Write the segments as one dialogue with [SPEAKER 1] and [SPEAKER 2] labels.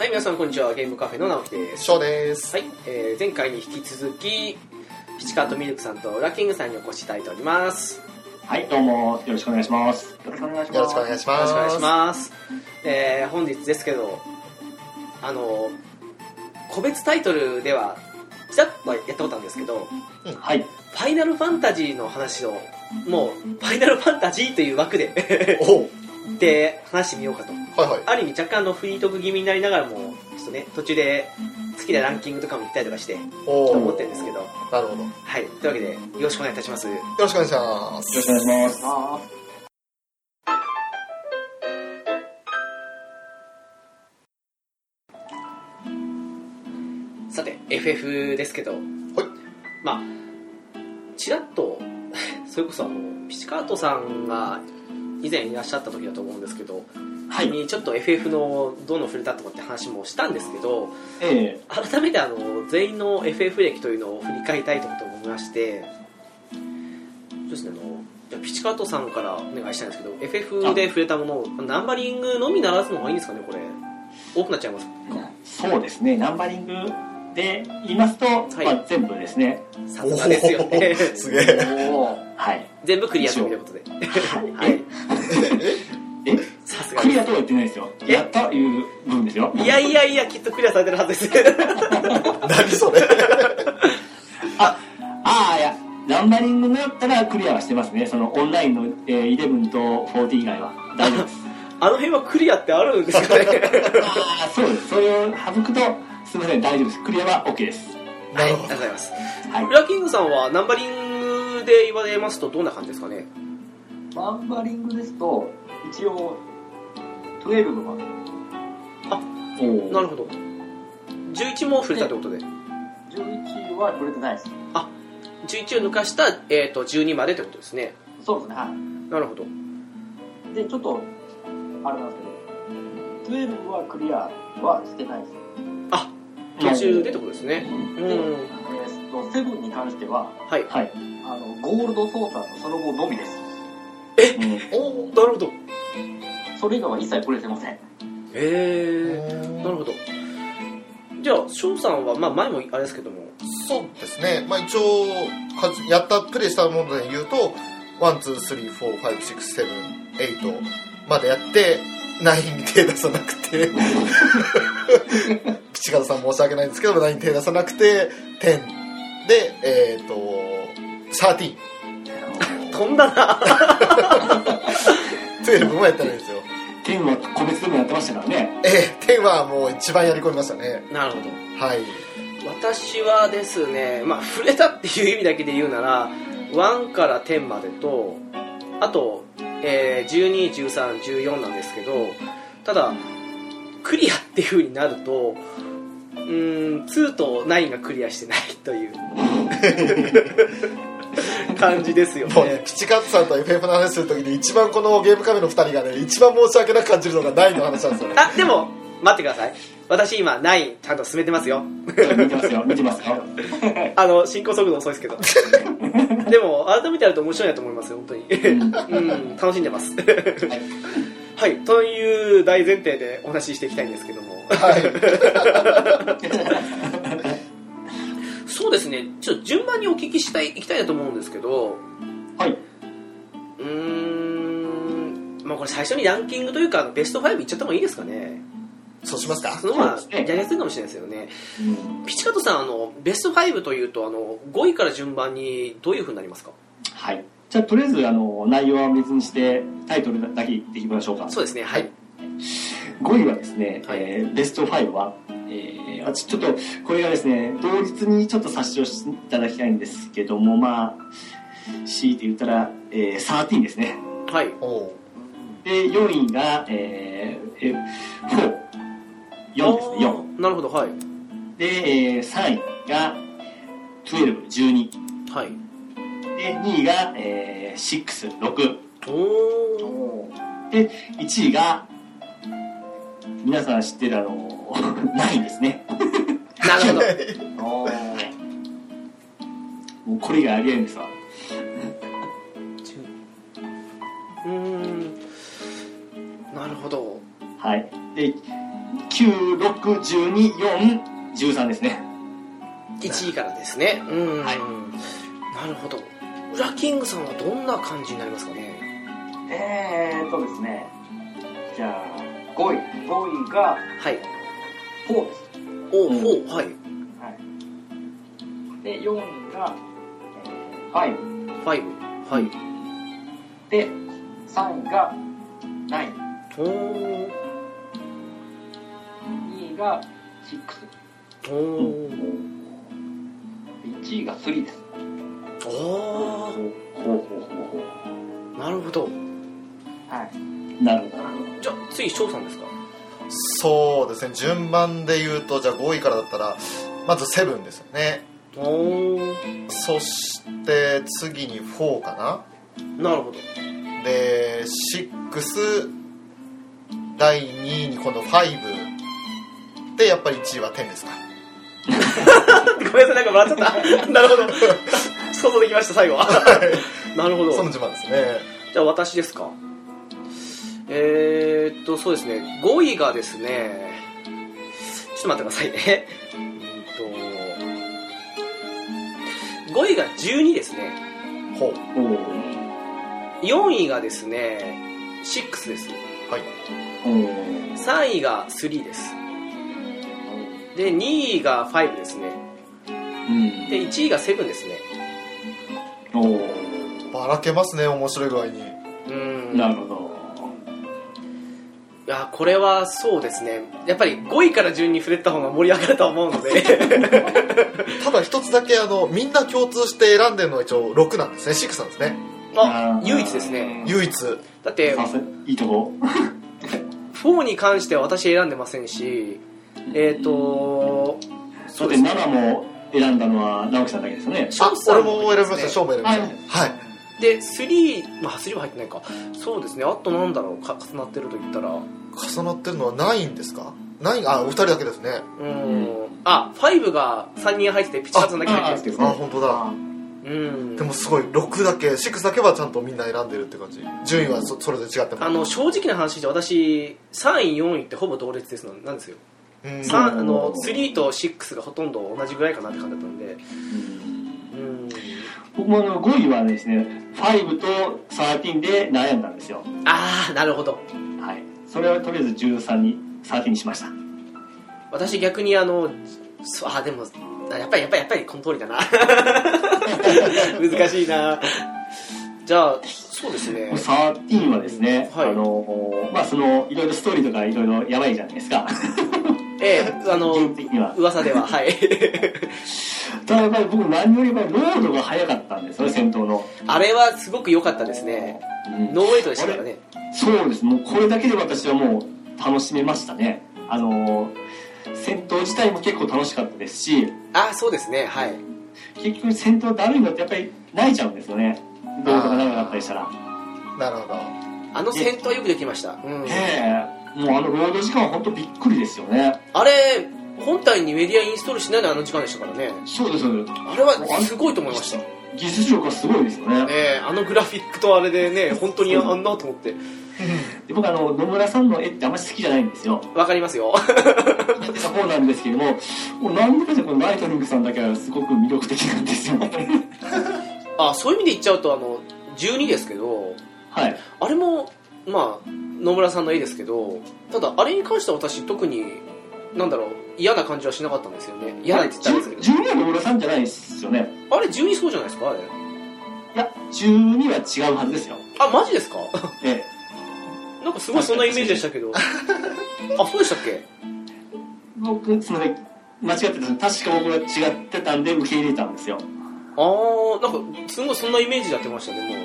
[SPEAKER 1] 皆さんこんにちはゲームカフェの直樹です
[SPEAKER 2] 翔です。
[SPEAKER 1] はい、えー前回に引き続きピチカートミルクさんとウラキングさんにお越しいただいておりますよ
[SPEAKER 3] はい、どうも、よろしくお願いします。よろしくお願いします。
[SPEAKER 2] よろしくお願いしま
[SPEAKER 1] ろし
[SPEAKER 2] す。
[SPEAKER 1] くお願いします、えー本日ですけどあの個別タイトルではちらっとはやったことあるんですけど
[SPEAKER 3] はい、
[SPEAKER 1] ファイナルファンタジーの話をもうファイナルファンタジーという枠で
[SPEAKER 2] おう
[SPEAKER 1] で話してみようかと
[SPEAKER 2] はいはい。
[SPEAKER 1] ある意味若干のフリートーク気味になりながらもちょっとね途中で好きなランキングとかも行ったりとかして
[SPEAKER 2] お
[SPEAKER 1] と
[SPEAKER 2] お。
[SPEAKER 1] 思ってるんですけど
[SPEAKER 2] なるほど。よ
[SPEAKER 1] はいというわけでよろしくお願いいたします
[SPEAKER 2] ろしくお願いしま
[SPEAKER 3] よろし
[SPEAKER 2] す。
[SPEAKER 3] くお願いします。
[SPEAKER 1] さて FF ですけどまあちらっと それこそあのピチカートさんが以前いらっしゃった時だと思うんですけど、
[SPEAKER 3] はい、
[SPEAKER 1] にちょっと FF のどうの触れたとかって話もしたんですけど
[SPEAKER 3] え
[SPEAKER 1] 改めてあの全員の FF 歴というのを振り返りたいと思いましてそうですねあのじゃあピチカートさんからお願いしたいんですけど FF で触れたものをナンバリングのみならずの方がいいんですかねこれ多くなっちゃいます
[SPEAKER 3] ーそうですね、ナンバリングで言いますと、
[SPEAKER 1] い
[SPEAKER 3] まあ、全部ですね。
[SPEAKER 1] さすがですよね
[SPEAKER 2] おおすげ え。
[SPEAKER 3] はい。
[SPEAKER 1] 全部クリアということではい
[SPEAKER 3] え、
[SPEAKER 1] さすが
[SPEAKER 3] クリ
[SPEAKER 1] で
[SPEAKER 3] アとは言ってないですよ。
[SPEAKER 1] え
[SPEAKER 3] やったという部分ですよ。
[SPEAKER 1] すいやいやいやきっとクリアされてるはずです
[SPEAKER 2] 何それ。
[SPEAKER 3] あ、ああ、いや、ナンバリングだったらクリアはしてますね。そのオンラインの、えー、11と40以外は。大丈夫です。
[SPEAKER 1] あの辺はクリアってあるんです かね
[SPEAKER 3] ああ、そうです。それを省くと、すみません、大丈夫です。クリアは OK です。
[SPEAKER 1] は
[SPEAKER 2] ない
[SPEAKER 1] あり
[SPEAKER 2] る
[SPEAKER 1] がとう
[SPEAKER 2] ほど
[SPEAKER 1] ご。ざいます
[SPEAKER 3] はい
[SPEAKER 1] フ。ラキングさんはナンバリングで言われますとどんな感じですかね
[SPEAKER 4] ナンバリングですと、一応、12まで、
[SPEAKER 1] な
[SPEAKER 3] お
[SPEAKER 1] るほど11も触れたってことで
[SPEAKER 4] 11は取れてないです。
[SPEAKER 1] 11を抜かした、えー、と12までってことですね
[SPEAKER 4] そうですね、は
[SPEAKER 1] なるほど
[SPEAKER 4] い。で、ちょっと、あれなんですけど、12はクリアはしてないです。
[SPEAKER 1] あ途中でってことですね
[SPEAKER 4] で、
[SPEAKER 1] うん
[SPEAKER 4] えーっと、セブンに関しては、
[SPEAKER 1] はい
[SPEAKER 3] はい。
[SPEAKER 4] あの、ゴールド操作のその後のみです。
[SPEAKER 3] うん
[SPEAKER 2] お
[SPEAKER 1] なるほど
[SPEAKER 4] それ以外は一切取れてません。
[SPEAKER 1] へえな
[SPEAKER 2] お。
[SPEAKER 1] るほどじゃあ翔さんは、まあ、前もあれですけども
[SPEAKER 2] そうですね。まあ一応はじやったプレイしたもので言うと、ワンツースリーフォーファイブシックスセブンエイトまでやって。ナインに手出さなくて ピチカートさん申し訳ないんですけどナインに手出さなくて10でえっ、ー、と13
[SPEAKER 1] 飛んだな
[SPEAKER 2] 12もやったらいいですよ
[SPEAKER 3] 天は個別でもやってましたからね。
[SPEAKER 2] ええ、10はもう一番やり込みましたね。
[SPEAKER 1] なるほど
[SPEAKER 2] はい。
[SPEAKER 1] 私はですね、まあ、触れたっていう意味だけで言うなら1から10までとあと、えー、121314なんですけどただクリアっていう風になるとうーん2と9がクリアしてないと いう感じですよ
[SPEAKER 2] もうね
[SPEAKER 1] ね、
[SPEAKER 2] ピチカッツさんと FF の話するときに一番このゲームカメの二人がね、一番申し訳なく感じるのがないの話なんですよね。
[SPEAKER 1] あでも待ってください私今9ちゃんと進めてますよ
[SPEAKER 3] 見てますよ、見てますよ。
[SPEAKER 1] あの進行速度遅いですけ どでも改めてやると面白いなと思いますよ本当に
[SPEAKER 3] うん
[SPEAKER 1] うん、楽しんでます。はい、という大前提でお話ししていきたいんですけども。
[SPEAKER 2] はい。
[SPEAKER 1] そうですね、ちょっと順番にお聞きしたい、いきたいなと思うんですけど、
[SPEAKER 3] はい。
[SPEAKER 1] うーん、まあこれ最初にランキングというか、ベスト5いっちゃってもいいですかね。
[SPEAKER 2] そうしますか
[SPEAKER 1] そのまま
[SPEAKER 3] そうです
[SPEAKER 1] やり
[SPEAKER 3] ね
[SPEAKER 1] やすいかもしれないですよね。ピチカートさん、あの、ベスト5というと、あの、5位から順番にどういうふうになりますか
[SPEAKER 3] はい。じゃあ、とりあえず、あの、内容は別にして、タイトルだけ言っていきましょうか。
[SPEAKER 1] そうですね、はい。
[SPEAKER 3] 5位はですね、
[SPEAKER 1] はい
[SPEAKER 3] えーベスト5は、えー、あちちょっと、これがですね、同日にちょっと冊子をしていただきたいんですけども、まあ、強いて言ったら、えー、13ですね。
[SPEAKER 1] はい。
[SPEAKER 2] おう
[SPEAKER 3] で、4位が、えー、えー、4。4ですね、4。
[SPEAKER 1] なるほど、はい。
[SPEAKER 3] で、えー3位が12、12。
[SPEAKER 1] はい。
[SPEAKER 3] で、2位が、えー、6、6。
[SPEAKER 1] おー。
[SPEAKER 4] おー
[SPEAKER 3] 1位が、皆さん知ってるあの、9です ね。
[SPEAKER 1] なるほど。
[SPEAKER 4] おー
[SPEAKER 3] もうこれがありえんですわ。
[SPEAKER 1] うーんなるほど
[SPEAKER 3] はい。で、9、 6、12、4、13ですね。
[SPEAKER 1] 1位からですねうん、
[SPEAKER 3] はい
[SPEAKER 1] なるほど裏キングさんはどんな感じになりますかね
[SPEAKER 4] えーっとですね。じゃあ、5位。5位が
[SPEAKER 1] はい
[SPEAKER 4] 4です。
[SPEAKER 1] おう
[SPEAKER 3] うん
[SPEAKER 1] ほうはい
[SPEAKER 4] はい。で、4位が、えー、5。
[SPEAKER 1] 5はい
[SPEAKER 4] で、3位が9。
[SPEAKER 1] ほー
[SPEAKER 4] 2位が6。
[SPEAKER 1] ほー
[SPEAKER 4] 1位が3です。
[SPEAKER 1] あ
[SPEAKER 3] ほうほうほうほ
[SPEAKER 1] あなるほど
[SPEAKER 4] はい。
[SPEAKER 3] う。なるほど。
[SPEAKER 1] じゃあ次翔さんですか
[SPEAKER 2] そうですね順番で言うとじゃあ5位からだったらまずセブンですよね
[SPEAKER 1] お
[SPEAKER 2] そして次に4か
[SPEAKER 1] なるほど
[SPEAKER 2] なで6第2位に今度5でやっぱり1位は10ですか
[SPEAKER 1] ごめんなさい、なんか笑っちゃった。なるほど。想像できました、最後は。なるほ
[SPEAKER 2] その
[SPEAKER 1] ど。
[SPEAKER 2] 順番ですね
[SPEAKER 1] じゃあ、私ですか。えー、っと、そうですね、5位がですね、ちょっと待ってくださいね。うんと、5位が12ですね。
[SPEAKER 2] ほう
[SPEAKER 3] ほう
[SPEAKER 1] 4位がですね、6です。
[SPEAKER 2] はい
[SPEAKER 3] ほう。
[SPEAKER 1] 3位が3です。で、2位が5ですね。
[SPEAKER 3] うん。
[SPEAKER 1] で、1位が7ですね。
[SPEAKER 3] ほう。
[SPEAKER 2] ばらけますね面白い具合に
[SPEAKER 1] うん。
[SPEAKER 3] なるほど。
[SPEAKER 1] いやこれはそうですねやっぱり5位から順に触れた方が盛り上がると思うので
[SPEAKER 2] ただ一つだけあのみんな共通して選んでるのは一応6なんですね6なんですね
[SPEAKER 1] あ
[SPEAKER 3] ー
[SPEAKER 1] 唯一ですね
[SPEAKER 2] 唯一
[SPEAKER 1] だって
[SPEAKER 3] さすいいとこ。
[SPEAKER 1] 4に関しては私選んでませんしえっ、ー、と
[SPEAKER 3] だって7も選んだのは直樹さんだけですよね。
[SPEAKER 2] あ
[SPEAKER 1] 翔さん
[SPEAKER 2] 俺も選びました翔も選びましたはい
[SPEAKER 1] で3まあ3は入ってないかそうですねあとなんだろうか重なってると言ったらう
[SPEAKER 2] 重なってるのはないんですかないあお二人だけですね
[SPEAKER 1] ーんあ5が3人入っててピッチャーズだけ入ってるんですけ
[SPEAKER 2] あ
[SPEAKER 1] ど
[SPEAKER 2] 本当だ
[SPEAKER 1] うん
[SPEAKER 2] でもすごい6だけ6だけはちゃんとみんな選んでるって感じ順位はそそれぞれ違って
[SPEAKER 1] あ
[SPEAKER 2] ます
[SPEAKER 1] の正直な話で私3位4位ってほぼ同列ですのなんですよ
[SPEAKER 2] うん
[SPEAKER 1] 3あの3と6がほとんど同じぐらいかなって感じだったんで
[SPEAKER 3] うん
[SPEAKER 1] うん
[SPEAKER 3] 僕もあの5位はですね、5と13で悩んだんですよ。
[SPEAKER 1] ああなるほど
[SPEAKER 3] はい。それはとりあえず13に、13にしました。
[SPEAKER 1] 私逆にあのそうあーでもあやっぱりやっぱりやっぱりこの通りだな 難しいなじゃあそうですね
[SPEAKER 3] 13はですね、
[SPEAKER 1] はい
[SPEAKER 3] あの、まあその、いろいろストーリーとかいろいろやばいじゃないですか。
[SPEAKER 1] ええあ
[SPEAKER 3] 基本
[SPEAKER 1] の
[SPEAKER 3] 的には。
[SPEAKER 1] 噂でははい
[SPEAKER 3] ただやっぱり僕何よりもロードが早かったんですよね、戦闘の。
[SPEAKER 1] あれはすごく良かったですね
[SPEAKER 3] うん
[SPEAKER 1] ノーウェイトでしたからね
[SPEAKER 3] そうです。もうこれだけで私はもう楽しめましたね。あの、戦闘自体も結構楽しかったですし、
[SPEAKER 1] ああそうですねはい
[SPEAKER 3] 結局戦闘だるいのってやっぱり泣いちゃうんですよね動画が長かったりしたら
[SPEAKER 2] なるほど
[SPEAKER 1] あの戦闘よくできました、うん
[SPEAKER 3] ね、えもうあの労働時間は本当びっくりですよね
[SPEAKER 1] あれ本体にメディアインストールしないであの時間でしたからね
[SPEAKER 3] そうですそうです
[SPEAKER 1] あれはすごいと思いましたね
[SPEAKER 3] 技術力がすごいですよね
[SPEAKER 1] えあのグラフィックとあれでね本当にあんなと思って
[SPEAKER 3] で僕あの野村さんの絵ってあんまり好きじゃないんですよ
[SPEAKER 1] わかりますよ
[SPEAKER 3] やってた方なんですけどももう何でかじゃこのライトニングさんだけはすごく魅力的なんですよね
[SPEAKER 1] あそういう意味で言っちゃうとあの12ですけど
[SPEAKER 3] はい
[SPEAKER 1] あれもまあ野村さんの絵ですけどただあれに関しては私特になんだろう嫌な感じはしなかったんですよね嫌なって言ったんですけど
[SPEAKER 3] 12は野村さんじゃないですよね
[SPEAKER 1] あれ12そうじゃないですかあれ
[SPEAKER 3] いや12は違うはずですよ
[SPEAKER 1] あマジですか
[SPEAKER 3] ええ
[SPEAKER 1] なんかすごいそんなイメージでしたけ どあそうでしたっけ
[SPEAKER 3] 僕すみません間違ってた確か僕は違ってたんで受け入れたんですよ
[SPEAKER 1] あーなんかすごいそんなイメージでやってましたねもう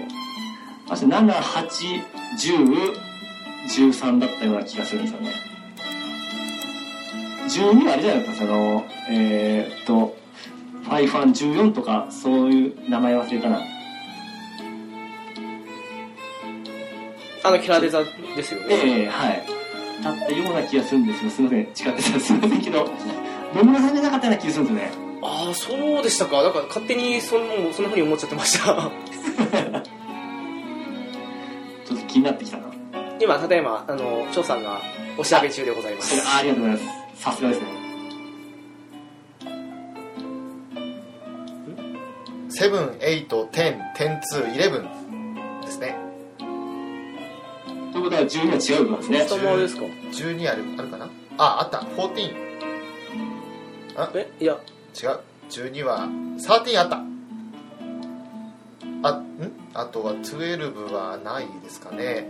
[SPEAKER 3] まして7、8、10、13だったような気がするんですよね。12はあれじゃないですか、その、えーっと、ファイファン14とか、そういう名前忘れたな。
[SPEAKER 1] あのキャラデザですよね
[SPEAKER 3] ええはい。だったような気がするんですよ。すいません。近くですいませんけど、野村さんじゃなかったような気がするんですよね。
[SPEAKER 1] ああそうでしたかなんか勝手にそのそんなふうに思っちゃってました
[SPEAKER 3] ちょっと気になってきたな。
[SPEAKER 1] 今ただいまあの翔さんがお調べ中でございます
[SPEAKER 3] あありがとうございます。さすがですね。
[SPEAKER 2] セブン、エイト、テン、テンツー、イレブンですね。
[SPEAKER 3] ということは12は違うわけですね。
[SPEAKER 1] 太ももですか
[SPEAKER 2] 十二あるあるかな？あ、あった。フォーティーン
[SPEAKER 1] えいや
[SPEAKER 2] 違う。十二はサーティーンあった。あ、ん？あとはトゥエルブはないですかね。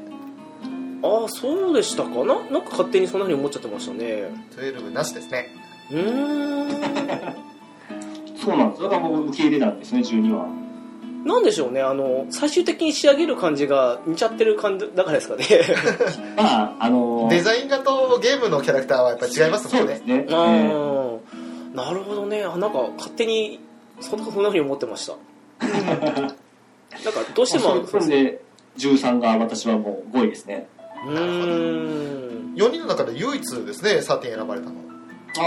[SPEAKER 1] ああそうでしたかななんか勝手にそんなふうに思っちゃってましたね
[SPEAKER 2] トゥエルブなしですね。
[SPEAKER 1] うーん
[SPEAKER 3] そうなんです。だから僕受け入れたんですね、12は。
[SPEAKER 1] なんでしょうねあの最終的に仕上げる感じが似ちゃってる感じだからですかね
[SPEAKER 3] まあ、あのー
[SPEAKER 2] デザイン画とゲームのキャラクターはやっぱ違いますも
[SPEAKER 3] そ
[SPEAKER 2] ん
[SPEAKER 3] うで
[SPEAKER 2] ね
[SPEAKER 3] す。ね。
[SPEAKER 1] あーなるほどねあなんか勝手にそんなそんなふうに思ってました なんかどうして
[SPEAKER 3] そ
[SPEAKER 1] も
[SPEAKER 3] うそれで13が私はもう5位ですね。
[SPEAKER 1] うーん
[SPEAKER 2] 四人の中で唯一ですね、サーティーン選ばれたの。
[SPEAKER 3] あ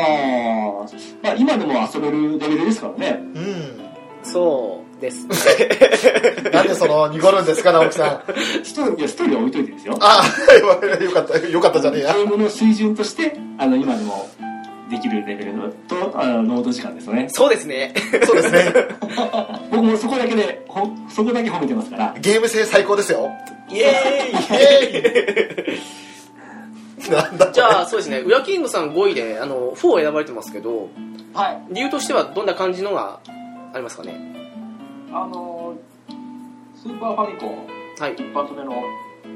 [SPEAKER 3] あ、まあ今でも遊べるレベルですからね。
[SPEAKER 2] うん。
[SPEAKER 1] そうです ね
[SPEAKER 2] なんでその濁るんですか、直樹さん。
[SPEAKER 3] ストーリーいやストーリーは置いといてですよ。
[SPEAKER 2] あ、 よかった、よかったじゃねえや
[SPEAKER 3] ゲ。ームの水準として、あの、今でもできるレベルのと、あの、ノート時間ですよね。
[SPEAKER 1] そうですね
[SPEAKER 2] そうですね。
[SPEAKER 3] 僕もそこだけで、ほそこだけ褒めてますから。
[SPEAKER 2] ゲーム性最高ですよ。
[SPEAKER 1] イエーイ
[SPEAKER 2] なんだこれ
[SPEAKER 1] じゃあそうですねウラキングさん5位であの4を選ばれてますけど
[SPEAKER 4] はい。
[SPEAKER 1] 理由としてはどんな感じのがありますかね
[SPEAKER 4] あのースーパーファミコン
[SPEAKER 1] はい
[SPEAKER 4] 一発目の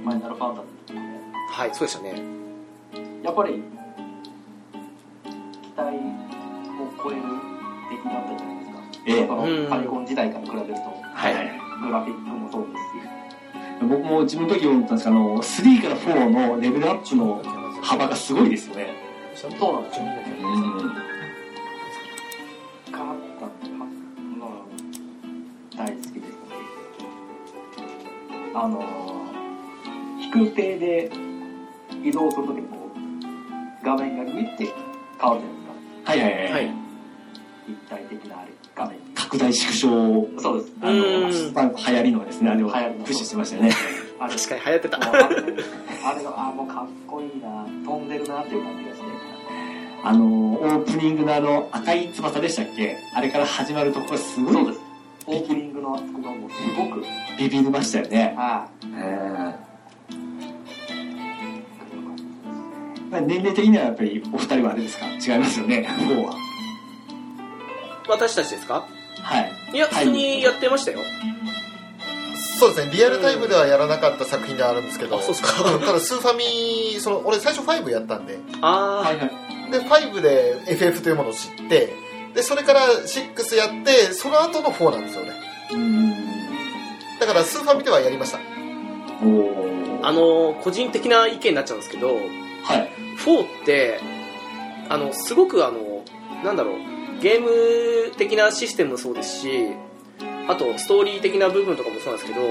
[SPEAKER 4] マイナルファンタジーとかね、
[SPEAKER 1] はいそうでしたね
[SPEAKER 4] やっぱり、期待を超える出来だったじゃないですか。
[SPEAKER 3] ええ
[SPEAKER 4] そのフ
[SPEAKER 1] うん
[SPEAKER 4] ァミコン時代から比べると、
[SPEAKER 3] はいはいはい。
[SPEAKER 4] グラフィックもそうですし。
[SPEAKER 3] 僕も自分の時思ったんですけど、あの、3から4のレベルアップの幅がすごいですよね。
[SPEAKER 4] そうなんですよ。
[SPEAKER 3] うん。
[SPEAKER 4] 変わったのが大好きですね。あのー、飛空艇で移動するときも、画面がグイって変わるじゃないですか。
[SPEAKER 3] はいはい
[SPEAKER 1] は
[SPEAKER 3] はいい。
[SPEAKER 4] 立体的なあれ画面
[SPEAKER 3] 拡大縮小
[SPEAKER 4] そうです
[SPEAKER 3] あ
[SPEAKER 1] う
[SPEAKER 3] の、
[SPEAKER 1] ん
[SPEAKER 3] スパン流行りのですね、あれを
[SPEAKER 4] 流行りの
[SPEAKER 3] プッシュしてましたよね。
[SPEAKER 4] あれ
[SPEAKER 1] 確かに流行ってた
[SPEAKER 4] もうあれあれがあもうかっこいいな飛んでるなっていう感じがして
[SPEAKER 3] あの、オープニングのあの、赤い翼でしたっけあれから始まるところすごい
[SPEAKER 4] オープニングのあそこがもうすごく
[SPEAKER 3] ビビりましたよね。
[SPEAKER 4] あ
[SPEAKER 3] うん
[SPEAKER 4] あかっこよかったです
[SPEAKER 3] まあ、年齢的にはやっぱりお二人はあれですか違いますよね、4は。
[SPEAKER 1] 私たちですか
[SPEAKER 3] はい。
[SPEAKER 1] いや
[SPEAKER 3] は
[SPEAKER 1] 普
[SPEAKER 3] い
[SPEAKER 1] 通にやってましたよ、
[SPEAKER 2] そうですね、リアルタイムではやらなかった作品ではあるんですけど、
[SPEAKER 1] あそうっすか
[SPEAKER 2] んただスーファミ、その俺最初5やったんで、
[SPEAKER 1] あ
[SPEAKER 3] はいはい。
[SPEAKER 2] で、5で FF というものを知って、で、それから6やって、その後の4なんですよね。だからスーファミではやりました。
[SPEAKER 3] おお
[SPEAKER 1] あ、あの個人的な意見になっちゃうんですけど
[SPEAKER 3] はい。
[SPEAKER 1] 4ってあのすごくあのなんだろうゲーム的なシステムもそうですしあとストーリー的な部分とかもそうなんですけど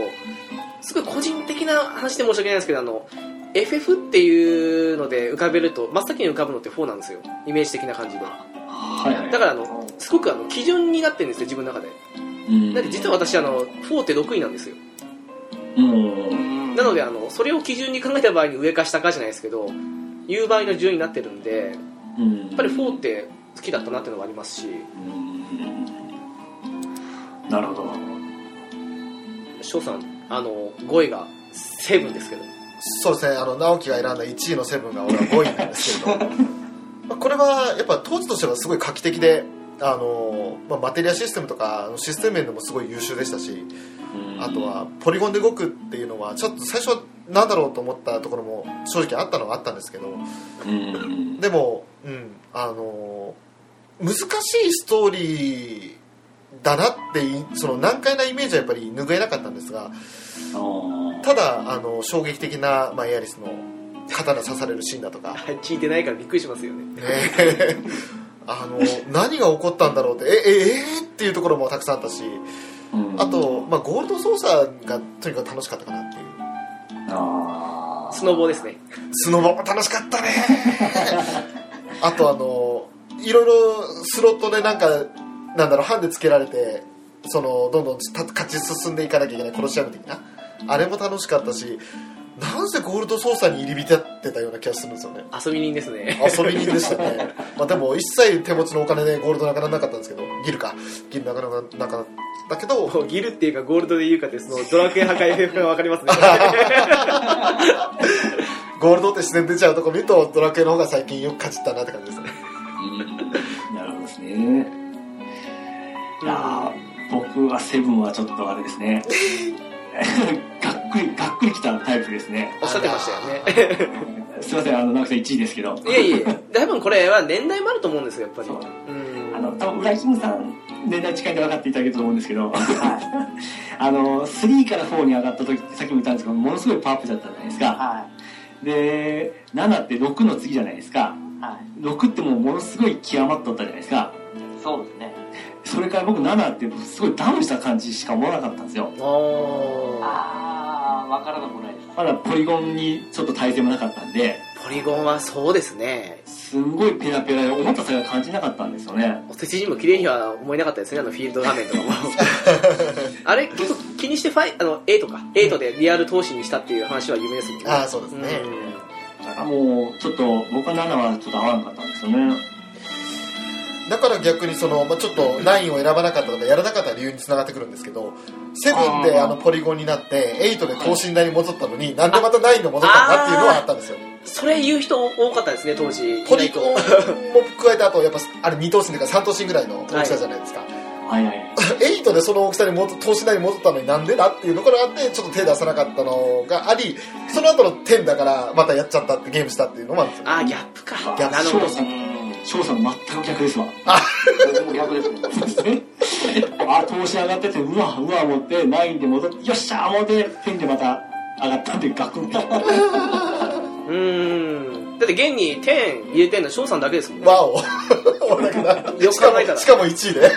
[SPEAKER 1] すごい個人的な話で申し訳ないんですけどあの FF っていうので浮かべると真っ先に浮かぶのって4なんですよイメージ的な感じで
[SPEAKER 3] はいはい。
[SPEAKER 1] だからあの
[SPEAKER 4] うん
[SPEAKER 1] すごくあの基準になってるんですよ自分の中で
[SPEAKER 3] うん
[SPEAKER 1] だって実は、私あの4って6位なんですよ
[SPEAKER 3] うん。
[SPEAKER 1] なのであのそれを基準に考えた場合に上か下かじゃないですけどいう場合の順位になってるんで
[SPEAKER 3] うん。
[SPEAKER 1] やっぱり4って好きだったなっていうのもありますし
[SPEAKER 3] うん。なるほど。
[SPEAKER 1] 翔さんあの5位が7ですけど
[SPEAKER 2] そうですね、あの、直樹が選んだ1位のセブンが俺は5位なんですけれ ど、まあこれはやっぱ当時としてはすごい画期的で、あのまあ、マテリアシステムとかあのシステム面でもすごい優秀でしたし、あとはポリゴンで動くっていうのはちょっと最初は何だろうと思ったところも正直あったのはあったんですけど
[SPEAKER 3] うん、うん。
[SPEAKER 2] でも、うん、あの難しいストーリーだなっていその難解なイメージはやっぱり拭えなかったんですが
[SPEAKER 3] あー
[SPEAKER 2] ただあの衝撃的な、まあ、エアリスの刀刺されるシーンだとか、ね、
[SPEAKER 1] はい聞いてないからびっくりしますよね
[SPEAKER 2] あの何が起こったんだろうってえええーっていうところもたくさんあったし
[SPEAKER 3] うん
[SPEAKER 2] あと、まあ、ゴールド操作がとにかく楽しかったかなっていう。
[SPEAKER 3] あー
[SPEAKER 1] スノボですね
[SPEAKER 2] スノボも楽しかったねあとあのいろいろスロットでなんかなんだろうハンデつけられてそのどんどんた勝ち進んでいかなきゃいけない殺し合う的なあれも楽しかったしなんせゴールド操作に入り浸ってたような気がするんですよね
[SPEAKER 1] 遊び人ですね
[SPEAKER 2] 遊び人でしたねまあでも一切手持ちのお金でゴールドなくならなかったんですけどギルかギルなくならなかったけど
[SPEAKER 1] もうギルっていうかゴールドで言うかってそのドラクエ破壊が分かり ますね
[SPEAKER 2] ゴールドって自然出ちゃうとこ見るとドラクエの方が最近よくかじったなって感じですね
[SPEAKER 3] なるほどですね。いやー僕はセブンはちょっとあれですね。 がっくり、がっくりきたタイプですね。
[SPEAKER 1] おっしゃってましたよね
[SPEAKER 2] ね
[SPEAKER 3] すいません、あの、直樹さん1位ですけど。
[SPEAKER 1] いえいえ多分これは年代もあると思うんですよやっぱり
[SPEAKER 3] そう
[SPEAKER 1] うん
[SPEAKER 3] あの、多分、浦井キムさん、年代近いんで分かっていただけると思うんですけど、 あの、3から4に上がった時ってさっきも言ったんですけど、ものすごいパワーアップだったじゃないですか。
[SPEAKER 4] は
[SPEAKER 3] で、7って6の次じゃないですか。
[SPEAKER 4] い。はい。
[SPEAKER 3] 6ってもうものすごい極まっとったじゃないですか。
[SPEAKER 4] そうですね。
[SPEAKER 3] それから僕7ってすごいダウンした感じしか思わなかったんですよ。
[SPEAKER 1] あ
[SPEAKER 4] ああ、わからなくもないです。
[SPEAKER 3] まだポリゴンにちょっと耐性もなかったんで、
[SPEAKER 1] ーポリゴンはそうですね
[SPEAKER 3] すんごいペラペラで重たさが感じなかったんですよね。
[SPEAKER 1] お世辞にも綺麗には思えなかったですねあのフィールド画面と かもあれ結構気にしてファイあの8か8でリアル投資にしたっていう話は有名ですもんね
[SPEAKER 2] ああそうですね、
[SPEAKER 1] うん
[SPEAKER 3] だからもう、ちょっと、僕は7はちょっと合わなかったんですよね。
[SPEAKER 2] だから逆にその、まあ、ちょっと9を選ばなかったとかやらなかった理由につながってくるんですけど7であのポリゴンになって8で等身大に戻ったのになんでまた9が戻ったんだっていうのはあったんですよ
[SPEAKER 1] それ言う人多かったですね当時
[SPEAKER 2] ポリゴンも加えた後やっぱあれ2等身とか3等身ぐらいの大きさじゃないですか、
[SPEAKER 3] はいはい。
[SPEAKER 2] 8でその大きさに戻等身大に戻ったのになんでだっていうところがあってちょっと手出さなかったのがありその後の10だからまたやっちゃったってゲームしたっていうのもあるんですよ
[SPEAKER 1] あーギャップか
[SPEAKER 2] ギャップ
[SPEAKER 1] なるほど
[SPEAKER 3] 翔さん、翔さん全く逆ですわ。
[SPEAKER 4] 僕も逆ですね。
[SPEAKER 3] あ、投資上がってて、うわ、うわ、思って、9で戻って、よっしゃー思って、10でまた上がったんで、ガクンと。
[SPEAKER 1] うーんだって現に10入れてんの翔さんだけですもんね
[SPEAKER 2] わお 俺だけ
[SPEAKER 1] よ
[SPEAKER 2] だ
[SPEAKER 1] く
[SPEAKER 2] しか
[SPEAKER 1] 考えたら
[SPEAKER 2] もしかも1位で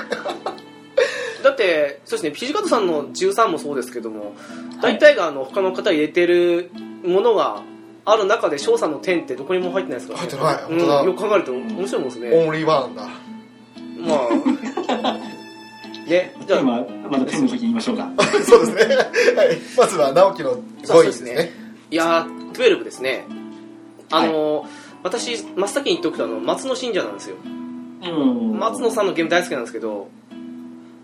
[SPEAKER 1] だってそうですね土方さんの13もそうですけども大体があの他の方入れてるものがある中で翔さんの10ってどこにも入ってないですから、
[SPEAKER 2] 入
[SPEAKER 1] ね、
[SPEAKER 2] ってない
[SPEAKER 1] う
[SPEAKER 2] 本
[SPEAKER 1] ん、
[SPEAKER 2] 当だ、
[SPEAKER 1] よく考えると面白いもんですね、
[SPEAKER 2] オンリーワンだ
[SPEAKER 1] まあねじゃあ
[SPEAKER 3] 今、まだ10の時言いましょうか。
[SPEAKER 2] そうですね、はい、 まずは直樹の5位ですね
[SPEAKER 1] いやー12ですねあのー私真っ先に言っておくとあの松野信者なんですよ
[SPEAKER 3] うん
[SPEAKER 1] 松野さんのゲーム大好きなんですけど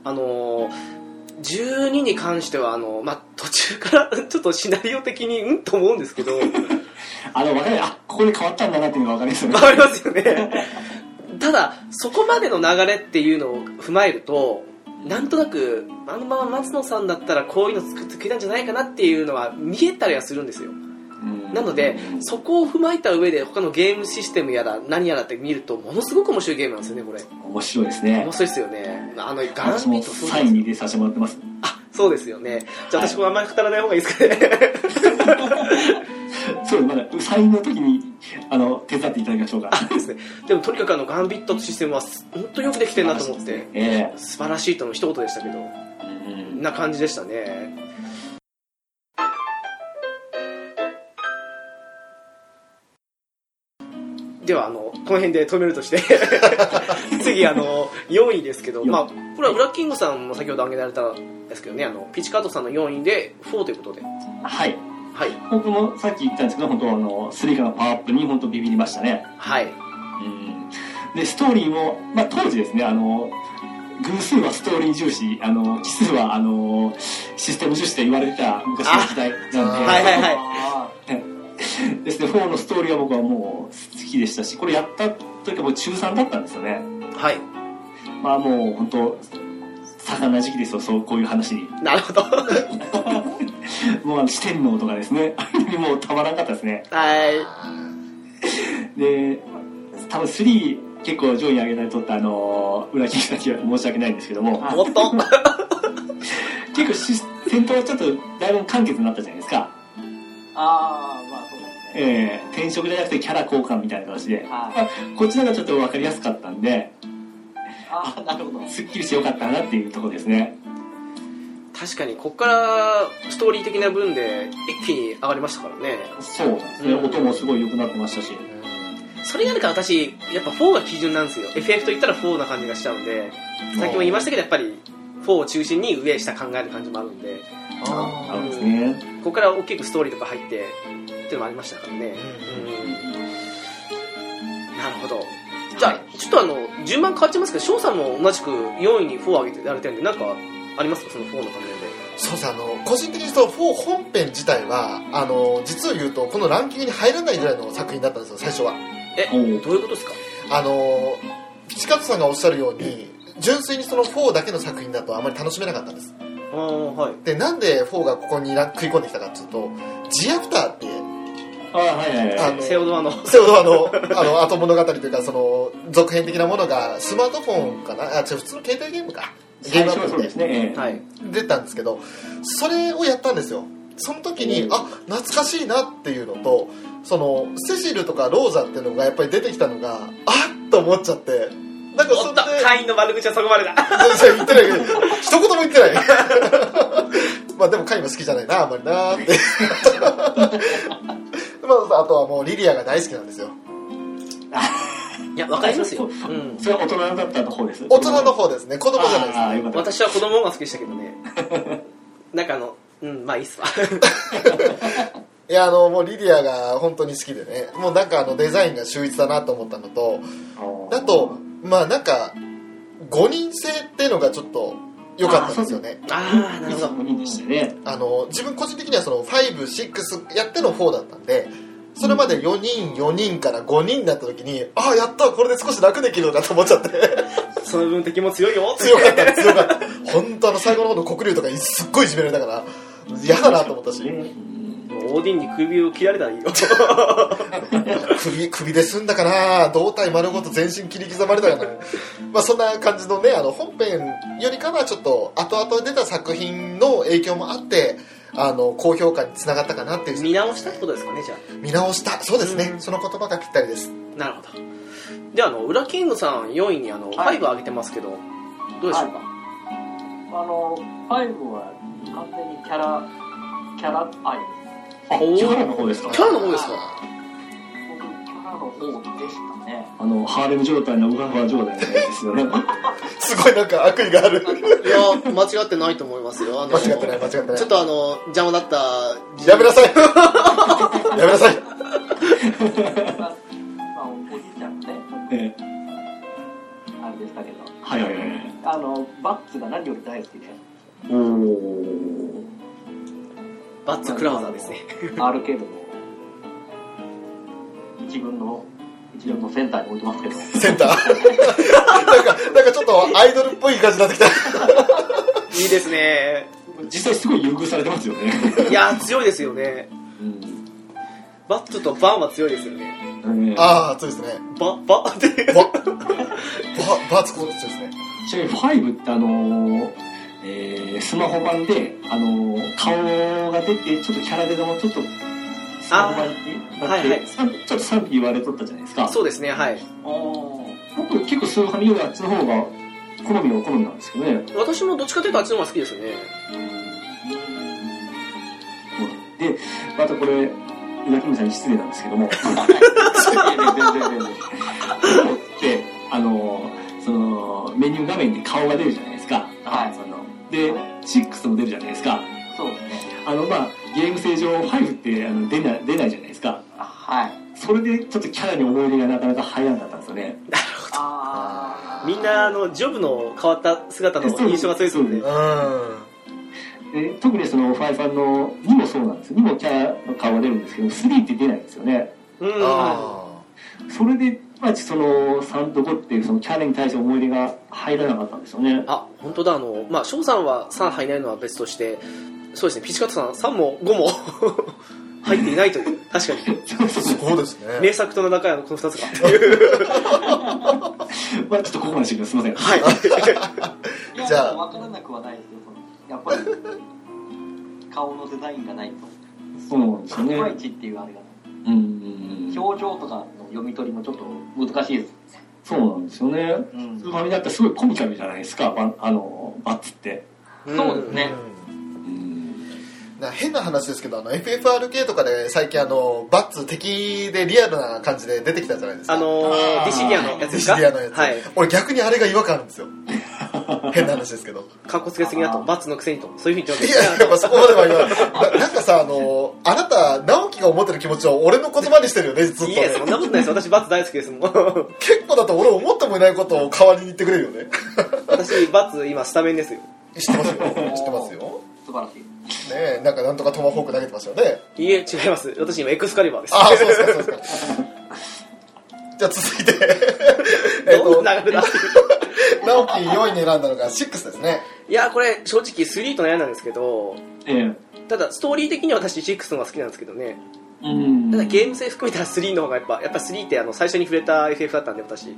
[SPEAKER 1] あのー12に関してはあの、まあ、途中から ちょっとシナリオ的にうんと思うんですけどわ
[SPEAKER 3] あの、わかる、あ、ここで変わったんだなっていうのがわかりますよね。
[SPEAKER 1] かりますよねただそこまでの流れっていうのを踏まえるとなんとなくあのまま松野さんだったらこういうの作ってくれたんじゃないかなっていうのは見えたりはするんですよ
[SPEAKER 3] うん
[SPEAKER 1] なので、そこを踏まえた上で他のゲームシステムやら何やらって見るとものすごく面白いゲームなんですよねこれ
[SPEAKER 3] 面白いですね
[SPEAKER 1] 面。白いですよねあのガラ
[SPEAKER 3] 私
[SPEAKER 1] ンビ
[SPEAKER 3] も
[SPEAKER 1] ートそう
[SPEAKER 3] サインに入れさせてもらってます。
[SPEAKER 1] あそうですよねじゃあ私これあんまり語らない方がいいですかね
[SPEAKER 3] そう、まだサインの時に、あの、手伝っていただきましょうか。
[SPEAKER 1] そうですねでもとにかくあのガンビットのシステムは本当によくできてるなと思って
[SPEAKER 3] ええ
[SPEAKER 1] 素晴らしいとの一言でしたけど
[SPEAKER 3] うん
[SPEAKER 1] な感じでしたねではあのこの辺で止めるとして 次あの4位ですけど、まあ、これはブラッキングさんも先ほど挙げられたんですけどねあのピチカートさんの4位で4ということで
[SPEAKER 3] はい。
[SPEAKER 1] はい
[SPEAKER 3] 僕もさっき言ったんですけど、本当あの、スリカのパワーアップに本当ビビりましたね。
[SPEAKER 1] はい
[SPEAKER 3] うんで、ストーリーも、まあ当時ですね、あの、偶数はストーリー重視、あの、奇数は、あの、システム重視と言われてた昔の時代なんで、
[SPEAKER 2] あはい
[SPEAKER 1] はいはい
[SPEAKER 4] あ
[SPEAKER 3] ですね、4のストーリーは僕はもう好きでしたし、これやった時はもう中3だったんですよね。
[SPEAKER 1] はい
[SPEAKER 3] まあもう本当、盛んな時期ですよ、そう、こういう話に。
[SPEAKER 1] なるほど
[SPEAKER 3] もうあの四天王とかですね、あれにもうたまらなかったですね。
[SPEAKER 1] は
[SPEAKER 3] で、多分3、結構上位に上げられとったあのー、裏切りさんには申し訳ないんですけども、
[SPEAKER 1] いもっと
[SPEAKER 3] 結構し戦闘はちょっとだいぶ簡潔になったじゃないですか。
[SPEAKER 4] あ、ああまあそうですね。
[SPEAKER 3] えー、転職じゃなくてキャラ交換みたいな形で、
[SPEAKER 4] はい。
[SPEAKER 3] こっちの方がちょっと分かりやすかったんで、
[SPEAKER 4] ああ、なるほど。
[SPEAKER 3] すっきりしてよかったなっていうところですね。
[SPEAKER 1] 確かにここからストーリー的な分で一気に上がりましたからね
[SPEAKER 3] そうなんですね。
[SPEAKER 1] うん
[SPEAKER 3] 音もすごい良くなってましたし。
[SPEAKER 1] それがあるから私やっぱ4が基準なんですよ FF と言ったら4な感じがしちゃうんでさっきも言いましたけどやっぱり4を中心に上下考える感じもあるんで
[SPEAKER 3] あ
[SPEAKER 2] あ
[SPEAKER 3] るんですね。
[SPEAKER 1] ここから大きくストーリーとか入ってっていうのもありましたからね
[SPEAKER 2] ー
[SPEAKER 1] うんなるほどじゃあちょっとあの順番変わっちゃいますけど翔さんも同じく4位に4上げてられてるんでなんかありますかその4の関連で
[SPEAKER 2] そうですねあの個人的にその4本編自体はあの実を言うとこのランキングに入らないぐらいの作品だったんですよ最初は
[SPEAKER 3] おう
[SPEAKER 1] どういうことですか
[SPEAKER 2] あのピチカトさんがおっしゃるように純粋にその4だけの作品だとあまり楽しめなかったんです
[SPEAKER 1] ああはい
[SPEAKER 2] でなんで4がここにラン食い込んできたかっていうとジアフターって
[SPEAKER 3] あはいはい
[SPEAKER 2] あ
[SPEAKER 3] は
[SPEAKER 2] の
[SPEAKER 1] セオドアの
[SPEAKER 2] それほどあのあ の後物語というかその続編的なものがスマートフォンかなあ違う普通の携帯ゲームか
[SPEAKER 3] い
[SPEAKER 2] ゲー
[SPEAKER 3] 最
[SPEAKER 2] ムア
[SPEAKER 3] 初
[SPEAKER 2] プ
[SPEAKER 3] はそう
[SPEAKER 2] リ
[SPEAKER 3] で
[SPEAKER 2] です
[SPEAKER 3] ねええ
[SPEAKER 1] はい
[SPEAKER 2] 出たんですけどそれをやったんですよその時にあ懐かしいなっていうのとそのセシルとかローザっていうのがやっぱり出てきたのがあっと思っちゃってなんかそ
[SPEAKER 1] お
[SPEAKER 2] ん
[SPEAKER 1] っ
[SPEAKER 2] で
[SPEAKER 1] と会員の悪口はそこまでだ
[SPEAKER 2] 全然言ってないけど一言も言ってない まあでもカイは好きじゃないなあんまりなーって まああとはもうリリアが大好きなんですよ
[SPEAKER 1] いやわかりますよ、う
[SPEAKER 3] そ
[SPEAKER 1] ん、
[SPEAKER 3] それは大人だった方です
[SPEAKER 2] 大人の方ですね子供じゃないです
[SPEAKER 3] ああ
[SPEAKER 2] ね
[SPEAKER 3] よかった
[SPEAKER 1] 私は子供が好きでしたけど ねなんかあのうんまあいいっすわ
[SPEAKER 2] いやあのもうリディアが本当に好きでねもうなんかあのデザインが秀逸だなと思ったのとだとまあなんか5人制っていうのがちょっと良かったんですよね
[SPEAKER 1] ああないるほ
[SPEAKER 3] つ
[SPEAKER 1] ど
[SPEAKER 3] もいいでしたね
[SPEAKER 2] あの自分個人的にはその56やっての4だったんでそれまで4人4人から5人になった時にああやったこれで少し楽できるのかと思っちゃって
[SPEAKER 1] その分敵も強いよ
[SPEAKER 2] 強かった強かった本当あの最後の方の黒竜とかすっごいいじめられたから嫌だなと思ったし
[SPEAKER 3] うん
[SPEAKER 1] オーディンに首を切られたらいいよ
[SPEAKER 2] 首首で済んだかな胴体丸ごと全身切り刻まれたかなまあそんな感じのねあの本編よりかはちょっと後々出た作品の影響もあってあの高評価につながったかなっていう
[SPEAKER 1] 見直したってことですかねじゃ
[SPEAKER 2] 見直したそうですね、
[SPEAKER 1] うん
[SPEAKER 2] その言葉がぴったりです
[SPEAKER 1] あなるほどであの裏キングさん4位にあの、
[SPEAKER 4] はい
[SPEAKER 1] 5上げてますけどどうでしょうか、
[SPEAKER 4] あの、5は完全にキャラ、キャラ愛です。
[SPEAKER 3] あ
[SPEAKER 1] おー
[SPEAKER 3] キャラの方ですか
[SPEAKER 1] キャラの方ですか
[SPEAKER 4] 僕、キャラの方でしたね。
[SPEAKER 3] あのハーレム状態のウハウハ状態で すよね
[SPEAKER 2] すごいなんか悪意がある
[SPEAKER 1] いや間違ってないと思いますよあの
[SPEAKER 2] 間違ってない間違ってない
[SPEAKER 1] ちょっとあの邪魔だった
[SPEAKER 2] やめなさいやめなさい
[SPEAKER 4] まあ、まあおじいちゃんがね、
[SPEAKER 3] ええ
[SPEAKER 4] あれでしたけど、
[SPEAKER 3] はいはいはいはい
[SPEAKER 4] あの、バッツが何より大好きで、
[SPEAKER 3] おお
[SPEAKER 1] バッツクラウザーですね
[SPEAKER 4] アールケードも、自分の、一応のセンターに置いてますけど、
[SPEAKER 2] センターなんかなんかちょっとアイドルっぽい感じになってきた
[SPEAKER 1] いいですね
[SPEAKER 3] 実際すごい優遇されてますよね
[SPEAKER 1] いや強いですよね
[SPEAKER 3] うん
[SPEAKER 1] バッツとバンは強いですよね
[SPEAKER 3] ええ
[SPEAKER 2] ああそうですね
[SPEAKER 1] ババって
[SPEAKER 2] ばばばつこうですね
[SPEAKER 3] ちなみに5ってあのーえースマホ版で、あのー顔が出てちょっとキャラデザもちょっとスマホ版にな
[SPEAKER 1] は
[SPEAKER 3] っ
[SPEAKER 1] いは
[SPEAKER 3] て
[SPEAKER 1] い
[SPEAKER 3] さんちょっと賛否言われとったじゃないですか
[SPEAKER 1] そうですねはい
[SPEAKER 3] 僕結構スマホによりあっちの方が好みは好みなんですけどね
[SPEAKER 1] 私もどっちかというとあっちの方が好きですよね
[SPEAKER 3] でまたこれ裏キングさんに失礼なんですけども
[SPEAKER 4] 全然全然。
[SPEAKER 3] であのそのメニュー画面に顔が出るじゃないですか
[SPEAKER 4] はい
[SPEAKER 3] そので6も出るじゃないですか
[SPEAKER 4] そうですね。
[SPEAKER 3] あのまあゲーム性上5ってあの出ない出ないじゃないですか
[SPEAKER 4] あはい。
[SPEAKER 3] それでちょっとキャラに思い入れがなかなか入らなかったんですよね
[SPEAKER 4] あ
[SPEAKER 1] みんなあのジョブの変わった姿の印象が強いですもんね
[SPEAKER 2] うん
[SPEAKER 3] で特にそのファイさんの2もそうなんですよ2もキャラの顔が出るんですけど3って出ないんですよね
[SPEAKER 1] うん
[SPEAKER 2] あ
[SPEAKER 3] それで、まあ、その3と5っていうそのキャラに対して思い出が入らなかったんですよね。
[SPEAKER 1] あ本当だあのまあ翔さんは3入らないのは別としてそうですねピチカットさん3も5も 入っていないという確かに
[SPEAKER 3] そうそ
[SPEAKER 2] あそ
[SPEAKER 3] うそう
[SPEAKER 2] ですね
[SPEAKER 1] 名作と名高屋のこの2つがっていう
[SPEAKER 3] うまあちょっとここまでしてくださいすいま
[SPEAKER 1] はい
[SPEAKER 4] あ。いや、
[SPEAKER 2] じゃあ
[SPEAKER 4] でも分からなくはないですよ。そのやっぱり、顔のデザインがないと。
[SPEAKER 3] せん。そうなんですよね。
[SPEAKER 4] いまいちっていうあれが
[SPEAKER 3] うんうんうん。
[SPEAKER 4] 表情とかの読み取りもちょっと難しいです。
[SPEAKER 3] そうなんですよね。
[SPEAKER 4] うん
[SPEAKER 3] スーファミだってすごいコミカルじゃないですか、バンあの、バッツって。
[SPEAKER 4] そうですね
[SPEAKER 2] うん
[SPEAKER 3] うん。
[SPEAKER 2] な変な話ですけどあの FFRK とかで最近あのバッツ敵でリアルな感じで出てきたじゃないですか
[SPEAKER 1] あのー
[SPEAKER 3] あー
[SPEAKER 1] ディシリアのやつ
[SPEAKER 2] デ
[SPEAKER 1] で
[SPEAKER 2] ィ
[SPEAKER 1] す
[SPEAKER 2] シ
[SPEAKER 1] か
[SPEAKER 2] リアのやつ、
[SPEAKER 1] はい
[SPEAKER 2] 俺逆にあれが違和感あるんですよ変な話ですけど
[SPEAKER 1] かっこつけすぎだと罰のくせにとそういうふうに言って
[SPEAKER 2] い
[SPEAKER 1] るわ
[SPEAKER 2] ややっぱそこまでは言わないななんかさあのあなた直樹が思ってる気持ちを俺の言葉にしてるよねずっ
[SPEAKER 1] け
[SPEAKER 2] と
[SPEAKER 1] じゃないいやそんな
[SPEAKER 2] ね
[SPEAKER 1] ことないです私罰大好きですもん
[SPEAKER 2] 結構だと俺思ってもいないことを代わりに言ってくれるよね
[SPEAKER 1] 私罰今スタメンですよ
[SPEAKER 2] 知ってますよ知ってますよ
[SPEAKER 4] 素晴らしい。
[SPEAKER 2] ねえなんかなんとかトマホーク投げてましたよね
[SPEAKER 1] いいえ違います私今エクスカリバーです
[SPEAKER 2] ああそうですかそうですか じゃあ続い て えっ
[SPEAKER 1] ど
[SPEAKER 2] と
[SPEAKER 1] んな流れだ
[SPEAKER 2] 直樹4位に選んだのが6ですね
[SPEAKER 1] いやこれ正直3と悩んだんですけど
[SPEAKER 3] ええ
[SPEAKER 1] ただストーリー的には私6の方が好きなんですけどね
[SPEAKER 3] うん
[SPEAKER 1] ただゲーム性含めたら3の方がやっぱやっぱ3ってあの最初に触れた FF だったんで私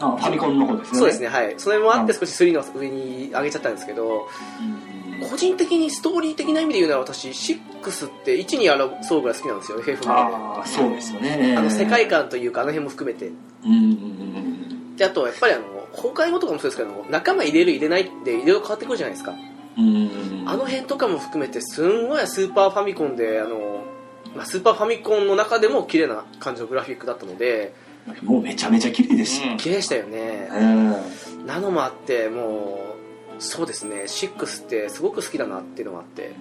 [SPEAKER 3] あファミコンの方ですね
[SPEAKER 1] そうですねはいそれもあって少し3の上に上げちゃったんですけど
[SPEAKER 3] うん
[SPEAKER 1] 個人的にストーリー的な意味で言うなら私6って1に争うぐらい好きなんですよ FF ま
[SPEAKER 3] ああそうですよね
[SPEAKER 1] であの世界観というかあの辺も含めて
[SPEAKER 3] うんうんうん
[SPEAKER 1] であとやっぱりあの崩壊後とかもそうですけど仲間入れる入れないっていろいろ変わってくるじゃないですか
[SPEAKER 3] うん
[SPEAKER 1] あの辺とかも含めてすんごいスーパーファミコンであの、まあ、スーパーファミコンの中でも綺麗な感じのグラフィックだったので
[SPEAKER 3] もうめちゃめちゃ綺麗ですし、
[SPEAKER 1] 綺麗でしたよね
[SPEAKER 3] うん
[SPEAKER 1] なのもあってもうそうですね6ってすごく好きだなっていうのもあって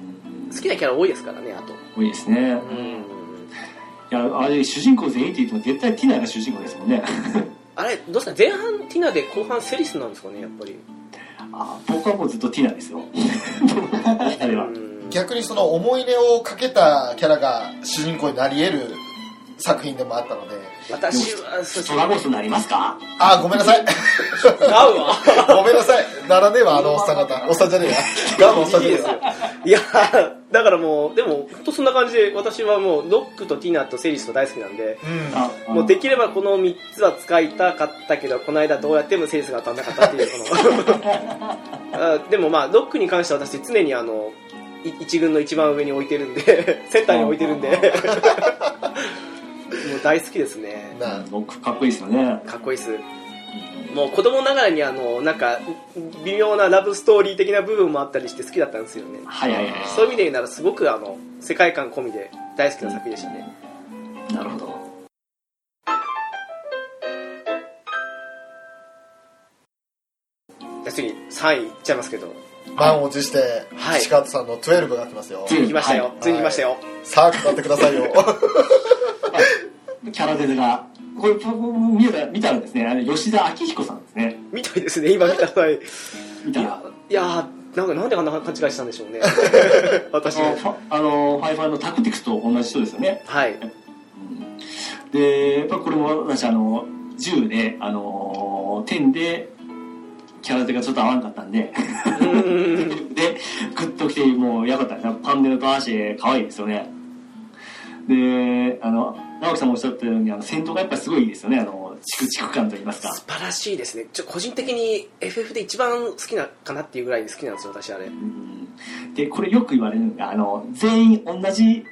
[SPEAKER 1] 好きなキャラ多いですからねあと
[SPEAKER 3] 多いですね
[SPEAKER 1] うん
[SPEAKER 3] いやあれ主人公全員って言っても絶対ティナが主人公ですもんね
[SPEAKER 1] あれどうですか前半ティナで後半セリスなんですかねやっぱり
[SPEAKER 3] あ僕はもうずっとティナですよあれは
[SPEAKER 1] うん
[SPEAKER 2] 逆にその思い入れをかけたキャラが主人公になり得る作品でもあったので
[SPEAKER 1] 私はそうです
[SPEAKER 3] トラゴスになりますか
[SPEAKER 2] ああごめんなさ い
[SPEAKER 1] 合う わ
[SPEAKER 2] ごめんなさいならねえわあのおっさん方おっさんじゃねえやガムおっさんじゃねえわ
[SPEAKER 1] いやだからもうでも本当そんな感じで私はもうロックとティナとセリスと大好きなんで
[SPEAKER 2] うん
[SPEAKER 3] あ
[SPEAKER 1] もうできればこの3つは使いたかったけどこの間どうやってもセリスが当たんなかったっていうこの あでもまあロックに関しては私常にあのい一軍の一番上に置いてるんで センターに置いてるんでもう大好きですね
[SPEAKER 2] なあ
[SPEAKER 3] ロックかっこいいですよね
[SPEAKER 1] かっこいいですもう子供ながらにあのなんか微妙なラブストーリー的な部分もあったりして好きだったんですよね
[SPEAKER 3] はいはいは
[SPEAKER 1] そういう意味で言うならすごくあの世界観込みで大好きな作品でしたね
[SPEAKER 3] いなるほど
[SPEAKER 1] じゃあ次3位いっちゃいますけど
[SPEAKER 2] 満を持して
[SPEAKER 1] はい
[SPEAKER 2] 岸川さんの12が来ますよ
[SPEAKER 1] ついに来ましたよ、
[SPEAKER 3] はい
[SPEAKER 1] ついに来ましたよ、
[SPEAKER 2] さあ語ってくださいよ
[SPEAKER 3] キャラデザがこれ見たら見たらですねあの吉田明彦さんですね
[SPEAKER 1] みたいですね今見た場合い
[SPEAKER 3] 見たら
[SPEAKER 1] やーなんかなんであんな勘違いしたんでしょうね
[SPEAKER 3] あ
[SPEAKER 1] 私
[SPEAKER 3] のファあのファイファイのタクティクスと同じ人ですよね
[SPEAKER 1] はい
[SPEAKER 3] でやっぱこれも私あの10であの10でキャラデがちょっと合わなかったんで
[SPEAKER 1] うん
[SPEAKER 3] でグッときてもうやばかったですパンデルとアーシェ可愛いですよねであの直樹さんもおっしゃったようにあの戦闘がやっぱりすごいいいですよねあのチクチク感といいますか
[SPEAKER 1] 素晴らしいですねちょ個人的に FF で一番好きなかなっていうぐらい好きなんですよ私あれ
[SPEAKER 3] うんでこれよく言われるのがあの全員同じ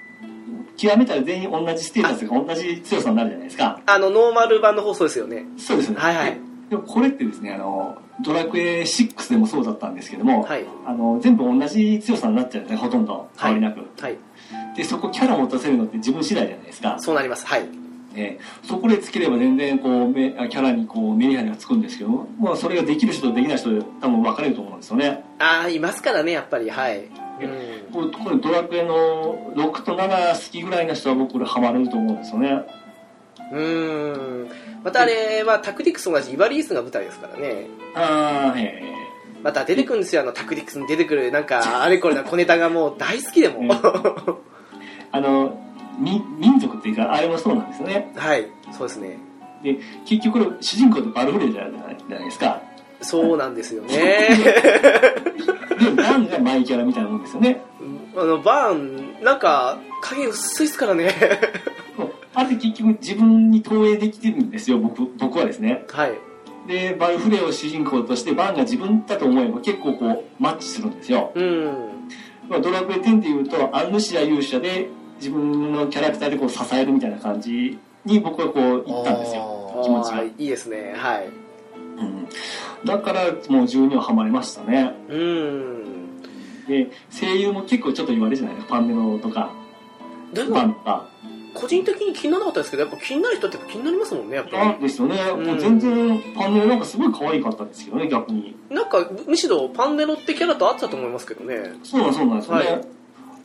[SPEAKER 3] 極めたら全員同じステータスが同じ強さになるじゃないですか
[SPEAKER 1] あのノーマル版の放送ですよね
[SPEAKER 3] そうですよね
[SPEAKER 1] はいはい
[SPEAKER 3] ででもこれってですねあのドラクエ6でもそうだったんですけども、
[SPEAKER 1] はい
[SPEAKER 3] あの全部同じ強さになっちゃうんですねほとんど変わりなく、
[SPEAKER 1] はい
[SPEAKER 3] でそこキャラ持たせるのって自分次第じゃないですか
[SPEAKER 1] そうなりますはい
[SPEAKER 3] えーそこでつければ全然こうめあキャラにこうメリハリがつくんですけど、まあ、それができる人とできない人で多分分かれると思うんですよね
[SPEAKER 1] ああいますからねやっぱりはい、うん、
[SPEAKER 3] これこれドラクエの6と7好きぐらいの人は僕これハマれると思うんですよね
[SPEAKER 1] うーんまたあれはタクティクスと同じイバリースが舞台ですからね
[SPEAKER 3] ああえ
[SPEAKER 1] また出てくるんですよあのタクティクスに出てくるなんかあれこれな小ネタがもう大好きでも、
[SPEAKER 3] うんえあのみ民族っていうかあれもそうなんですよね
[SPEAKER 1] はいそうですね
[SPEAKER 3] 結局これ主人公ってバルフレーじゃないじゃないですか
[SPEAKER 1] そうなんですよね
[SPEAKER 3] でダンがマイキャラみたいなもんですよね
[SPEAKER 1] あのバーンなんか影薄いっすからね
[SPEAKER 3] そうあれって結局自分に投影できてるんですよ僕僕はですね
[SPEAKER 1] はい
[SPEAKER 3] でバルフレーを主人公としてバンが自分だと思えば結構こうマッチするんですよ、
[SPEAKER 1] うん
[SPEAKER 3] まあ、ドラクエ10でいうとアンヌシア勇者で自分のキャラクターでこう支えるみたいな感じに僕はこう行ったんですよ、
[SPEAKER 1] あ
[SPEAKER 2] あ
[SPEAKER 3] 気持ちが
[SPEAKER 1] ーいいですねはい
[SPEAKER 3] うん、だからもう12はハマりましたね
[SPEAKER 1] うん
[SPEAKER 3] で声優も結構ちょっと言われるじゃないですかパンデロとか
[SPEAKER 1] で
[SPEAKER 3] バ
[SPEAKER 1] も
[SPEAKER 3] ンとか
[SPEAKER 1] 個人的に気にならなかったですけどやっぱ気になる人って気になりますもんねやっぱ
[SPEAKER 3] なんですよね、もう全然パネルなんかすごい可愛かったですけどね逆に
[SPEAKER 1] なんかむむしろパンデロってキャラと合ってたと思いますけどね
[SPEAKER 3] そうなんそうなんですよね、
[SPEAKER 1] はい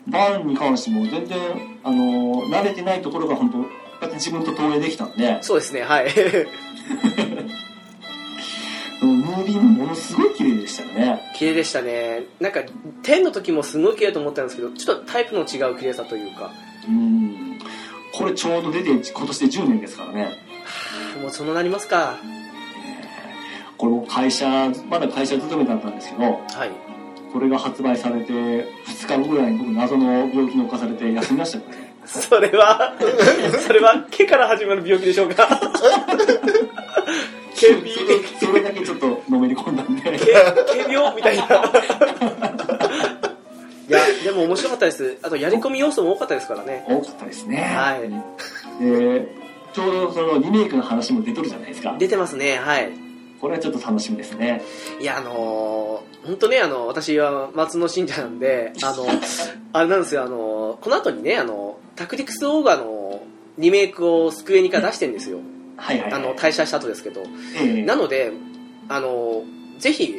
[SPEAKER 3] バーンに関しても全然あの慣れてないところが本当こうやって自分と投影できたんで
[SPEAKER 1] そうですねはい
[SPEAKER 3] そのムービーもものすごい綺麗でしたよね
[SPEAKER 1] 綺麗でしたねなんか天の時もすごい綺麗と思ったんですけどちょっとタイプの違う綺麗さというか
[SPEAKER 3] うんこれちょうど出て今年で10年ですからね
[SPEAKER 1] もうそのなりますか
[SPEAKER 3] これも会社まだ会社勤めだったんですけど
[SPEAKER 1] はい
[SPEAKER 3] これが発売されて2日後ぐらいに僕謎の病気に侵されて休みましたからね
[SPEAKER 1] それはそれは毛から始まる病気でしょ うか
[SPEAKER 3] そ
[SPEAKER 1] 毛
[SPEAKER 3] れ
[SPEAKER 1] 病
[SPEAKER 3] それだけちょっとのめり込んだんで
[SPEAKER 1] 毛毛病み たいないやでも面白かったですあとやり込み要素も多かったですからね
[SPEAKER 3] 多かったですね
[SPEAKER 1] はい
[SPEAKER 3] でちょうどそのリメイクの話も出とるじゃないですか
[SPEAKER 1] 出てますねはい
[SPEAKER 3] これはちょっと楽しみですね
[SPEAKER 1] いやあのー本当ねあの私は松の信者なんであのあれなんですよあのこの後にねあのタクティクスオーガのリメイクをスクエニから出してるんですよ
[SPEAKER 3] はいはい、
[SPEAKER 1] あ
[SPEAKER 3] はい、
[SPEAKER 1] の退社した後ですけど
[SPEAKER 3] ええ
[SPEAKER 1] なので、あの、ぜひ、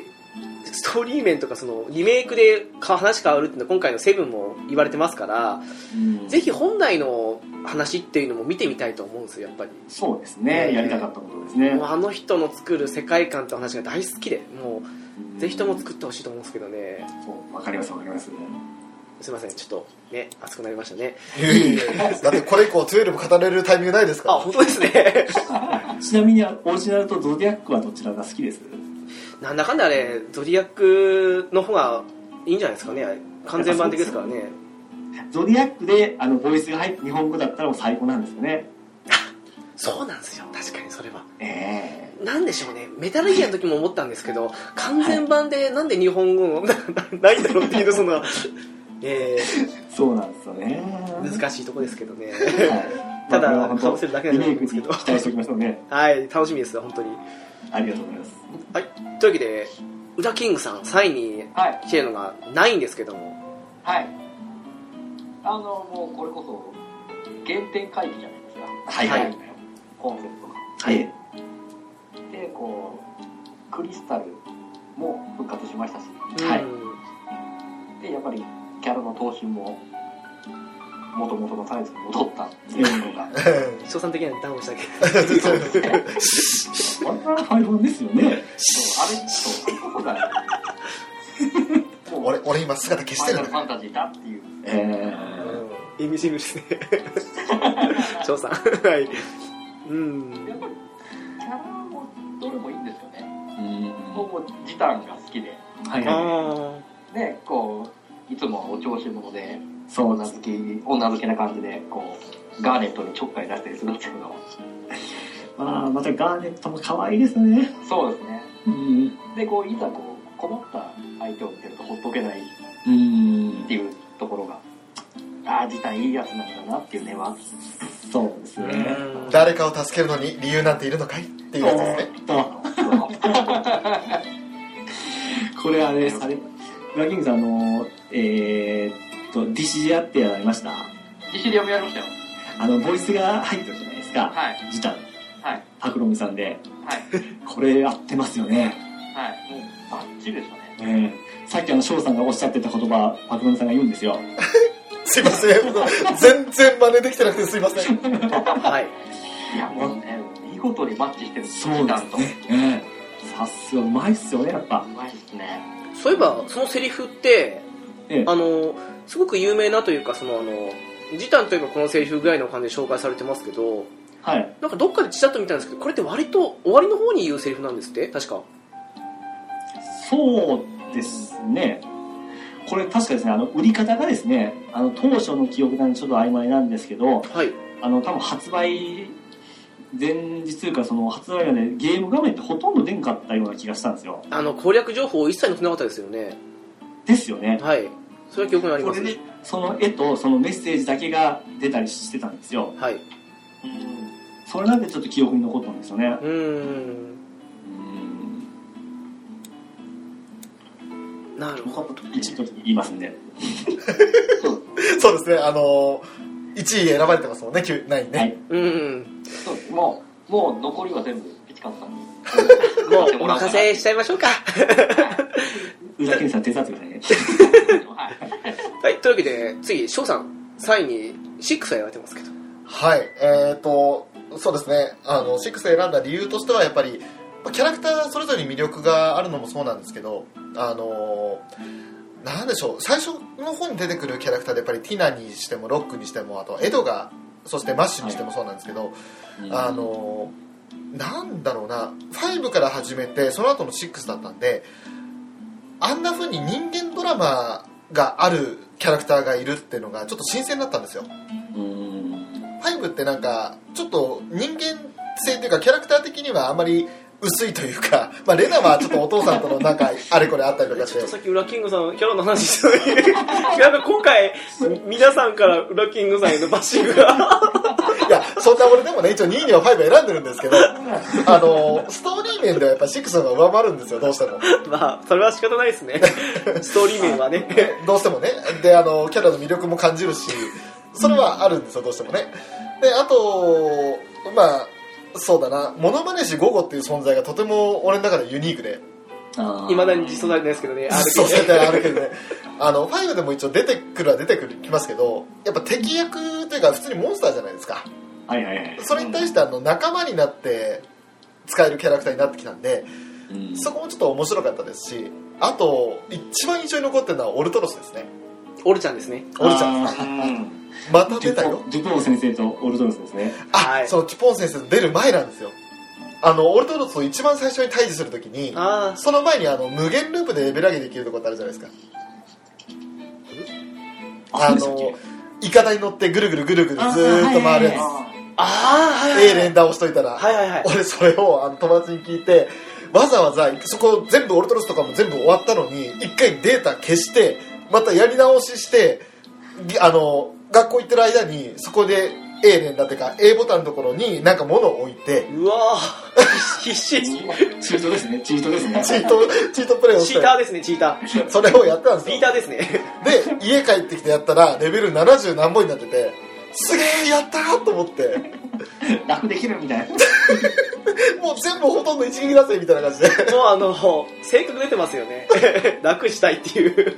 [SPEAKER 1] ストーリー面とか、その、リメイクでか話変わるっていうのは、今回のセブンも言われてますから、
[SPEAKER 3] うん
[SPEAKER 1] ぜひ本来の話っていうのも見てみたいと思うんですよ、やっぱり。
[SPEAKER 3] そうですねやりたかったことですね、
[SPEAKER 1] もうあの人の作る世界観と話が大好きで、もう、ぜひとも作ってほしいと思うんですけどね。
[SPEAKER 3] そうわかりますわかります
[SPEAKER 1] すいません、ちょっと、ね、熱くなりましたね。
[SPEAKER 2] いやいやいやだってこれ以降12語れるタイミングないです
[SPEAKER 1] あ、
[SPEAKER 2] か
[SPEAKER 1] 本当ですね。
[SPEAKER 3] ちなみにオリジナルとゾディアックはどちらが好きです
[SPEAKER 1] なんだかんだあれ、ゾディアックの方がいいんじゃないですかね。完全版的ですからね。
[SPEAKER 3] ゾディアックであのボイスが入って日本語だったらもう最高なんですよね
[SPEAKER 1] そうなんですよ、確かにそれは。
[SPEAKER 3] え
[SPEAKER 1] なんでしょうね、メタルギアの時も思ったんですけど、完全版でなんで日本語のな なないんだろうっていうの、その、え
[SPEAKER 3] えそうなんですよね
[SPEAKER 1] ー難しいとこですけどね。
[SPEAKER 3] はい
[SPEAKER 1] ただ
[SPEAKER 3] まあこれは本当
[SPEAKER 1] 被せるだけ
[SPEAKER 3] リ
[SPEAKER 1] なん
[SPEAKER 3] メ
[SPEAKER 1] で
[SPEAKER 3] イクに
[SPEAKER 1] すけ
[SPEAKER 3] 期
[SPEAKER 1] ど
[SPEAKER 3] 待しておきましょうね
[SPEAKER 1] はい、楽しみですよ、本当に。
[SPEAKER 3] ありがとうございます
[SPEAKER 1] はい、というわけで、ウダキングさん、3位に
[SPEAKER 4] はい。
[SPEAKER 1] 来てるのがないんですけども、
[SPEAKER 4] はい。あの、もうこれこそ、原点回帰じゃないですか。
[SPEAKER 3] はい
[SPEAKER 1] は
[SPEAKER 3] はいい
[SPEAKER 4] コンセプトが。
[SPEAKER 3] はい
[SPEAKER 4] で、こう、クリスタルも復活しましたし、
[SPEAKER 3] はい
[SPEAKER 1] うん
[SPEAKER 4] で、やっぱりキャラの踏襲も、元々のサイズに戻ったっていうのが、
[SPEAKER 1] 賞賛的にはダウンしたけ
[SPEAKER 3] あれは台本ですよね
[SPEAKER 4] そう、あれ、そう、そ ういうことだよ。もう
[SPEAKER 2] 俺、俺今姿消し
[SPEAKER 4] フ
[SPEAKER 2] て
[SPEAKER 4] ァイ
[SPEAKER 2] る
[SPEAKER 4] ナ
[SPEAKER 2] ん
[SPEAKER 4] ル
[SPEAKER 2] だ
[SPEAKER 4] ファンタジーだっていう。
[SPEAKER 3] え
[SPEAKER 2] う
[SPEAKER 3] え
[SPEAKER 1] ど、
[SPEAKER 2] ん
[SPEAKER 1] イミシブル ですね。賞賛。はい。うん。
[SPEAKER 4] やっぱり、キャラもどれもいいんですよね。
[SPEAKER 3] うん
[SPEAKER 4] 僕もジタンが好きで、
[SPEAKER 3] はいは
[SPEAKER 1] あ
[SPEAKER 3] い
[SPEAKER 4] ね、こう、いつもお調子者で、
[SPEAKER 3] そう
[SPEAKER 4] 女
[SPEAKER 3] なんで
[SPEAKER 4] 好き、女好きな感じで、こう、ガーネットにちょっかい出したりするんですけど、
[SPEAKER 3] すああまたガーネットも可愛いですね
[SPEAKER 4] そうですね。
[SPEAKER 3] うん
[SPEAKER 4] で、こう、いざこう、困った相手を見てるとほっとけないっ
[SPEAKER 3] うん
[SPEAKER 4] ていうところが、ああ、自体いいやつなんだなっていうね は、
[SPEAKER 3] そうです
[SPEAKER 1] ー
[SPEAKER 3] ね
[SPEAKER 1] うん
[SPEAKER 2] 誰かを助けるのに理由なんているのかいっていうやつですね
[SPEAKER 3] とこれあれですあれラキングさんあのえー、っと DCG アってやられました
[SPEAKER 4] 西リアもやりましたよ。
[SPEAKER 3] あのボイスが入ってるじゃないですか
[SPEAKER 4] はい。
[SPEAKER 3] ジタン
[SPEAKER 4] はい。
[SPEAKER 3] 拓郎さんで
[SPEAKER 4] はい。
[SPEAKER 3] これ合ってますよね、
[SPEAKER 4] はい。もう、バッチリでしたね。
[SPEAKER 3] えー、さっきあの翔さんがおっしゃってた言葉拓郎さんが言うんですよ
[SPEAKER 2] すいません全然真似できてなくてすいません
[SPEAKER 1] はい。
[SPEAKER 4] いや、もうね、見事にマッチしてる、
[SPEAKER 3] そう
[SPEAKER 4] ジ
[SPEAKER 3] で
[SPEAKER 4] タ
[SPEAKER 3] す
[SPEAKER 4] ンと。
[SPEAKER 3] ねえーさすがうまいっすよねやっぱ
[SPEAKER 4] うまいですね。
[SPEAKER 1] そういえばそのセリフって、
[SPEAKER 3] ええ
[SPEAKER 1] あのすごく有名なというかそのあの時短といえばこのセリフぐらいの感じで紹介されてますけど
[SPEAKER 3] はい
[SPEAKER 1] なんかどっかでちらっと見たんですけどこれって割と終わりの方に言うセリフなんですって確か
[SPEAKER 3] そうですねこれ確かですねあの売り方がですねあの当初の記憶なんでちょっと曖昧なんですけど、
[SPEAKER 1] はい
[SPEAKER 3] あの多分発売前日というかその発売までゲーム画面ってほとんど出んかったような気がしたんですよ
[SPEAKER 1] あの攻略情報を一切載せなかったですよね
[SPEAKER 3] ですよね
[SPEAKER 1] はいそれは記憶にあり
[SPEAKER 3] こ
[SPEAKER 1] ます
[SPEAKER 3] れでその絵とそのメッセージだけが出たりしてたんですよ
[SPEAKER 1] はい
[SPEAKER 4] うん。
[SPEAKER 3] それなんでちょっと記憶に残ったんですよね
[SPEAKER 1] うーん
[SPEAKER 3] うん
[SPEAKER 1] なるほど
[SPEAKER 3] 一部言いますんで
[SPEAKER 4] そう
[SPEAKER 2] そうですねあの1位選ばれてますもんね9 9ね、
[SPEAKER 3] はい
[SPEAKER 1] うん
[SPEAKER 4] そうですもうもう残りは全部ピチカンさんに
[SPEAKER 1] もうお任せしちゃいましょうか
[SPEAKER 3] 宇田健さん手伝ってくださいね。
[SPEAKER 4] はい
[SPEAKER 1] はいというわけで次翔さん3位に6選ばれてますけど
[SPEAKER 2] はい、えっ、と、そうですね、あの、6選んだ理由としては、やっぱり、まあキャラクターそれぞれに魅力があるのもそうなんですけど、あのーなんでしょう、最初の方に出てくるキャラクターで、やっぱりティナにしても、ロックにしても、あと、エドが、そしてマッシュにしてもそうなんですけど、あのーなんだろうな、5から始めて、その後の6だったんで、あんな風に人間ドラマがあるキャラクターがいるっていうのが、ちょっと新鮮だったんですよ。
[SPEAKER 3] うん。
[SPEAKER 2] ファイブってなんかちょっと人間性というかキャラクター的にはあんまり薄いというか、 まあ、レナはちょっとお父さんとのなんかあれこれあったりとかし
[SPEAKER 1] ちょ
[SPEAKER 2] て
[SPEAKER 1] っとさっきウラキングさんキャラの話したのになんか今回皆さんからウラキングさんへのバッシングが
[SPEAKER 2] いやそんな俺でもね一応2位にはファイブ選んでるんですけどあのストーリー面ではやっぱシックスの方が上回るんですよどうしても
[SPEAKER 1] まあそれは仕方ないですねストーリー面はね
[SPEAKER 2] どうしてもねであのキャラの魅力も感じるしそれはあるんですよどうしてもねであとまあそうだなモノマネ師ゴゴっていう存在がとても俺の中でユニークで
[SPEAKER 1] いまだに
[SPEAKER 3] 実
[SPEAKER 1] 実装されてないですけどね
[SPEAKER 2] そう
[SPEAKER 1] RK
[SPEAKER 2] 絶
[SPEAKER 1] ね
[SPEAKER 2] 対あるけどねあの5でも一応出てくるは出てくるきますけどやっぱ敵役というか普通にモンスターじゃないですか
[SPEAKER 3] はいはいはい。
[SPEAKER 2] それに対してあの仲間になって使えるキャラクターになってきたんで
[SPEAKER 3] うん
[SPEAKER 2] そこもちょっと面白かったですしあと一番印象に残ってるのはオルトロスですね
[SPEAKER 1] オルちゃんですね
[SPEAKER 2] オルちゃん
[SPEAKER 3] あー
[SPEAKER 2] また
[SPEAKER 3] デ
[SPEAKER 2] 出たよ
[SPEAKER 3] ュポデュポン先生とオルトロスですね。
[SPEAKER 2] あ、
[SPEAKER 1] はい
[SPEAKER 2] そのチュポン先生と出る前なんですよあのオルトロスを一番最初に退治するときに
[SPEAKER 1] あ
[SPEAKER 2] その前にあの無限ループでレベル上げできるとこってあるじゃないですかあ
[SPEAKER 3] そうでしたっ
[SPEAKER 2] のイカダに乗ってぐるぐるぐるぐるずーっと回るやつ
[SPEAKER 4] あ
[SPEAKER 1] あああは
[SPEAKER 2] A
[SPEAKER 1] いはい
[SPEAKER 2] 連打をしといたら、
[SPEAKER 1] はいはいはい
[SPEAKER 2] 俺それをあの友達に聞いてわざわざそこ全部オルトロスとかも全部終わったのに一回データ消してまたやり直ししてぎあの学校行ってる間にそこで A 連打っていうか A ボタンのところになんか物を置いて
[SPEAKER 1] うわー必死
[SPEAKER 3] けチートですね。チートですね。
[SPEAKER 2] チートチートプレイをし
[SPEAKER 1] チーター
[SPEAKER 2] て
[SPEAKER 1] ですねチーター
[SPEAKER 2] それをやったんです
[SPEAKER 1] ピ
[SPEAKER 2] よ
[SPEAKER 1] ーターですね
[SPEAKER 2] で家帰ってきてやったらレベル70何本になっててすげえやったーと思って
[SPEAKER 3] 楽できるみたいな。
[SPEAKER 2] もう全部ほとんど一撃だぜみたいな感じで
[SPEAKER 1] もうあの性格出てますよね 楽したいっていう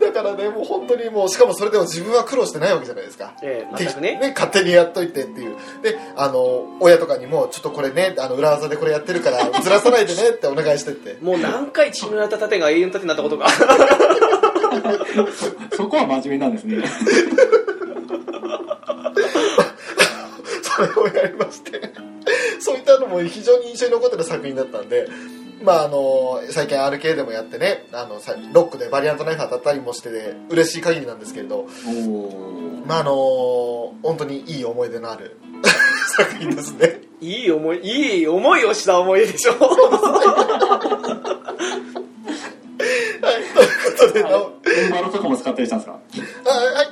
[SPEAKER 2] だからね、もう本当にもう、しかもそれでも自分は苦労してないわけじゃないですか。
[SPEAKER 1] ええ全くね
[SPEAKER 2] ね、勝手にやっといてっていう。で、あの、親とかにも、ちょっとこれね、あの、裏技でこれやってるから、ずらさないでねってお願いしてって。
[SPEAKER 1] もう何回チームのた盾が永遠の盾になったことが
[SPEAKER 3] そこは真面目なんですね。
[SPEAKER 2] それをやりまして。そういったのも非常に印象に残ってる作品だったんで、まああの、最近 RK でもやってね、あの、さロックでバリアントナイフ当たったりもしてで、嬉しい限りなんですけれど、
[SPEAKER 3] おー
[SPEAKER 2] まああの、本当にいい思い出のある 作品ですね。
[SPEAKER 1] いい思いいい思いをした思い出でしょ
[SPEAKER 2] はい、ということで、なお
[SPEAKER 3] エンバロとかも使ったりしたんですか
[SPEAKER 2] あはい。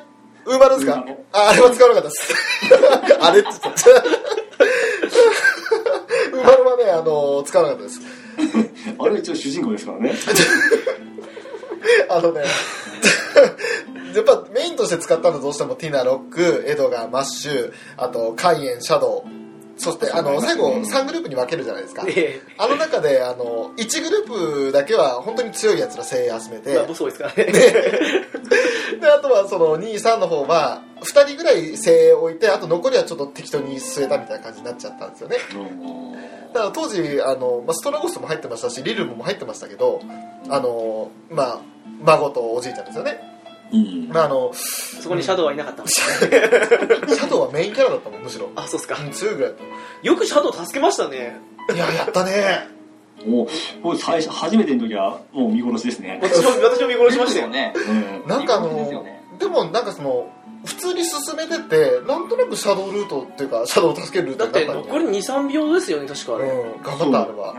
[SPEAKER 2] ウーバーですか
[SPEAKER 3] ウーバー
[SPEAKER 2] ああれは使わなかったです。 あれって言っちゃった。 ウーバーはね、あの、使わなかったです。
[SPEAKER 3] あれは一応主人公です からね。
[SPEAKER 2] あのね、 やっぱメインとして使ったのはどうしてもティナ、ロック、エドガー、マッシュ、あと、カイエン、シャドウ、そして、あの、最後、3グループに分けるじゃないですか。
[SPEAKER 1] え
[SPEAKER 2] あの中で、あの、1グループだけは本当に強いやつら精鋭集め
[SPEAKER 1] え
[SPEAKER 2] て、
[SPEAKER 1] まあボス多いですからね
[SPEAKER 2] であとはその23の方は2人ぐらい精鋭を置いてあと残りはちょっと適当に据えたみたいな感じになっちゃったんですよねだから当時あの、まあ、ストラゴスも入ってましたしリルムも入ってましたけどあのまあ孫とおじいちゃんですよね、
[SPEAKER 3] うん。
[SPEAKER 2] まあ、あの
[SPEAKER 1] そこにシャドウはいなかった
[SPEAKER 2] シャドウはメインキャラだったもんむしろ
[SPEAKER 1] あそうっすか
[SPEAKER 2] うん強いぐらいだっ
[SPEAKER 1] よくシャドウ助けましたね
[SPEAKER 2] たいややったね
[SPEAKER 3] もう、僕最初、初めての時は、もう見殺しです ね。
[SPEAKER 1] 私も私も見殺しましたよ
[SPEAKER 4] ね
[SPEAKER 3] うん。
[SPEAKER 2] なんかあの
[SPEAKER 4] いい感じです
[SPEAKER 2] で
[SPEAKER 4] よね
[SPEAKER 2] もなんかその普通に進めててなんとなくシャドウルートっていうかシャドウを助けるルー
[SPEAKER 1] だ
[SPEAKER 2] ト
[SPEAKER 1] って
[SPEAKER 2] になった
[SPEAKER 1] 残
[SPEAKER 2] よ
[SPEAKER 1] り
[SPEAKER 2] ね
[SPEAKER 1] 23秒ですよね確かあれ、
[SPEAKER 2] うん頑張ったあれは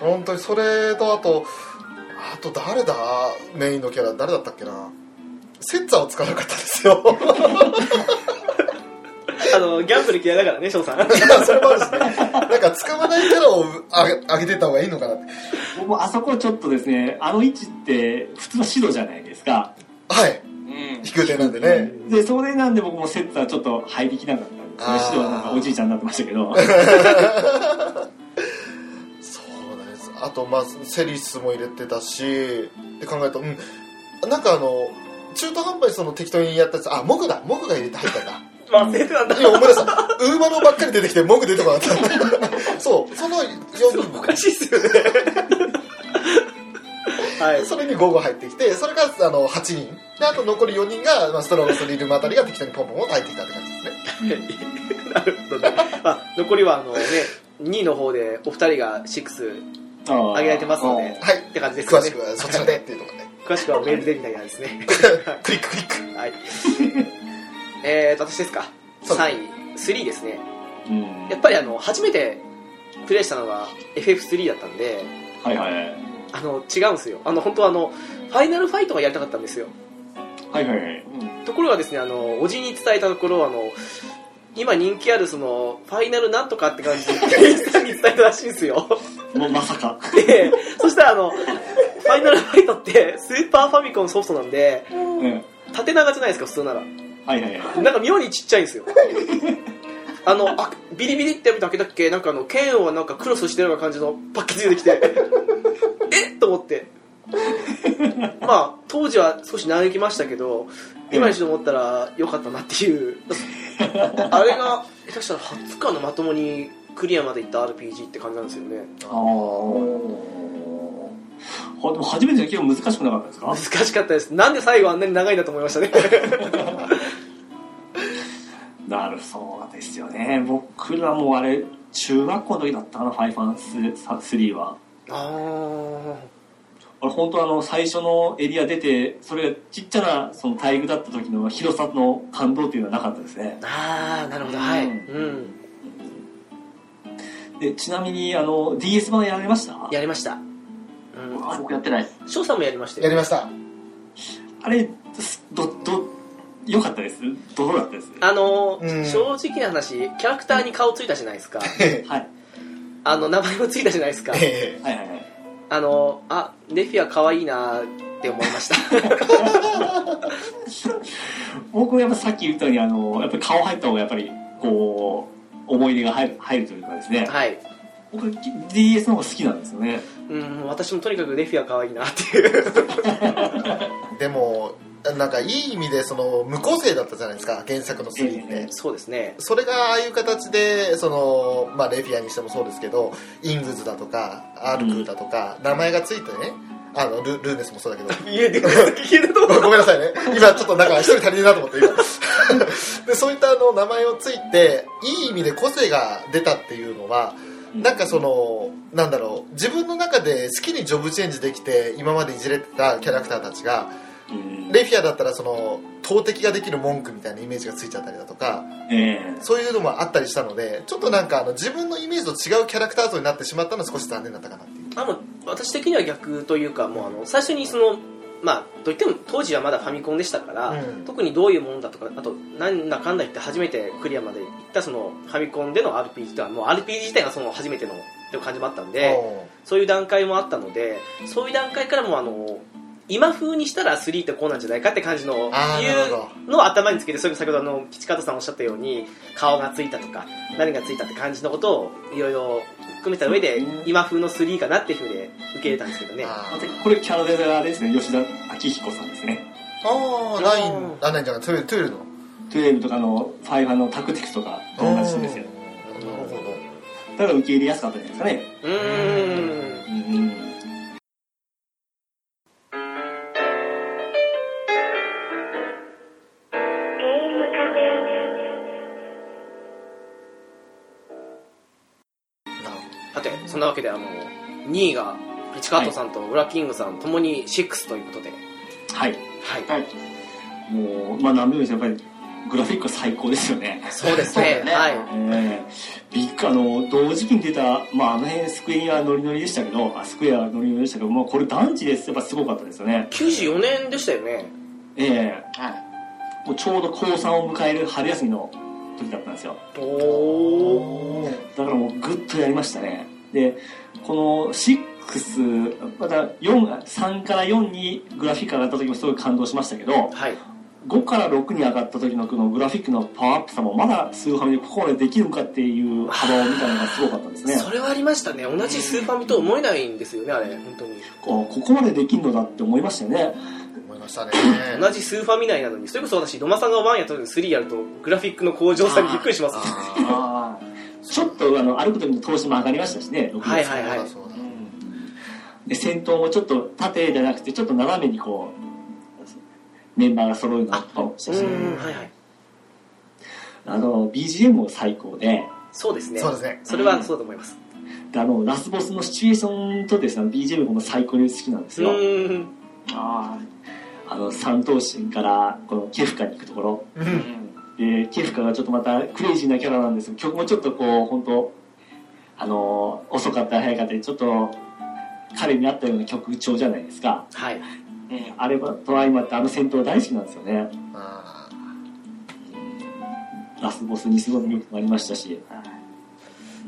[SPEAKER 2] 本当にそれとあとあと誰だメインのキャラ誰だったっけなセッツァーを使わなかったんですよ
[SPEAKER 1] あのギャンブル嫌いだからね翔さん
[SPEAKER 2] いや それもあるしね なんか使わないキャラをあげあげてた方がいいのかなって
[SPEAKER 3] 僕もあそこちょっとですね、あの位置って普通は白じゃないですか。
[SPEAKER 2] はい
[SPEAKER 4] うん
[SPEAKER 2] 飛空艇なんでね。
[SPEAKER 3] で、それなんで僕もセットはちょっと入りきなかったんです
[SPEAKER 2] あー
[SPEAKER 3] ね。シドはなんかおじいちゃんになってましたけ
[SPEAKER 2] そ
[SPEAKER 3] ど。
[SPEAKER 2] うなんです。あと、まあ、セリスも入れてたし、って考えると、うん。なんかあの、中途半端にその適当にやったやつ、あ、モグだモグが入れて入ったんだ。
[SPEAKER 1] 忘れてたんだ
[SPEAKER 2] いや、思い出した。ウーマロばっかり出てきて、モグ出てこなかった。 そう、その4人
[SPEAKER 1] おかしいっすよねはい
[SPEAKER 2] それに5号入ってきて、それがあの8人。で、あと残り4人が、まあ、ストロースリルムあたりが適当にポンポンを入ってきたって感じですね。
[SPEAKER 1] なるほどねあ残りはあのね2の方でお二人が6
[SPEAKER 3] あ
[SPEAKER 1] 挙げられてますの
[SPEAKER 3] あ
[SPEAKER 1] で
[SPEAKER 2] はい。
[SPEAKER 1] って感じですよ
[SPEAKER 2] 詳
[SPEAKER 1] ね
[SPEAKER 2] しくはそちらでっていうところで。
[SPEAKER 1] 詳しくはメールでみたいなですね
[SPEAKER 2] クリッククリック。
[SPEAKER 1] はいえーと私ですか
[SPEAKER 2] そうで
[SPEAKER 1] 3位3ですね
[SPEAKER 3] ーうん
[SPEAKER 1] やっぱりあの初めてプレイしたのが FF3 だったんで
[SPEAKER 3] はいはいはい。
[SPEAKER 1] あの違うんですよあの本当はあのファイナルファイトがやりたかったんですよ
[SPEAKER 3] はいはいはい。
[SPEAKER 1] ところがですねあのおじに伝えたところあの今人気あるそのファイナルなんとかって感じで店員さんに伝えたらしいんですよ
[SPEAKER 3] もうまさか。
[SPEAKER 1] でそしたらあのファイナルファイトってスーパーファミコンソフトなんで
[SPEAKER 3] うん。
[SPEAKER 1] 縦長じゃないですか普通なら
[SPEAKER 3] はいはいはい。
[SPEAKER 1] なんか妙にちっちゃいんですよ あのあビリビリってやめたけだっけなんかあの剣をなんかクロスしてるような感じのパッケージ出てき てえっと思って まあ当時は少し嘆きましたけど今にして思ったらよかったなっていう あれが下手したら初かのまともにクリアまでいった RPG って感じなんですよね
[SPEAKER 3] ああ。はでも初めての結構難しくなかったですか
[SPEAKER 1] 難しかったですなんで最後あんなに長いんだと思いましたね
[SPEAKER 3] なるそうですよね。僕らもあれ、中学校の時だったかな、ファイファンス3は。
[SPEAKER 1] あ
[SPEAKER 3] あれ本当あの、最初のエリア出て、それがちっちゃなその待遇だった時の広さの感動っていうのはなかったですね。
[SPEAKER 1] あーなるほどはい、うん、
[SPEAKER 3] で、ちなみにあの、DS 版やられました
[SPEAKER 1] やりました、うん、
[SPEAKER 4] 僕やってないです。
[SPEAKER 1] 翔さんもやりました
[SPEAKER 2] や
[SPEAKER 1] よ
[SPEAKER 2] りま した。
[SPEAKER 3] あれ、すど、ど、良かったですどうだったです
[SPEAKER 1] あのー
[SPEAKER 2] うん
[SPEAKER 1] 正直な話キャラクターに顔ついたじゃないですか
[SPEAKER 3] はい。
[SPEAKER 1] あの名前もついたじゃないですか
[SPEAKER 2] え
[SPEAKER 3] はいはいはい。
[SPEAKER 1] あのーあレフィア可愛いなーって思いました
[SPEAKER 3] 僕やっぱさっき言ったようにあのやっぱり顔入った方がやっぱりこう思い出が入る入るというかで すね
[SPEAKER 1] はい
[SPEAKER 3] 僕 DS の方が好きなんですよね
[SPEAKER 1] うん私もとにかくレフィア可愛いなっていう
[SPEAKER 2] えでも、なんかいい意味で、その、無個性だったじゃないですか、原作の3って。
[SPEAKER 1] そうですね
[SPEAKER 2] それがああいう形でその、まあ、レフィアにしてもそうですけどイングズだとかアルクだとか、名前がついてねあのルルーネスもそうだけど
[SPEAKER 1] 家で聞いたと
[SPEAKER 2] ごごめんなさいね今ちょっとなんか一人足りねえなと思って 今でそういったあの名前をついていい意味で個性が出たっていうのはなんかそのなんだろう自分の中で好きにジョブチェンジできて今までいじれてたキャラクターたちが
[SPEAKER 3] うん
[SPEAKER 2] レフィアだったらその投擲ができる文句みたいなイメージがついちゃったりだとか
[SPEAKER 3] え
[SPEAKER 2] そういうのもあったりしたので、ちょっとなんかあの自分のイメージと違うキャラクター像になってしまったのは少し残念だったかなっていう。
[SPEAKER 1] あの私的には逆というかもうあの最初にそのまあといっても当時はまだファミコンでしたから、
[SPEAKER 2] うん
[SPEAKER 1] 特にどういうものだとかあとなんだかんだ言って初めてクリアまで行ったそのファミコンでの RPG とはもう RPG 自体がその初めてのっていう感じもあったんでそういう段階もあったのでそういう段階からもうあの今風にしたら3ってこうなんじゃないかって感じの
[SPEAKER 2] あーなるほ
[SPEAKER 1] いうのを頭につけてそれこそ先ほどあの吉方さんおっしゃったように顔がついたとか何がついたって感じのことをいろいろ含めた上で
[SPEAKER 3] うん
[SPEAKER 1] 今風の3かなっていうふうで受け入れたんですけどね
[SPEAKER 3] え
[SPEAKER 2] あー
[SPEAKER 3] これキャラデザがあれですね吉田昭彦さんですね
[SPEAKER 2] あー、ライン、あ、ないんじゃない、トゥールトゥールの。
[SPEAKER 3] 12とかのファイファのタクティクスとかと同じですよ
[SPEAKER 2] うんなるほど。
[SPEAKER 3] だから受け入れやすかったんじゃないです
[SPEAKER 1] うーん
[SPEAKER 3] かねうん
[SPEAKER 1] さてそんなわけであの2位が市川さんとウラキングさんともに6ということで、は
[SPEAKER 3] はい
[SPEAKER 1] い、
[SPEAKER 3] もうまあ何でもいいですやっぱりグラフィックは最高ですよね
[SPEAKER 1] そうです
[SPEAKER 4] そうだ
[SPEAKER 1] ね
[SPEAKER 4] よね
[SPEAKER 1] はい
[SPEAKER 3] えー、ビッグあの同時期に出た、まあ、あの辺スクエニはノリノリでしたけどあスクエアはノリノリでしたけど、まあ、これ団地ですやっぱすごかったですよね
[SPEAKER 1] 94年でしたよね
[SPEAKER 3] ええ
[SPEAKER 4] はい。
[SPEAKER 3] もうちょうど高3を迎える春休みの時だったんですよ
[SPEAKER 1] おお
[SPEAKER 3] だからもうグッとやりましたねでこの6また4 3から4にグラフィックが上がった時もすごい感動しましたけど
[SPEAKER 1] はい
[SPEAKER 3] 5から6に上がった時のこのグラフィックのパワーアップさもまだスーファミでここまでできるのかっていう幅を見たのがすごかったですね
[SPEAKER 1] それはありましたね同じスーパーミと思えないんですよねあれ本当に
[SPEAKER 3] こうここまでできるのだって思いましたよね
[SPEAKER 2] 思いましたね
[SPEAKER 1] 同じスーファミ内なのにそれこそ私ドマさんが1やった時に3やるとグラフィックの向上さにびっくりします
[SPEAKER 2] あ
[SPEAKER 3] あちょっとあの歩く時の投資も上がりましたしね
[SPEAKER 1] は
[SPEAKER 2] ー
[SPEAKER 1] いはいはい
[SPEAKER 2] そうだそうだ
[SPEAKER 3] で戦闘もちょっと縦じゃなくてちょっと斜めにこうメンバーが揃うのとかもした
[SPEAKER 1] う
[SPEAKER 3] し
[SPEAKER 1] んはいはい
[SPEAKER 3] あの BGM も最高で
[SPEAKER 1] そうですね
[SPEAKER 2] そうですね
[SPEAKER 1] それはそうだと思います
[SPEAKER 3] であのラスボスのシチュエーションとですね BGM も最高に好きなんです
[SPEAKER 1] う
[SPEAKER 3] よ
[SPEAKER 1] ん
[SPEAKER 4] あ
[SPEAKER 3] あの三頭身からこのケフカに行くところ
[SPEAKER 2] う
[SPEAKER 4] あうんん
[SPEAKER 3] でケフカがちょっとまたクレイジーなキャラなんですけど曲もちょっとこう本当あの遅かったり早かったりちょっと彼に合ったような曲調じゃないですか
[SPEAKER 1] はい
[SPEAKER 4] うん
[SPEAKER 3] あれはと相まってあの戦闘大好きなんですよね
[SPEAKER 2] あ
[SPEAKER 3] ラスボスにすごく魅力もありましたし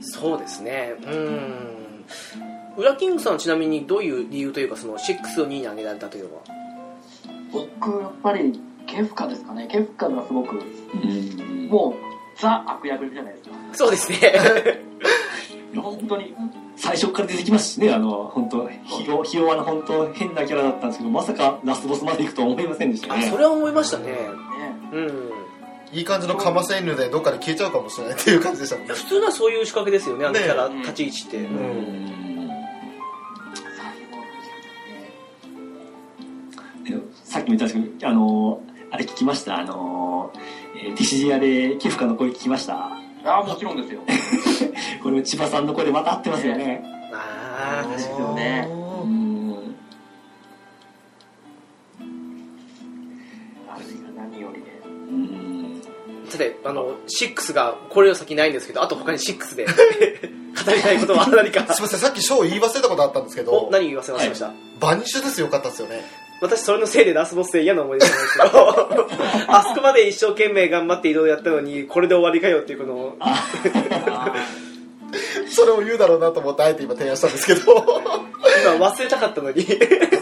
[SPEAKER 1] そうですねうん裏キングさんはちなみにどういう理由というかその6を2に上げられたというのは
[SPEAKER 4] 僕やっぱりケフカですかねケフカがすごく
[SPEAKER 3] うんも
[SPEAKER 4] もうザ悪役じゃないですか
[SPEAKER 1] そうですね
[SPEAKER 3] う
[SPEAKER 4] 本当に
[SPEAKER 3] 最初から出てきますしねあの本当ひよひ弱な本当変なキャラだったんですけどまさかラスボスまで行くとは思いませんでし た
[SPEAKER 1] あ
[SPEAKER 3] ね
[SPEAKER 1] それは思いましたね
[SPEAKER 4] ね
[SPEAKER 1] うん
[SPEAKER 2] ーいい感じのかませ犬でどっかで消えちゃうかもしれないっていう感じでしたもんね
[SPEAKER 1] 普通なそういう仕掛けですよねあのキ
[SPEAKER 2] ね
[SPEAKER 1] ャラ立ち位置って、
[SPEAKER 3] うんでもさっきも言ったんですけどあのあれ聞きましたあのえーディシジアでケフカの声聞きました
[SPEAKER 4] ああもちろんですよ
[SPEAKER 3] これ千葉さんの声でまた合ってますよね
[SPEAKER 1] ああ確かに
[SPEAKER 4] よね
[SPEAKER 3] うん
[SPEAKER 4] あれが何よりね
[SPEAKER 3] うん
[SPEAKER 1] さてあの6がこれより先ないんですけどあと他に6で 語りたいことは何か
[SPEAKER 2] すいませんさっき賞言い忘れたことあったんですけ
[SPEAKER 1] お
[SPEAKER 2] ど
[SPEAKER 1] 何言わせませんでした、
[SPEAKER 2] バニッシュですよかったですよね
[SPEAKER 1] 私それのせいでラスボスで嫌な思い出したんですけどあそこまで一生懸命頑張って移動やったのにこれで終わりかよっていうこの
[SPEAKER 2] それを言うだろうなと思ってあえて今提案したんですけ ど
[SPEAKER 1] 今忘れたかったのに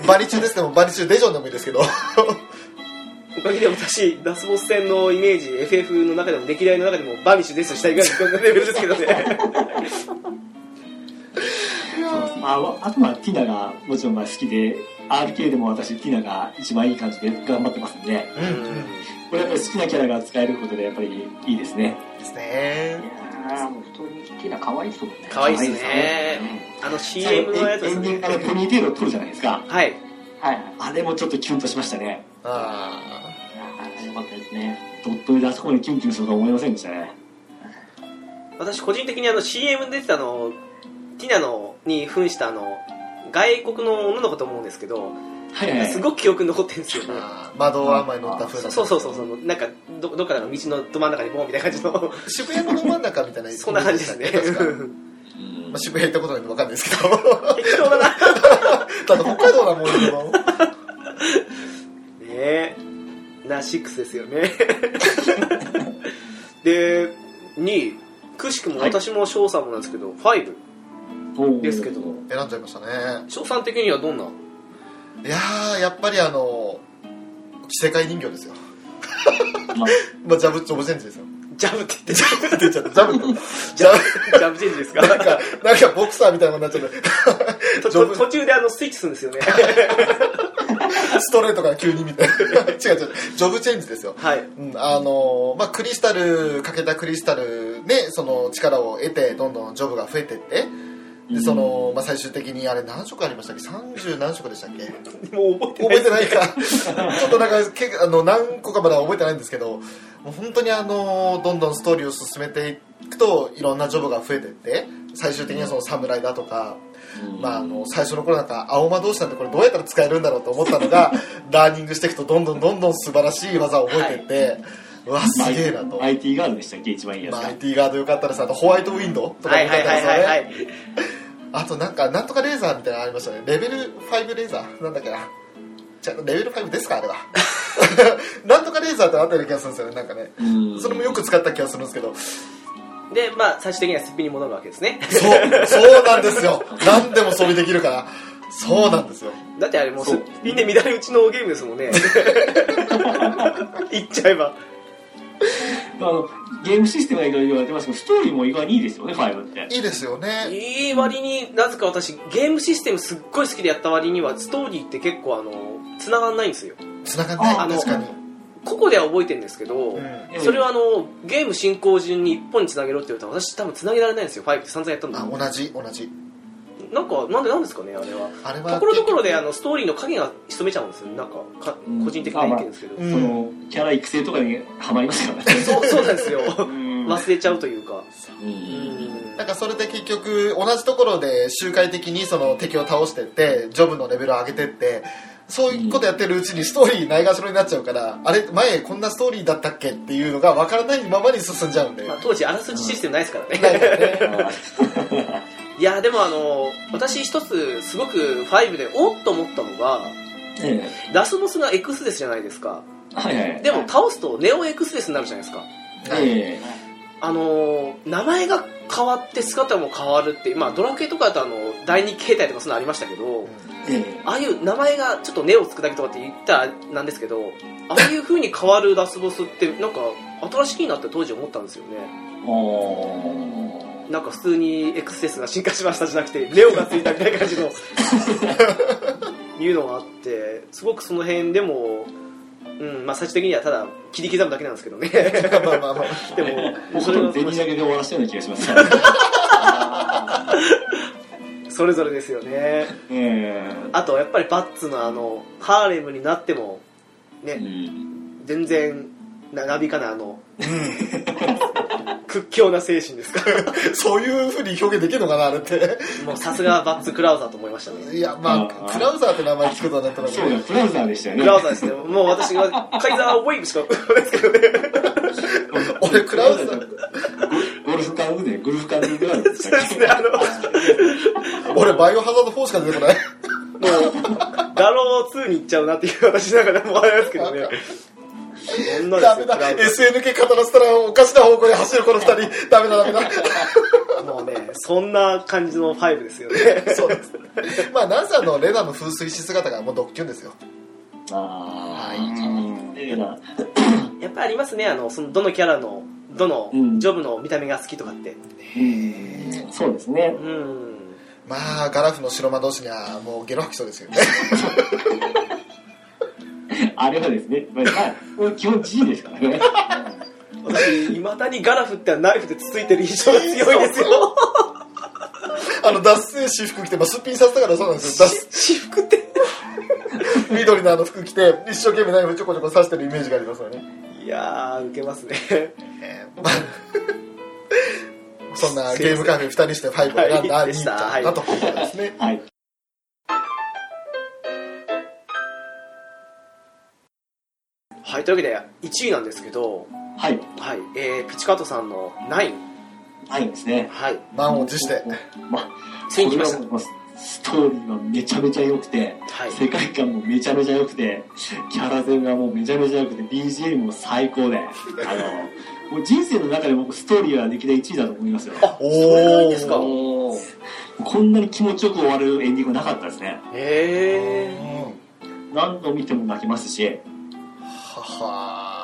[SPEAKER 2] バニチュですでもバニチュデジョンでもいいですけど
[SPEAKER 1] おかげで私ラスボス戦のイメージ FF の中でも歴代の中でもバニッシュですしたいぐらいのレベルですけどね
[SPEAKER 3] まあ、あとはティナがもちろんまあ好きで RK でも私ティナが一番いい感じで頑張ってますんで
[SPEAKER 2] う
[SPEAKER 1] うんん
[SPEAKER 3] これやっぱり好きなキャラが使えることでやっぱりいいですね
[SPEAKER 2] です
[SPEAKER 4] い
[SPEAKER 2] ね
[SPEAKER 4] やーもう本当にティナ可愛いっすもんね
[SPEAKER 1] 可愛いっす
[SPEAKER 3] 可
[SPEAKER 1] ねあの
[SPEAKER 3] エ
[SPEAKER 1] CM のやつで
[SPEAKER 3] エ
[SPEAKER 1] す
[SPEAKER 3] ンディン
[SPEAKER 1] ね
[SPEAKER 3] グからポニーテールを取るじゃないですか
[SPEAKER 1] はい
[SPEAKER 4] はいはい
[SPEAKER 3] あれもちょっとキュンとしましたね
[SPEAKER 2] あ
[SPEAKER 4] あーよかったですね
[SPEAKER 3] ドットであそこにキュンキュンするとは思いませんでしたね
[SPEAKER 1] 私個人的にあの CM で出てたあのティナのに扮したあの外国の女の子と思うんですけど、
[SPEAKER 3] はいはいはい
[SPEAKER 1] すごく記憶に残ってるんですよ、
[SPEAKER 2] ーあー窓あんまり乗った風だ
[SPEAKER 1] そうそうそうそうなんかどどっかの道のど真ん中にボンみたいな感じの
[SPEAKER 2] 渋谷のど真ん中みたいな
[SPEAKER 1] そんな感じですね
[SPEAKER 2] 確か
[SPEAKER 3] うん
[SPEAKER 2] まあ、渋谷行ったことないんで分かんないですけど
[SPEAKER 1] 適当だなね
[SPEAKER 2] ただ北海道なもんでも
[SPEAKER 1] えナシックスですよ ねで2位くしくも
[SPEAKER 3] はい
[SPEAKER 1] 私も翔さんもなんですけど、5ですけど
[SPEAKER 2] 選んじゃいましたね
[SPEAKER 1] 翔さん的にはどんない
[SPEAKER 2] やーやっぱりあの着せ替え人形ですよ
[SPEAKER 3] まあ
[SPEAKER 2] まあジャブッチョブチェンジですよ
[SPEAKER 1] ジャブって言って
[SPEAKER 2] ジャブって言っちゃったジャブ
[SPEAKER 1] ジャブ ジャブチェンジですか
[SPEAKER 2] なんかなんかボクサーみたいなのになっちゃっ
[SPEAKER 1] と
[SPEAKER 2] ジャブ
[SPEAKER 1] 途中であのスイッチするんですよ ね
[SPEAKER 2] たストレートから急にみたいな 違う違うジョブチェンジですよ
[SPEAKER 1] はい
[SPEAKER 2] うん、あのまあクリスタルかけたクリスタルでその力を得てどんどんジョブが増えてってでその、まあ、最終的にあれ何色ありましたっけ30何色でしたっけ
[SPEAKER 1] もう覚えてな
[SPEAKER 2] 覚
[SPEAKER 1] い
[SPEAKER 2] えてないかちょっとなんかけあの何個かまだ覚えてないんですけどもう本当にあのどんどんストーリーを進めていくといろんなジョブが増えていって最終的にはその侍だとか、まあ、あの最初の頃なんか青魔同士なんてこれどうやったら使えるんだろうと思ったの がラーニングしていくとどんどんどんどん素晴らしい技を覚えていって、うわすげえなと。
[SPEAKER 3] IT ガードでしたっけ一番いいやつ
[SPEAKER 2] まあ、
[SPEAKER 3] が
[SPEAKER 2] IT ガードよかったですあとホワイトウィンドウとか
[SPEAKER 1] はい
[SPEAKER 2] 良か
[SPEAKER 1] は
[SPEAKER 2] っ
[SPEAKER 1] い
[SPEAKER 2] た
[SPEAKER 1] は
[SPEAKER 2] で
[SPEAKER 1] い
[SPEAKER 2] すよ
[SPEAKER 1] はいは
[SPEAKER 2] ね
[SPEAKER 1] い
[SPEAKER 2] あとなんかなんとかレーザーみたいなのありましたねレベル5レーザーなんだっけなじゃあレベル5ですかあれは なんとかレーザーってあったような気がするんですよねなんかね
[SPEAKER 3] うん
[SPEAKER 2] それもよく使った気がするんですけど
[SPEAKER 1] でまあ最終的にはすっぴんに戻るわけですね
[SPEAKER 2] そうそうなんですよ何でも装備できるからそうなんですよ
[SPEAKER 1] だってあれもうすっぴんで乱れ打ちのゲームですもん ね言っちゃえば
[SPEAKER 3] あのゲームシステムはいろいろ言われてますけどストーリーも意外にいいですよね5って
[SPEAKER 2] いいですよね
[SPEAKER 1] いい割になぜか私ゲームシステムすっごい好きでやった割にはストーリーって結構あの繋がんないんですよ
[SPEAKER 2] 繋がんない
[SPEAKER 1] ああの
[SPEAKER 2] 確かに、
[SPEAKER 1] ここでは覚えてるんですけど、
[SPEAKER 2] うん
[SPEAKER 1] それはあのゲーム進行順に一本に繋げろって言われたら私多分繋げられないんですよ5って散々やったんだ
[SPEAKER 2] あ
[SPEAKER 1] けど
[SPEAKER 2] 同じ同じ
[SPEAKER 1] なんかなんでなんですかねあれは
[SPEAKER 2] あれは
[SPEAKER 1] ところどころであのストーリーの影が潜めちゃうんですよなんかか個人的な意見ですけど、
[SPEAKER 2] うん
[SPEAKER 3] そのキャラ育成とかにハマりますからね
[SPEAKER 1] そうそうなんですよ
[SPEAKER 3] うん
[SPEAKER 1] 忘れちゃうというか
[SPEAKER 2] なんかそれで結局同じところで周回的にその敵を倒してってジョブのレベルを上げてってそういうことやってるうちにストーリーないがしろになっちゃうから、あれ前こんなストーリーだったっけっていうのが分からないままに進んじゃうんで、
[SPEAKER 1] まあ、当時あらすじシステムないですからね、
[SPEAKER 2] ないからね
[SPEAKER 1] いやでもあの私一つすごく5でおっと思ったのが
[SPEAKER 3] え
[SPEAKER 1] ラスボスがエクスデスじゃないですか
[SPEAKER 3] えはいはい
[SPEAKER 1] でも倒すとネオエクスデスになるじゃないですか
[SPEAKER 3] え
[SPEAKER 1] あのー名前が変わって姿も変わるってまあドラクエとかだとあの第二形態とかそんなのありましたけど、
[SPEAKER 3] ええ
[SPEAKER 1] ああいう名前がちょっとネオつくだけとかって言ったらなんですけどああいう風に変わるラスボスってなんか新しいなって当時思ったんですよね
[SPEAKER 3] えお
[SPEAKER 1] なんか普通にエクセスが進化しましたじゃなくてネオがついたみたいな感じのいうのがあってすごくその辺でもうんまあ最終的にはただ切り刻むだけなんですけどね
[SPEAKER 2] まあまあまあまあ
[SPEAKER 1] でも
[SPEAKER 3] もう
[SPEAKER 1] そ
[SPEAKER 3] ほ
[SPEAKER 1] れ
[SPEAKER 3] とん
[SPEAKER 1] は
[SPEAKER 3] ど銭投げで終わらせたような気がします
[SPEAKER 1] それぞれですよね
[SPEAKER 3] ええ
[SPEAKER 1] あとやっぱりバッツのあのハーレムになってもね、
[SPEAKER 3] うん
[SPEAKER 1] 全然ななびかないあの屈強な精神ですか
[SPEAKER 2] そういうふうに表現できるのかなあれって
[SPEAKER 1] もうさすがバッツ・クラウザーと思いましたね
[SPEAKER 2] いやまあ
[SPEAKER 3] あー
[SPEAKER 2] クラウザーって名前聞くとなんとなく
[SPEAKER 3] そうだブラウザーでしたよ
[SPEAKER 1] ク
[SPEAKER 3] ね
[SPEAKER 1] ラウザーですねもう私がカイザー・ウェイブしかですけどね
[SPEAKER 2] 俺クラウザー
[SPEAKER 3] ゴルフカングでグルフカングであるんで
[SPEAKER 1] そ
[SPEAKER 3] し
[SPEAKER 1] うで
[SPEAKER 3] たっ
[SPEAKER 1] すね
[SPEAKER 3] け
[SPEAKER 1] あの
[SPEAKER 2] 俺バイオハザード4しか出てこない
[SPEAKER 1] もうダロー2に行っちゃうなっていう私ながらもあれですけどねそんな
[SPEAKER 2] ダ
[SPEAKER 1] です
[SPEAKER 2] メ
[SPEAKER 1] よク
[SPEAKER 2] だ
[SPEAKER 1] ラウザ
[SPEAKER 2] SNK 語らせたらおかしな方向で走るこの二人ダメだダメだ
[SPEAKER 1] ーもうねそんな感じの5ですよね
[SPEAKER 2] そうです。まあ、ナンさんのレナの風水師姿がもうドッキュンですよ。
[SPEAKER 3] ああいいな
[SPEAKER 1] やっぱりありますねあのそのどのキャラのどの
[SPEAKER 3] うん
[SPEAKER 1] ジョブの見た目が好きとかって
[SPEAKER 3] そうですね
[SPEAKER 1] うん
[SPEAKER 2] まあ、ガラフの白魔同士にはもうゲロ吐きそうですよね。
[SPEAKER 3] あれはですね、まあ、まあ基本 G ですからね。
[SPEAKER 1] 私いまだにガラフってナイフでつついてる印象が強いですよ
[SPEAKER 2] あの、脱水私服着て、まあ、すっぴんさせたからそうなんですよ。脱
[SPEAKER 1] 私服って
[SPEAKER 2] 緑のあの服着て、一生懸命ナイフちょこちょこ刺してるイメージがありますよね。
[SPEAKER 1] いやーウケますね
[SPEAKER 2] まあ、そんなゲームカフェ二人してファイブを選んだ
[SPEAKER 1] はい
[SPEAKER 2] 兄
[SPEAKER 1] で
[SPEAKER 2] ち
[SPEAKER 1] した
[SPEAKER 2] ゃんだということですね。
[SPEAKER 3] はい。
[SPEAKER 1] はいというわけで1位なんですけど、
[SPEAKER 3] はい。
[SPEAKER 1] はいえー、ピチカートさんの9
[SPEAKER 3] はいですね。
[SPEAKER 1] はい
[SPEAKER 2] 満を持して。
[SPEAKER 3] まあ、
[SPEAKER 1] ついに来ました
[SPEAKER 3] これはもうストーリーがめちゃめちゃ良くて、
[SPEAKER 1] はい
[SPEAKER 3] 世界観もめちゃめちゃ良くて、キャラ全がもうめちゃめちゃ良くて、BGM も最高で、あの、もう人生の中で僕ストーリーは歴代1位だと思いますよ。
[SPEAKER 1] あ
[SPEAKER 2] お
[SPEAKER 1] そ
[SPEAKER 2] ー
[SPEAKER 1] れぐらいですか
[SPEAKER 3] おこんなに気持ちよく終わるエンディングなかったですね。
[SPEAKER 1] へえ
[SPEAKER 3] 何度見ても泣きますし、
[SPEAKER 2] は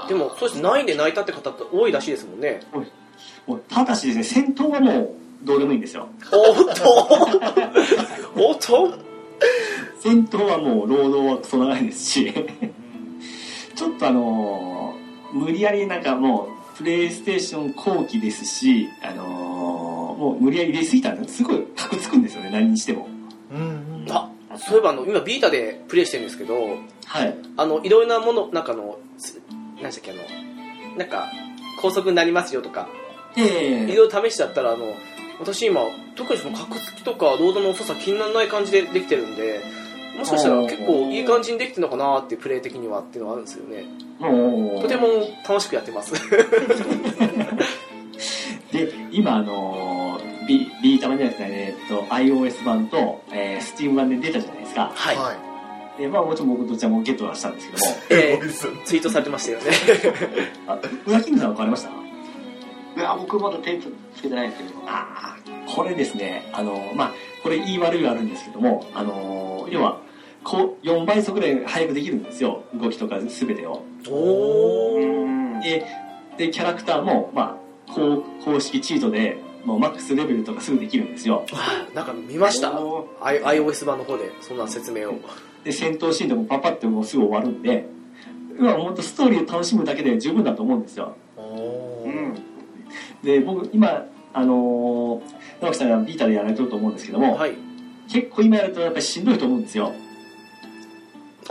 [SPEAKER 2] は
[SPEAKER 1] でもそうして9で泣いたって方って多いらしいですもんね
[SPEAKER 3] もうただしですね、戦闘はもうどうでもいいんですよ。
[SPEAKER 1] おっとおっと
[SPEAKER 3] 戦闘はもう労働はクソ長いですしちょっとあのー無理やりなんかもうプレイステーション後期ですしあのーもう無理やり入れすぎたんですすごいカクつくんですよね何にしても
[SPEAKER 2] うん。
[SPEAKER 1] あそういえばあの今ビータでプレイしてるんですけど
[SPEAKER 3] はい
[SPEAKER 1] あのいろいろなものなんかあのつ何でしたっけあのなんか高速になりますよとかい
[SPEAKER 3] ええ
[SPEAKER 1] ろいろ試してやったらあの私今特にその格付きとかロードの遅さ気にならない感じでできてるんでもしかしたら結構いい感じにできてるのかなっていうプレイ的にはっていうのはあるんですよね
[SPEAKER 3] もう
[SPEAKER 1] とても楽しくやってます
[SPEAKER 3] で今あのー、ビビータ版じゃなくてねえっと iOS 版と、えー、Steam 版で出たじゃないですか
[SPEAKER 1] はい、
[SPEAKER 2] は
[SPEAKER 3] でまあもちろん僕どちらもゲットはしたんですけども
[SPEAKER 1] え
[SPEAKER 2] い。ですよね
[SPEAKER 1] ーツイートされてましたよね
[SPEAKER 3] あ裏キングさんは買われました
[SPEAKER 4] いや、僕まだテープつけてないんですけど。
[SPEAKER 3] あーこれですね、あの、まあ、これ言い悪いはあるんですけども、あの、要はこう4倍速ぐらい早くできるんですよ動きとか全てを
[SPEAKER 1] お
[SPEAKER 4] う
[SPEAKER 1] ー
[SPEAKER 4] ん
[SPEAKER 3] ででキャラクターも、まあ、公公式チートでもうマックスレベルとかすぐできるんですよ
[SPEAKER 1] なんか見ました
[SPEAKER 4] お
[SPEAKER 1] I- iOS 版の方でそんな説明を
[SPEAKER 3] で戦闘シーンでもパパってもうすぐ終わるんでまあ本当ストーリーを楽しむだけで十分だと思うんですよ
[SPEAKER 2] お
[SPEAKER 4] ーう
[SPEAKER 2] ー
[SPEAKER 4] ん
[SPEAKER 3] で僕今あのー直樹さんがビータでやられてると思うんですけども、
[SPEAKER 1] はい
[SPEAKER 3] 結構今やるとやっぱりしんどいと思うんですよ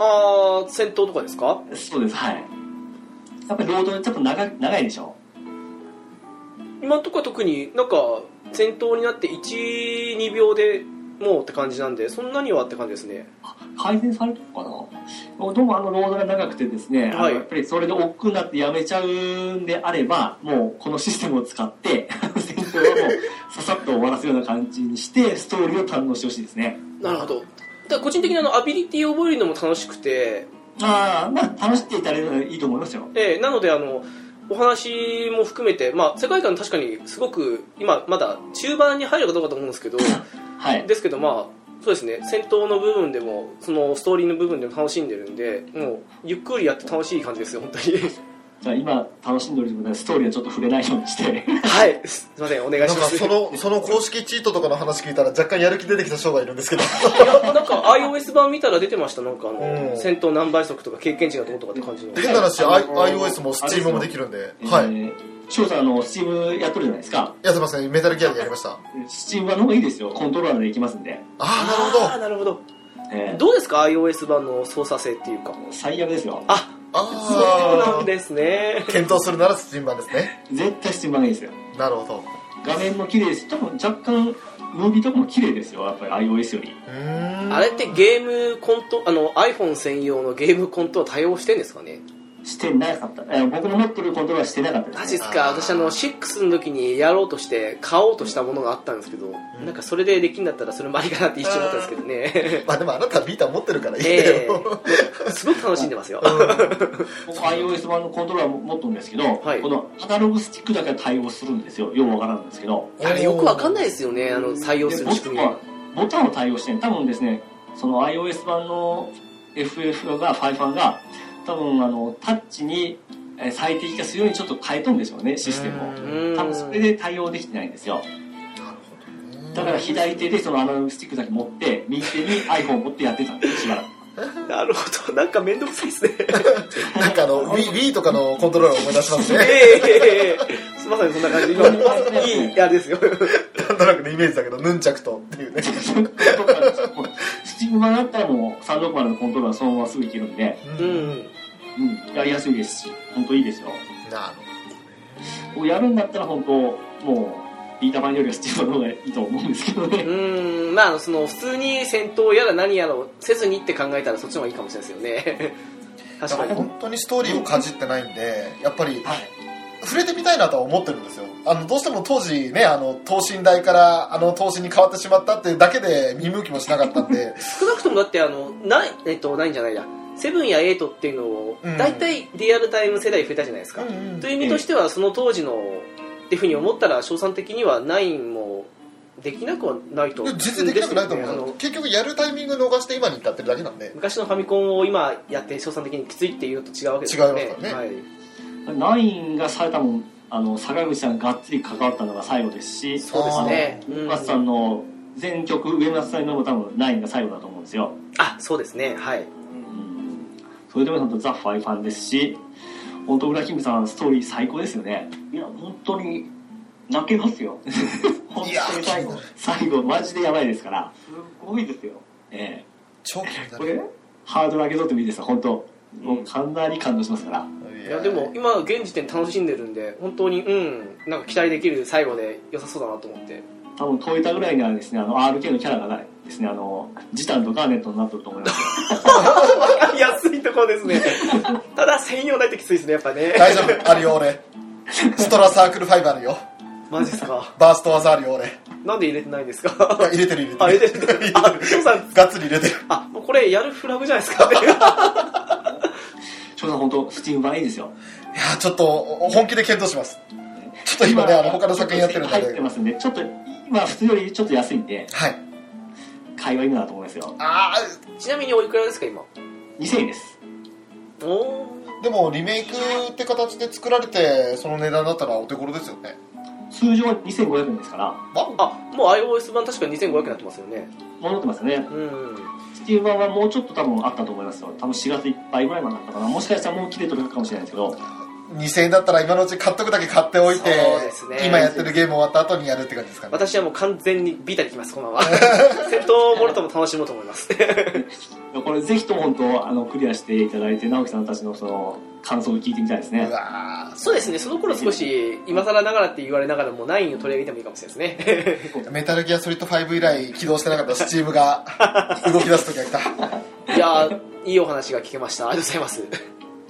[SPEAKER 1] あー戦闘とかですか
[SPEAKER 3] そうですはいやっぱりロードちょっと長長いでしょ
[SPEAKER 1] 今のとこは特になんか戦闘になって12秒でもうって感じなんでそんなにはって感じですね
[SPEAKER 3] 改善されてるのかなどうもあのロードが長くてですね、あの
[SPEAKER 1] はい
[SPEAKER 3] やっぱりそれで億劫になってやめちゃうんであればもうこのシステムを使って 戦闘をもうささっと終わらせるような感じにしてストーリーを堪能してほしいですね
[SPEAKER 1] なるほどただ個人的にあのアビリティを覚えるのも楽しくて、
[SPEAKER 3] ああまあ楽しんでいただけたらいいと思いますよ
[SPEAKER 1] ええなのであのお話も含めて、まあ、世界観確かにすごく今まだ中盤に入るかどうかと思うんですけど
[SPEAKER 3] はい
[SPEAKER 1] ですけどまあそうですね戦闘の部分でもそのストーリーの部分でも楽しんでるんでもうゆっくりやって楽しい感じですよ本当に
[SPEAKER 3] じゃあ今楽しんでるということでストーリー はちょっと触れないようにして
[SPEAKER 1] はいすいませんお願
[SPEAKER 2] ないんか
[SPEAKER 1] します
[SPEAKER 2] そのその公式チートとかの話聞いたら若干やる気出てきた人がいるんですけど
[SPEAKER 1] いやなんか iOS 版見たら出てましたなんかあの、
[SPEAKER 2] うん
[SPEAKER 1] 戦闘何倍速とか経験値がどうとかって感じの
[SPEAKER 2] 変な話、
[SPEAKER 3] あ
[SPEAKER 2] I、
[SPEAKER 3] の
[SPEAKER 2] iOS も Steam もできるんで、
[SPEAKER 3] えー
[SPEAKER 2] はい
[SPEAKER 3] 翔さんあのスチームやっとるじゃないですか
[SPEAKER 2] やってますねメタルギアでやりました
[SPEAKER 3] スチームはの方がいいですよコントローラーでいきますんで、
[SPEAKER 2] あ
[SPEAKER 1] あー
[SPEAKER 2] あなるほど
[SPEAKER 1] なるほど
[SPEAKER 3] えー
[SPEAKER 1] どうですか iOS 版の操作性っていうか
[SPEAKER 3] 最悪ですよ
[SPEAKER 1] あそう
[SPEAKER 2] あ
[SPEAKER 1] なんですね
[SPEAKER 2] あ検討するなら Steam 版ですね
[SPEAKER 3] 絶対スチームがいいですよ
[SPEAKER 2] なるほど
[SPEAKER 3] 画面も綺麗です多分若干ムービーとかも綺麗ですよやっぱり iOS より
[SPEAKER 2] うーん
[SPEAKER 1] あれってゲームコントあの iPhone 専用のゲームコントローラー対応してんですかね
[SPEAKER 3] してなかった、えー僕の持ってるコントローラーしてなかったで
[SPEAKER 1] マ
[SPEAKER 3] す、
[SPEAKER 1] ジっ
[SPEAKER 3] ね、
[SPEAKER 1] すか私あの6の時にやろうとして買おうとしたものがあったんですけど、
[SPEAKER 2] ん
[SPEAKER 1] なんかそれでできんだったらそれもありかなって一瞬思ったんですけどね
[SPEAKER 2] まあでもあなたはビータ持ってるからいいん だ
[SPEAKER 1] ええ
[SPEAKER 2] よ、
[SPEAKER 1] すごく楽しんでますよ、
[SPEAKER 3] 僕 iOS 版のコントローラーも持ってるんですけど、
[SPEAKER 1] はい
[SPEAKER 3] このアナログスティックだけは対応するんですよようわからんんですけど
[SPEAKER 1] あれよくわかんないですよねあの採用す
[SPEAKER 3] で
[SPEAKER 1] る
[SPEAKER 3] ボ
[SPEAKER 1] 仕
[SPEAKER 3] タン
[SPEAKER 1] 組み
[SPEAKER 3] はボタンを対応してる多分ですねその iOS 版の FF が5が多分あのタッチにえー最適化するようにちょっと変えとんでしょうねシステムを
[SPEAKER 2] う
[SPEAKER 1] うんーん
[SPEAKER 3] 多分それで対応できてないんですよだから左手でそのアナログスティックだけ持って、右手に iPhone を持ってやってたんです、しばらく。
[SPEAKER 1] なるほどなんか面倒くさいです ね
[SPEAKER 2] なんかあの Wii Wii とかのコントローラーを思い出しま すね
[SPEAKER 1] ええすいませんそんな感じ今いいあれですよ
[SPEAKER 2] なんとなくのイメージだけどヌンチャクとっていうね
[SPEAKER 3] スチーム版だったらもう360までのコントローラーそのまますぐいけるんで、
[SPEAKER 1] うんうん
[SPEAKER 3] うん、やりやすいですし、本当いいですよ。
[SPEAKER 2] なる
[SPEAKER 3] もうやるんだったら本当、もう、ビータ版よりはスチーム版の方がいいと思うんですけど
[SPEAKER 1] う
[SPEAKER 3] ね。
[SPEAKER 1] ーんまあその普通に戦闘やら何やらをせずにって考えたらそっちの方がいいかもしれないですよ ね
[SPEAKER 2] ほど
[SPEAKER 1] 確かに
[SPEAKER 2] 本当にストーリーをかじってないんでやっぱり
[SPEAKER 3] はい。
[SPEAKER 2] 触れてみたいなとは思ってるんですよあのどうしても当時ねあの等身大からあの等身に変わってしまったっていうだけで見向きもしなかったんで
[SPEAKER 1] 少なくともだってあのないえっとないんじゃないやセブンやエイトっていうのを
[SPEAKER 2] うん
[SPEAKER 1] 大体リアルタイム世代増えたじゃないです
[SPEAKER 2] う
[SPEAKER 1] か、
[SPEAKER 2] んうん
[SPEAKER 1] という意味としてはその当時のっていうふうに思ったら賞賛的には9もできなくはないと
[SPEAKER 2] いや全然できなくないと思
[SPEAKER 1] あ
[SPEAKER 2] うんです
[SPEAKER 1] の
[SPEAKER 2] よ結局やるタイミング逃して今に至ってるだけなんで
[SPEAKER 1] 昔のファミコンを今やって賞賛的にきついっていうのと違うわけですよね
[SPEAKER 2] 違いますからね
[SPEAKER 1] はい、
[SPEAKER 3] 9がされたもん、あの、坂口さんがっつり関わったのが最後ですし、
[SPEAKER 1] そうですね
[SPEAKER 3] あの
[SPEAKER 1] うん
[SPEAKER 3] 松さんの全曲、上松さんのも多分9が最後だと思うんですよ。
[SPEAKER 1] あそうですねはい
[SPEAKER 3] それでもちゃんとザ・ファイファンですし本当裏キムさんストーリー最高ですよね
[SPEAKER 4] いや、本当に泣けま すよ。
[SPEAKER 3] 本
[SPEAKER 2] いや
[SPEAKER 3] 当に最後最後マジでやばいですから
[SPEAKER 4] すごいですよ。
[SPEAKER 3] え
[SPEAKER 2] 超気に
[SPEAKER 3] え
[SPEAKER 2] な
[SPEAKER 3] こ
[SPEAKER 2] る
[SPEAKER 3] れハードル上げとってもいいですよ本当もうかなり感動しますから
[SPEAKER 1] いやでも今現時点楽しんでるんで本当にうんなんか期待できる最後で良さそうだなと思って
[SPEAKER 3] 多分トヨタぐらいにはですねあの RK のキャラがないですねあのジタンとガーネットになってると思いますよ
[SPEAKER 1] 安いところですね ただ専用ないときついですねやっぱね
[SPEAKER 2] 大丈夫あるよ俺ストラサークルファイブあるよ
[SPEAKER 1] マジですか
[SPEAKER 2] バースト技あるよ俺い
[SPEAKER 1] なんで入れてないんです
[SPEAKER 2] や
[SPEAKER 1] か
[SPEAKER 2] 入れて る
[SPEAKER 1] あ
[SPEAKER 2] 入
[SPEAKER 1] 入
[SPEAKER 2] れ
[SPEAKER 1] れ
[SPEAKER 2] て
[SPEAKER 1] て
[SPEAKER 2] る
[SPEAKER 1] るあ翔さん
[SPEAKER 2] がっつり入れてる
[SPEAKER 1] あもうこれやるフラグじゃないです か
[SPEAKER 3] 翔さん本当スチーム版いいですよ
[SPEAKER 2] いやちょっとお本気で検討しますちょっと今ねあの他の作品やってるんだ
[SPEAKER 3] 入っ
[SPEAKER 2] け
[SPEAKER 3] て
[SPEAKER 2] ど
[SPEAKER 3] ますんでちょっと今普通よりちょっと安いんで
[SPEAKER 2] はい
[SPEAKER 3] 買いは今だと思いますよ
[SPEAKER 2] あ
[SPEAKER 1] ちなみにおいくらですか今
[SPEAKER 3] 2000円です
[SPEAKER 1] おお
[SPEAKER 2] でもリメイクって形で作られてその値段だったらお手頃ですよね
[SPEAKER 3] 通常は2500円ですから
[SPEAKER 1] あもう iOS 版確か2500円になってますよね
[SPEAKER 3] 戻ってますよね
[SPEAKER 1] うん
[SPEAKER 3] スティーブ版はもうちょっと多分あったと思いますよ多分4月いっぱいぐらいまであったかなもしかしたらもう切れてるかもしれないですけど
[SPEAKER 2] 2000円だったら今のうち買っとくだけ買っておいて
[SPEAKER 1] そうですね
[SPEAKER 2] 今やってるゲーム終わった後にやるって感じですかね
[SPEAKER 1] 私はもう完全にビタできますこん ばんは戦闘もろとも楽しもうと思います
[SPEAKER 3] これぜひとも本当あのクリアしていただいて直樹さんたちのその感想を聞いてみたいですね
[SPEAKER 2] うわ
[SPEAKER 1] そうですねその頃少し今更ながらって言われながらも9を取り上げてもいいかもしれないですね
[SPEAKER 2] ーメタルギアソリッド5以来起動してなかったスチームが 動き出す時が来た
[SPEAKER 1] いやーいいお話が聞けましたありがとうございます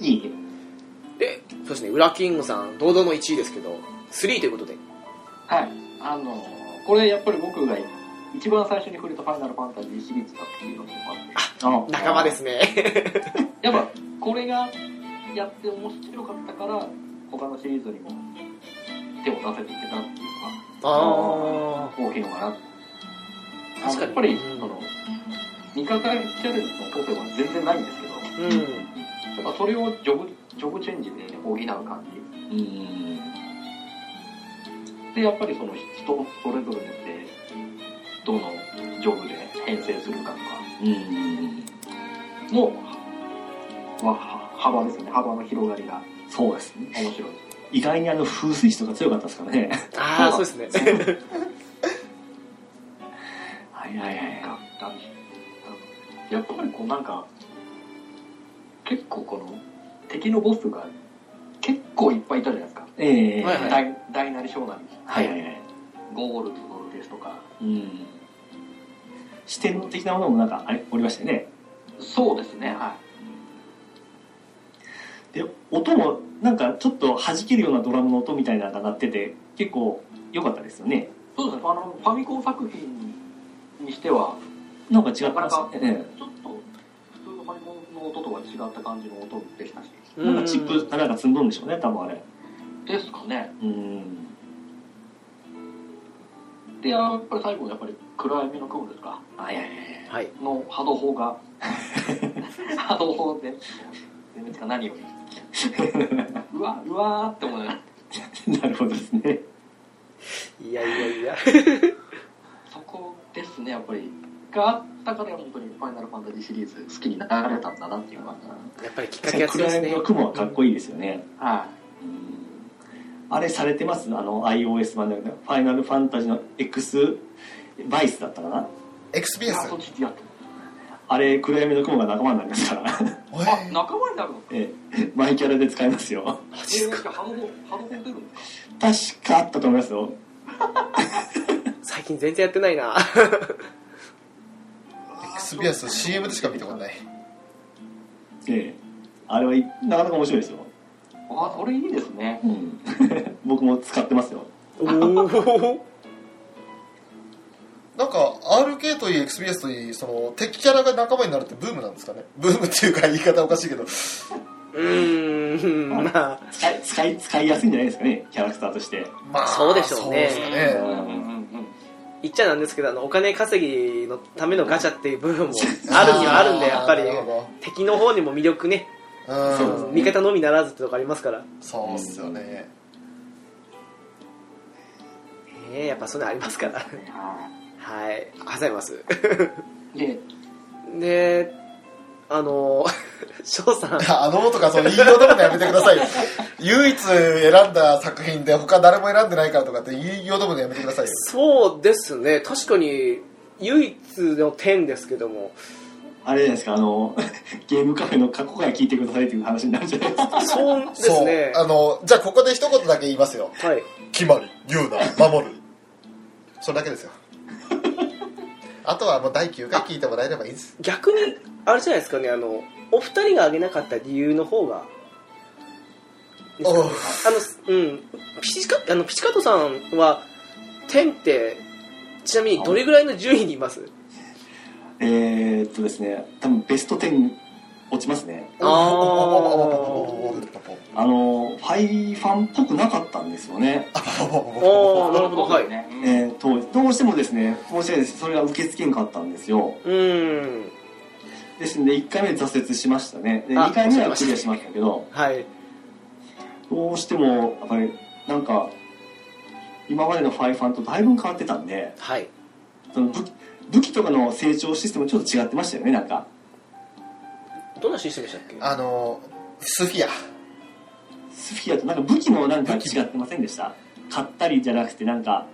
[SPEAKER 3] いい
[SPEAKER 1] でそうですねウラキングさん堂々の1位ですけど3ということで
[SPEAKER 4] はい。あの、これやっぱり僕が一番最初に触れたファイナルファンタジーシリーズだっていうのもあって、
[SPEAKER 3] あ
[SPEAKER 1] 仲間ですね
[SPEAKER 4] やっぱこれがやって面白かったから他のシリーズにも手を出せていけたっていうのが
[SPEAKER 1] あ
[SPEAKER 4] 大きいのかな
[SPEAKER 1] 確かに
[SPEAKER 4] あのやっぱり
[SPEAKER 1] うん
[SPEAKER 4] その味方キャラの個性は全然ないんですけど
[SPEAKER 1] あ うん
[SPEAKER 4] やっぱそれをジョブジョブチェンジで補う感じ
[SPEAKER 3] うん
[SPEAKER 4] でやっぱりその人それぞれでどのジョブで編成するかとか
[SPEAKER 3] うん
[SPEAKER 4] の、まあ、は幅ですね幅の広がりが
[SPEAKER 3] そうですね
[SPEAKER 4] 面白い
[SPEAKER 3] 意外にあの風水師とか強かったですからね
[SPEAKER 1] ああそうですね
[SPEAKER 3] はいはいはい
[SPEAKER 4] がなんでやっぱりこうなんか結構この敵のボスが結構いっぱいいたじゃないですか、
[SPEAKER 3] ええ
[SPEAKER 1] はいはい
[SPEAKER 4] 大大なり小なり
[SPEAKER 3] はいはいはい
[SPEAKER 4] ゴールドですとか
[SPEAKER 3] うん視点的なものもなんかあれおりましたよね
[SPEAKER 4] そうですねは
[SPEAKER 3] で音もなんかちょっと弾けるようなドラムの音みたいなのが鳴ってて結構良かったですよね
[SPEAKER 4] いそうですねあのファミコン作品にしては
[SPEAKER 3] なんか違った
[SPEAKER 4] なかなか
[SPEAKER 3] んですね
[SPEAKER 4] ちょっと普通のファミコンの音とは違った感じの音でしたし
[SPEAKER 3] ええなんかチップかなんか積んどんでしょうね多分あれ
[SPEAKER 4] ですかね
[SPEAKER 3] うん
[SPEAKER 4] でやっぱり最後やっぱり暗闇の雲ですか
[SPEAKER 3] はいはいはい
[SPEAKER 1] はい
[SPEAKER 4] の波動 砲が波動砲で全然何よりうわうわーって思いながら
[SPEAKER 3] なるほどですね。
[SPEAKER 1] いやいやいや
[SPEAKER 4] そこですねやっぱりがあったから本当に「ファイナルファンタジー」シリーズ好きになられたんだなっていうのが
[SPEAKER 1] やっぱりきっかけが強いです
[SPEAKER 3] 闇
[SPEAKER 1] ね
[SPEAKER 3] の雲はかっこいいですよね。
[SPEAKER 4] は
[SPEAKER 3] あれされてますあの iOS 版でファイナルファンタジーの X バイスだったかない
[SPEAKER 4] いや
[SPEAKER 2] XPS
[SPEAKER 4] そっちやって
[SPEAKER 3] あれ暗闇の雲が仲間になりますから、
[SPEAKER 2] おい
[SPEAKER 4] あ仲間になるの
[SPEAKER 3] ええマイキャラで使えますよ
[SPEAKER 1] マジ
[SPEAKER 4] え
[SPEAKER 1] っ
[SPEAKER 4] ー、
[SPEAKER 1] す
[SPEAKER 4] じゃ
[SPEAKER 1] か
[SPEAKER 4] あ波動砲波動砲出るんですか
[SPEAKER 3] 確かあったと思いますよ
[SPEAKER 1] 最近全然やってない な
[SPEAKER 2] XPSCM でしか見たことない
[SPEAKER 3] ええあれはいなかなか面白いですよ、
[SPEAKER 4] あそれいいですね
[SPEAKER 3] 僕も使ってますよ
[SPEAKER 1] お お
[SPEAKER 2] なんか RK といい XBS といいその敵キャラが仲間になるってブームなんですかねブームっていうか言い方おかしいけど
[SPEAKER 1] うーんまあ
[SPEAKER 3] 使い使い使いやすいんじゃないですかねキャラクターとして
[SPEAKER 2] まあ
[SPEAKER 1] そうでしょうね
[SPEAKER 2] そうですかね
[SPEAKER 4] うん
[SPEAKER 1] 言っちゃなんですけどあのお金稼ぎのためのガチャっていう部分 もあるにはあるんでやっぱり
[SPEAKER 2] なるほ
[SPEAKER 1] 敵の方にも魅力ね
[SPEAKER 2] どうん
[SPEAKER 3] そう
[SPEAKER 1] 味方のみならずってとこありますからね
[SPEAKER 2] そうっすよね
[SPEAKER 1] えやっぱそういうのありますから
[SPEAKER 4] は
[SPEAKER 1] はいありがとうございます
[SPEAKER 4] いで
[SPEAKER 1] であの 翔さん
[SPEAKER 2] あのとかそう言いようともやめてくださいよ唯一選んだ作品で他誰も選んでないからとかって言いようともやめてくださいよ
[SPEAKER 1] そうですね確かに唯一の点ですけども
[SPEAKER 3] あれじゃないですかあの ゲームカフェの過去から聞いてくださいっていう話になるじゃないです か
[SPEAKER 1] そうですね
[SPEAKER 2] そうあのじゃあここで一言だけ言いますよ
[SPEAKER 1] はい
[SPEAKER 2] 決まり言うな守るそれだ けですよあとはもう第9回聞いてもらえればいいです
[SPEAKER 1] 逆にあれじゃないですかねあのお二人が挙げなかった理由の方が
[SPEAKER 2] おう
[SPEAKER 1] あのうんピチカあのピチカートさんは天ってちなみにどれぐらいの順位にいます
[SPEAKER 3] えーっとですね多分ベスト10落ちますね
[SPEAKER 1] あー
[SPEAKER 3] あのファイファンっぽくなかったんですよね、
[SPEAKER 1] ああなるほどはい
[SPEAKER 4] ね、うん
[SPEAKER 3] えー、とどうしてもですね申し訳ないですそれが受け付けんかったんですよ
[SPEAKER 1] うん
[SPEAKER 3] ですので、1回目挫折しましたね。で、
[SPEAKER 1] あ
[SPEAKER 3] 2回目はクリアしましたけど、
[SPEAKER 1] はい
[SPEAKER 3] どうしても、やっぱり、なんか、今までのファイファンとだいぶ変わってたんで、
[SPEAKER 1] はい
[SPEAKER 3] その武武器とかの成長システムちょっと違ってましたよね、なんか。
[SPEAKER 1] どんなシステムでしたっけ
[SPEAKER 2] あのスフィア
[SPEAKER 3] スフィアとなんか武器もなんか違ってませんでした買ったりじゃなくてなんか、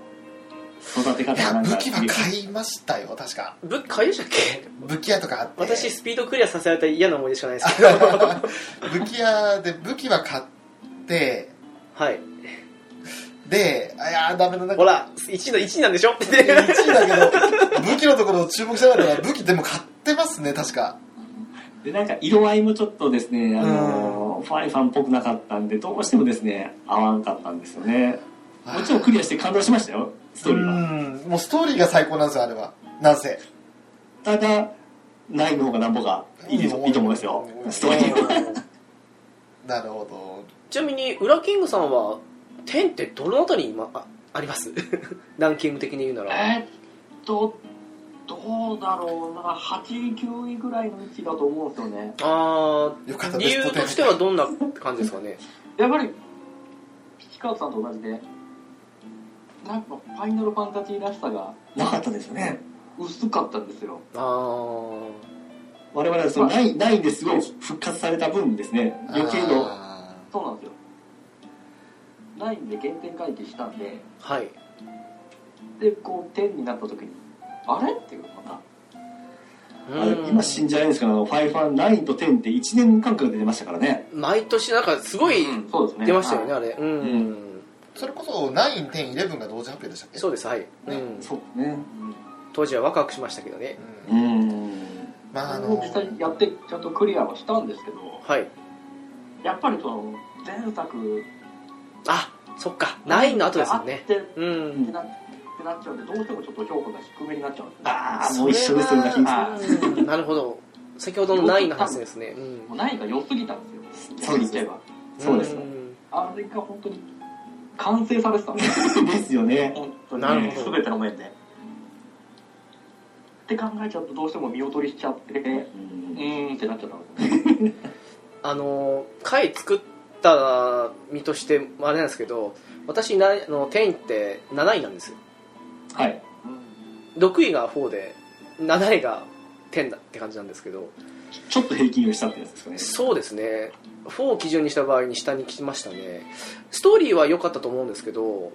[SPEAKER 3] 育て
[SPEAKER 2] い
[SPEAKER 3] 方
[SPEAKER 2] や
[SPEAKER 3] がなんか。
[SPEAKER 2] 武器は買いましたよ確か
[SPEAKER 1] ぶっ買いでしたっけ
[SPEAKER 2] 武器屋とかあって
[SPEAKER 1] 私スピードクリアさせられた嫌な思い出しかないですけど
[SPEAKER 2] 武器屋で武器は買って
[SPEAKER 1] はい
[SPEAKER 2] であいやーダメだな
[SPEAKER 1] ほら1の1なんでしょって
[SPEAKER 2] 1位だけど武器のところを注目しなかったら武器でも買ってますね確か
[SPEAKER 3] で、なんか色合いもちょっとですね、あのファイファンっぽくなかったんで、どうしてもですね、合わんかったんですよね。もちろんクリアして感動しましたよ、ストーリーは。
[SPEAKER 2] うんもうストーリーが最高なんですよあれはなんせ
[SPEAKER 3] ただ、ないの方がなんぼがいいです
[SPEAKER 2] うん
[SPEAKER 3] いいと思うんですよ、ストーリーは。
[SPEAKER 2] なるほ
[SPEAKER 1] ちなみに裏キングさんは10ってどのあたりに今あありますランキング的に言うなら
[SPEAKER 4] えーっと、どうだろうな、8位、9位ぐらいの位置だと思うんですよね。
[SPEAKER 1] あ
[SPEAKER 2] どよかった
[SPEAKER 1] ー
[SPEAKER 2] で
[SPEAKER 1] 理
[SPEAKER 2] す
[SPEAKER 1] 由としてはどんな感じですかね
[SPEAKER 4] やっぱり、ピチカートさんと同じで、なんか、ファイナルファンタジーらしさが
[SPEAKER 3] なかったですよね。
[SPEAKER 4] 薄かったんですよ。
[SPEAKER 1] あー
[SPEAKER 3] 我々はそのない、ないんですごい復活された分ですね、
[SPEAKER 2] ポテン
[SPEAKER 3] 余計の。
[SPEAKER 2] あ
[SPEAKER 4] そうなんですよ。ないんで原点回帰したんで、
[SPEAKER 1] はい
[SPEAKER 4] で、こう、点になった時に、あれっていう、ま
[SPEAKER 1] う
[SPEAKER 3] あれ
[SPEAKER 1] ん
[SPEAKER 3] 今信じられないんですけど、あのファイファン9と10って1年間隔で出ましたからね。
[SPEAKER 1] 毎年なんかすごい
[SPEAKER 4] た。うん、そうですね。
[SPEAKER 1] 出ましたよね
[SPEAKER 4] はい
[SPEAKER 1] あれうん、
[SPEAKER 3] う
[SPEAKER 2] ーそれこそ9、10、11が同時発表でしたっけ
[SPEAKER 1] そうですはい、うん、
[SPEAKER 3] そうですね。
[SPEAKER 4] うん
[SPEAKER 1] 当時はワクワクしましたけどね
[SPEAKER 2] うん
[SPEAKER 3] うん。
[SPEAKER 2] まああ
[SPEAKER 4] もう
[SPEAKER 2] の
[SPEAKER 4] 実際やって、ちゃんとクリアはしたんですけど、
[SPEAKER 1] はい
[SPEAKER 4] やっぱりその、前作、
[SPEAKER 1] あそっか9の後ですよ
[SPEAKER 4] あっ
[SPEAKER 1] ね
[SPEAKER 4] て
[SPEAKER 1] う
[SPEAKER 4] って
[SPEAKER 1] ん
[SPEAKER 4] なってなっちゃうんで、どうしてもちょっと評価が低めになっちゃうんですね。
[SPEAKER 3] ああ、もう一緒ですよ、
[SPEAKER 2] それ
[SPEAKER 3] ね。
[SPEAKER 4] あ
[SPEAKER 1] うんなるほど先ほどの9の話ですね、うん
[SPEAKER 4] もう何が良すぎたんですよ。
[SPEAKER 3] そうです
[SPEAKER 4] 言っちゃえば。
[SPEAKER 3] そうですよ
[SPEAKER 1] ん
[SPEAKER 4] あれが本当に完成されてたんですよ。
[SPEAKER 3] ですよね。
[SPEAKER 4] 本当に、
[SPEAKER 1] なるほど
[SPEAKER 4] 全ての面で。って考えちゃうとどうしても見劣りしちゃって、うーんってなっちゃったんですよね。
[SPEAKER 1] あの回作った身としてあれなんですけど私なあの10って7位なんですよ
[SPEAKER 3] はい。
[SPEAKER 1] 6位が4で7位が10だって感じなんですけど
[SPEAKER 3] ちょっと平均をしたってやつですかね。
[SPEAKER 1] そうですね4を基準にした場合に下に来ましたねストーリーは良かったと思うんですけど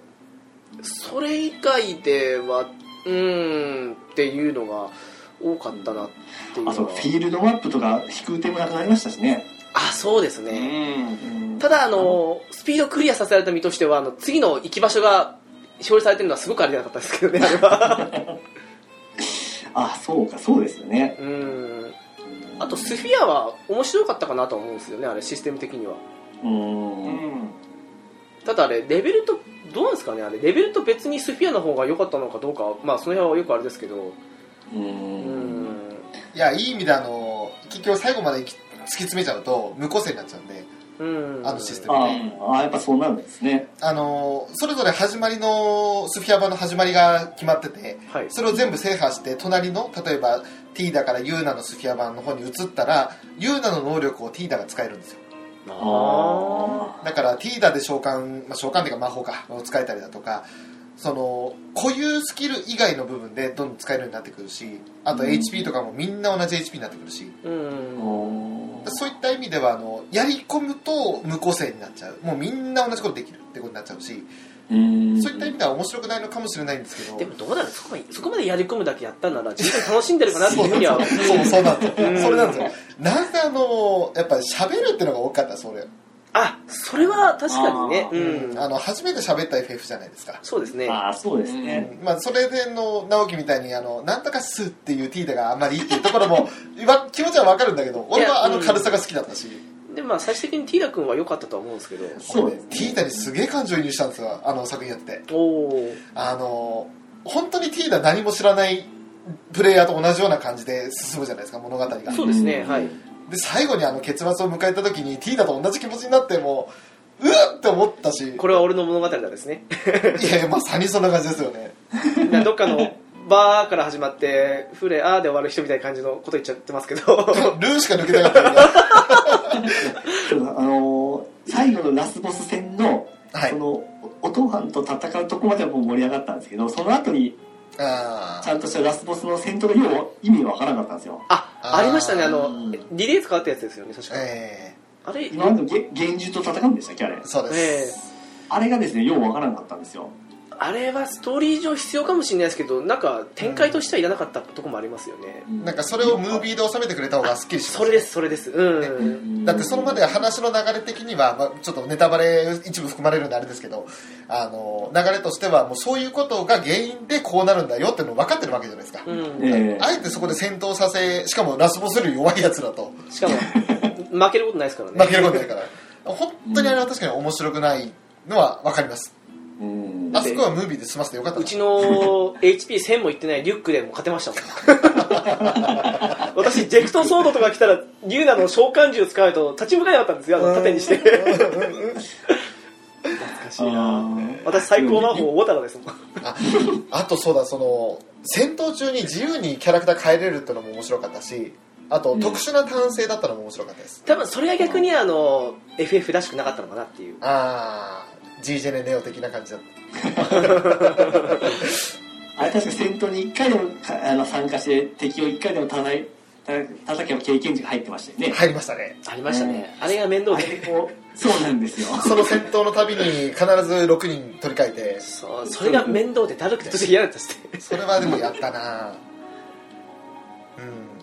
[SPEAKER 1] それ以外ではうーんっていうのが多かったなっていう
[SPEAKER 3] あと、
[SPEAKER 1] の
[SPEAKER 3] フ
[SPEAKER 1] は
[SPEAKER 3] ィールドマップとか、飛空艇もなくなりましたしね。
[SPEAKER 1] あそうですね、
[SPEAKER 3] うん
[SPEAKER 1] ただあのスピードクリアさせられた身としてはあの次の行き場所が表示されてるのはすごくありなかったですけどねあれは
[SPEAKER 3] あ、そうか、そうですよね。
[SPEAKER 1] うんあとスフィアは面白かったかなと思うんですよねあれシステム的には
[SPEAKER 3] うん。うん。
[SPEAKER 1] ただあれレベルとどうなんですかねあれレベルと別にスフィアの方が良かったのかどうかまあその辺はよくあれですけどうん
[SPEAKER 2] いやいい意味であの結局最後まで行き突き詰めちゃうと無個性になっちゃうんで
[SPEAKER 1] うん
[SPEAKER 2] あのシステム
[SPEAKER 3] あーあー、やっぱそうなんですね。
[SPEAKER 2] あのそれぞれ始まりのスフィア版の始まりが決まってて
[SPEAKER 1] はい
[SPEAKER 2] それを全部制覇して隣の例えばティーダからユーナのスフィア版の方に移ったらユーナの能力をティーダが使えるんですよ
[SPEAKER 1] あ
[SPEAKER 2] だからティーダで召喚、まあ、召喚っていうか魔法かを使えたりだとかその固有スキル以外の部分でどんどん使えるようになってくるしあと
[SPEAKER 3] うん
[SPEAKER 2] HP とかもみんな同じ HP になってくるし
[SPEAKER 1] ーうん
[SPEAKER 3] お
[SPEAKER 2] そういった意味ではあのやり込むと無個性になっちゃうもうみんな同じことできるってことになっちゃうし
[SPEAKER 3] うん
[SPEAKER 2] そういった意味では面白くないのかもしれないんですけど
[SPEAKER 1] でもどうだろうそこまでそこまでやり込むだけやったんなら十分楽しんでるかなっていうふうには
[SPEAKER 2] そうそうなんです
[SPEAKER 1] うん
[SPEAKER 2] よそれなんですよなんであのやっぱり喋るってのが多かったそれ、
[SPEAKER 1] あそれは確かにね
[SPEAKER 4] あ
[SPEAKER 1] うん
[SPEAKER 2] あの初めて喋った FF じゃないですか
[SPEAKER 1] そうですね
[SPEAKER 3] ああ、そうですね。
[SPEAKER 2] まあ、それでの直樹みたいにあのなんとかすっていうティーダがあんまりいいっていうところも わ気持ちはわかるんだけど俺はあの軽さが好きだったし、
[SPEAKER 1] でまあ最終的にティーダ君は良かったとは思うんですけど
[SPEAKER 3] そうです
[SPEAKER 2] ねティーダにすげえ感情移入したんですよあの作品やって
[SPEAKER 1] おお
[SPEAKER 2] あの本当にティーダ何も知らないプレイヤーと同じような感じで進むじゃないですか物語がで
[SPEAKER 1] そうですね、
[SPEAKER 3] うん
[SPEAKER 1] はい
[SPEAKER 2] 最後にあの結末を迎えた時にティーダと同じ気持ちになってもううっって思ったし
[SPEAKER 1] これは俺の物語だですね
[SPEAKER 2] いやいやまさにそんな感じですよね
[SPEAKER 1] などっかのバーから始まってフレアーで終わる人みたいな感じのこと言っちゃってますけ ど
[SPEAKER 2] ルーしか抜けなかった今
[SPEAKER 3] あのー最後のラスボス戦の、
[SPEAKER 2] は
[SPEAKER 3] そ
[SPEAKER 2] い
[SPEAKER 3] のおお父さんと戦うとこまではもう盛り上がったんですけどその後に
[SPEAKER 2] あ
[SPEAKER 3] ちゃ
[SPEAKER 2] ー
[SPEAKER 3] んとしたラスボスの戦闘がよう意味がわからなかったんですよ
[SPEAKER 1] あありましたねあの
[SPEAKER 3] うん
[SPEAKER 1] リレー使わったやつですよね確か、
[SPEAKER 2] え
[SPEAKER 1] あれ
[SPEAKER 3] 今までもげ幻獣と戦うんでしたっけあれ
[SPEAKER 2] ー、そうで
[SPEAKER 1] え
[SPEAKER 2] す、
[SPEAKER 3] あれがですねようわからなかったんですよ
[SPEAKER 1] あれはストーリー上必要かもしれないですけどなんか展開としてはいらなかったとこもありますよね、
[SPEAKER 2] なんかそれをムービーで収めてくれた方がすっきりします
[SPEAKER 1] それですそれですうん、
[SPEAKER 2] だってそのまで話の流れ的には、まあ、ちょっとネタバレ一部含まれるんであれですけどあの流れとしてはもうそういうことが原因でこうなるんだよっていうの分かってるわけじゃないですか、
[SPEAKER 1] うん
[SPEAKER 3] ええ
[SPEAKER 2] あえてそこで戦闘させしかもラスボスより弱いやつらと
[SPEAKER 1] しか も負けることないですからね
[SPEAKER 2] 負けることないから本当にあれは確かに面白くないのは分かります、
[SPEAKER 3] うん
[SPEAKER 2] あそこはムービーで済ませてよかった
[SPEAKER 1] う
[SPEAKER 2] な
[SPEAKER 1] ちの HP1000 もいってないリュックでも勝てましたも ん私ジェクトソードとか来たらリュウナの召喚獣使うと立ち向かえなかったんですよあの縦にして懐かしいな
[SPEAKER 3] あー
[SPEAKER 1] 私最高魔法ウォタラですもん
[SPEAKER 2] あ あとそうだその戦闘中に自由にキャラクター変えれるってのも面白かったしあと、
[SPEAKER 3] うん
[SPEAKER 2] 特殊な単性だったのも面白かったです
[SPEAKER 1] 多分それが逆にあの FF らしくなかったのかなっていう
[SPEAKER 2] ああ G ジェネネオ的な感じだった
[SPEAKER 3] あれ確か戦闘に1回でもかあの参加して敵を1回でも叩いた叩けば経験値が入ってましたよね、
[SPEAKER 2] 入りましたね
[SPEAKER 1] ありましたね、あれが面倒
[SPEAKER 3] あ
[SPEAKER 1] で
[SPEAKER 3] れでこうそうなんですよ
[SPEAKER 2] その戦闘のたびに必ず6人取り替えて
[SPEAKER 1] そうそれが面倒でだるくて途中嫌だったっすね
[SPEAKER 2] それはでもやったな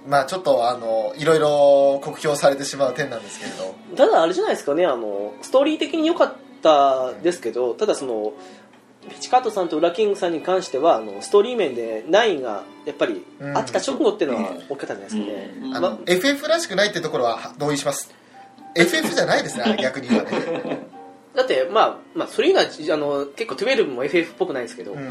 [SPEAKER 2] うんまあちょっとあのいろいろ酷評されてしまう点なんですけれど
[SPEAKER 1] ただあれじゃないですかねあのストーリー的に良かったですけどただそのピチカートさんとウラキングさんに関してはあのストーリー面で9がやっぱり
[SPEAKER 2] うん
[SPEAKER 1] あった直後っていうのは大きかったんじゃないですかね、
[SPEAKER 3] うん
[SPEAKER 2] あ
[SPEAKER 1] ま
[SPEAKER 2] の、FF らしくないってところは同意します FF じゃないですねあれ逆に言えばね、
[SPEAKER 1] だってまあ、まあ、それ以外あの結構12も FF っぽくないですけど、
[SPEAKER 2] うん、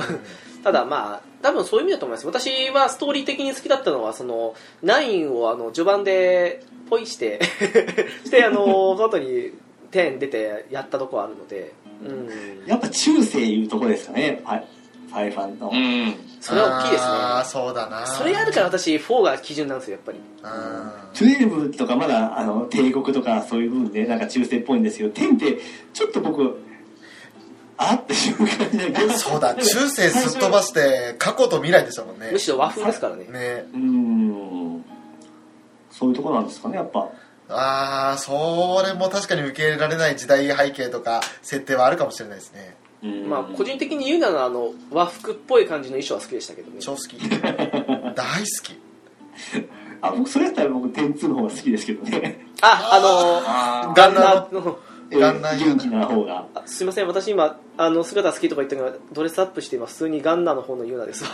[SPEAKER 1] ただまあ多分そういう意味だと思います私はストーリー的に好きだったのはその9をあの序盤でポイして してあのその後に10出てやったとこはあるので、うん、
[SPEAKER 3] やっぱ中世いうとこですかねファイファイファンの、
[SPEAKER 4] うん
[SPEAKER 1] それは大きいです
[SPEAKER 2] あ
[SPEAKER 1] ね
[SPEAKER 2] あそうだな
[SPEAKER 1] それがあるから私4が基準なんですよやっぱり
[SPEAKER 2] あー
[SPEAKER 3] 12とかまだあの帝国とかそういう部分でなんか中世っぽいんですけど10ってちょっと僕あっていう感じだけ ど
[SPEAKER 2] そうだ中世すっ飛ばして過去と未来でしたもんね
[SPEAKER 1] むしろ和風ですからね
[SPEAKER 2] ね
[SPEAKER 3] うんそういうとこなんですかねやっぱ
[SPEAKER 2] ああそれも確かに受け入れられない時代背景とか設定はあるかもしれないですね
[SPEAKER 3] うん
[SPEAKER 1] まあ個人的にユナのあの和服っぽい感じの衣装は好きでしたけどね
[SPEAKER 2] 超 好き大好き
[SPEAKER 3] あ僕それやったら僕102の方が好きですけどね
[SPEAKER 1] ああ
[SPEAKER 4] あ
[SPEAKER 1] の
[SPEAKER 2] ガンナー
[SPEAKER 1] の
[SPEAKER 2] ガンナー
[SPEAKER 3] 元気な方が
[SPEAKER 1] あすいません私今あの姿好きとか言ったけどドレスアップして今普通にガンナーの方のユナ ですわ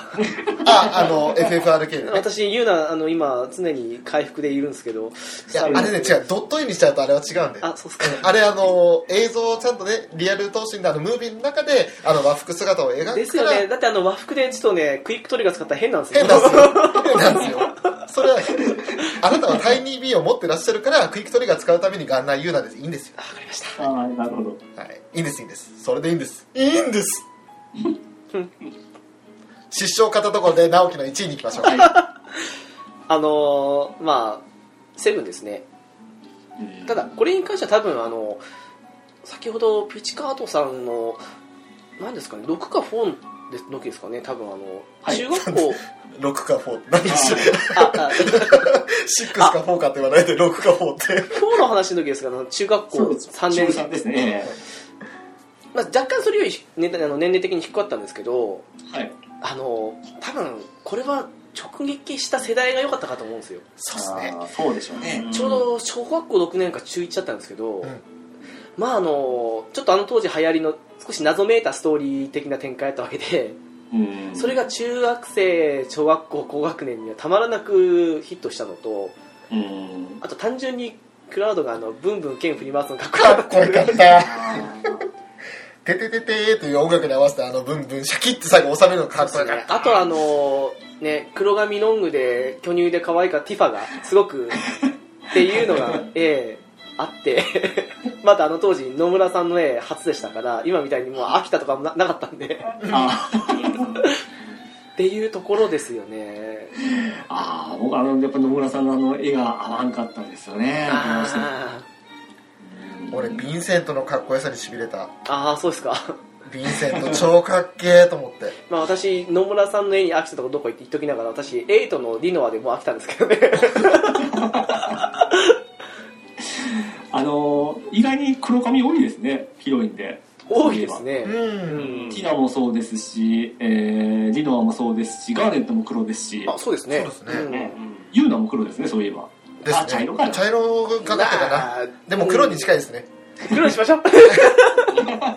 [SPEAKER 2] ああの FFRK でね
[SPEAKER 1] 私ユナあの今常に回復でいるんですけど
[SPEAKER 2] いやあれね違うドットインにしちゃうとあれは違うんだよ
[SPEAKER 1] あそうっすか
[SPEAKER 2] あれあの映像をちゃんとねリアル等身であのムービーの中であの和服姿を描くか ら
[SPEAKER 1] ですよねだってあの和服でちょっとねクイックトリガー使ったら変なんですよ
[SPEAKER 2] 変なんですよ変なんですよそれはあなたはタイニー B を持ってらっしゃるからクイックトリガー使うためにガンナー言うなんでいいんですよ、
[SPEAKER 1] あわかりました
[SPEAKER 3] ああなるほど
[SPEAKER 2] はい、いいんですいいんですそれでいいんですいいんです失笑方ところで直樹の1位に行きましょう
[SPEAKER 1] あのーまあセブンですねただこれに関しては多分あの先ほどピチカートさんの何ですかね6か4ですの時ですかね多分あの、
[SPEAKER 3] はい
[SPEAKER 1] 中学校
[SPEAKER 2] 6か4何し
[SPEAKER 1] ああ
[SPEAKER 2] 6か4かって言わないで6か4って
[SPEAKER 1] 今日の話の時ですからあの中学校3年
[SPEAKER 3] 中3ですね
[SPEAKER 1] まあ、若干それより、ね、あの年齢的に低かったんですけど
[SPEAKER 3] はい
[SPEAKER 1] あの多分これは直撃した世代が良かったかと思うんですよ、
[SPEAKER 2] そうですね
[SPEAKER 3] あーそうでしょうね
[SPEAKER 1] ちょうど小学校6年か中1だったんですけど、
[SPEAKER 2] うん
[SPEAKER 1] まああのちょっとあの当時流行りの少し謎めいたストーリー的な展開だったわけで
[SPEAKER 3] うん
[SPEAKER 1] それが中学生小学校高学年にはたまらなくヒットしたのと
[SPEAKER 3] うん
[SPEAKER 1] あと単純にクラウドがあのブンブン剣振り回すのかっこ
[SPEAKER 2] かっこよ
[SPEAKER 1] よかっ
[SPEAKER 2] か ったた
[SPEAKER 3] あ
[SPEAKER 2] 「てててて」という音楽に合わせてあのブンブンシャキッて最後収めるのかっこよかった
[SPEAKER 1] あとあのね黒髪ロングで巨乳で可愛いかティファがすごくっていうのがええあって またあの当時野村さんの絵初でしたから今みたいにもう秋田とかもななかったんで
[SPEAKER 3] ーあ
[SPEAKER 1] っていうところですよね
[SPEAKER 3] ああ、僕あの、やっぱ野村さんのあの、絵が合わんかったんですよね。どうしても
[SPEAKER 1] あ
[SPEAKER 2] 俺ヴィンセントのかっこよさにしびれた
[SPEAKER 1] ーあーそうですか
[SPEAKER 2] ヴィンセント超かっけえと思って
[SPEAKER 1] まあ私野村さんの絵に飽きたとこどこ行って言っときながら私エイトのディノアでもう飽きたんですけど ね
[SPEAKER 3] あのー、意外に黒髪多いですね、ヒロインで。
[SPEAKER 1] 多いです
[SPEAKER 2] う
[SPEAKER 1] ね
[SPEAKER 2] ん
[SPEAKER 3] ティナもそうですし、えー、リノアもそうですし、ガーネットも黒ですし、
[SPEAKER 1] あそうですね
[SPEAKER 2] そうですね
[SPEAKER 1] ん
[SPEAKER 3] ユーナも黒ですね、そういえば。
[SPEAKER 2] ですね
[SPEAKER 3] あ茶色か
[SPEAKER 2] 茶色かかってたな
[SPEAKER 1] まあ
[SPEAKER 2] でも黒に近いですね
[SPEAKER 1] 黒にしまし ょう
[SPEAKER 2] な
[SPEAKER 3] ち
[SPEAKER 2] ん
[SPEAKER 3] な
[SPEAKER 2] か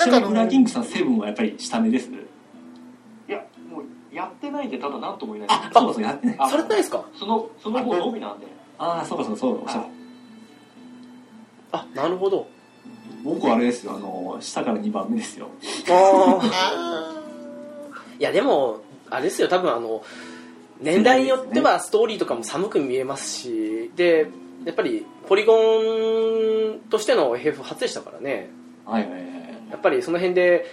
[SPEAKER 2] あ
[SPEAKER 3] み
[SPEAKER 2] の
[SPEAKER 3] にブラキングさん、セブンはやっぱり下目です。
[SPEAKER 4] いや、もう、やってないで、ただなんとも言えない
[SPEAKER 3] あ、。そうかそう、やってない。
[SPEAKER 4] あ
[SPEAKER 1] されてないですか
[SPEAKER 4] その、その後のみなんで。
[SPEAKER 3] ああ、そうかそうか、そうか、おっしゃった。
[SPEAKER 1] あなるほど
[SPEAKER 3] 僕はあれですよ、あのー、下から2番目ですよ。
[SPEAKER 1] ああ
[SPEAKER 2] あ
[SPEAKER 1] いやでもあれですよ多分あの年代によってはストーリーとかも寒く見えますしでやっぱりポリゴンとしての FF 初でしたからね
[SPEAKER 3] はいはいはい。
[SPEAKER 1] やっぱりその辺で、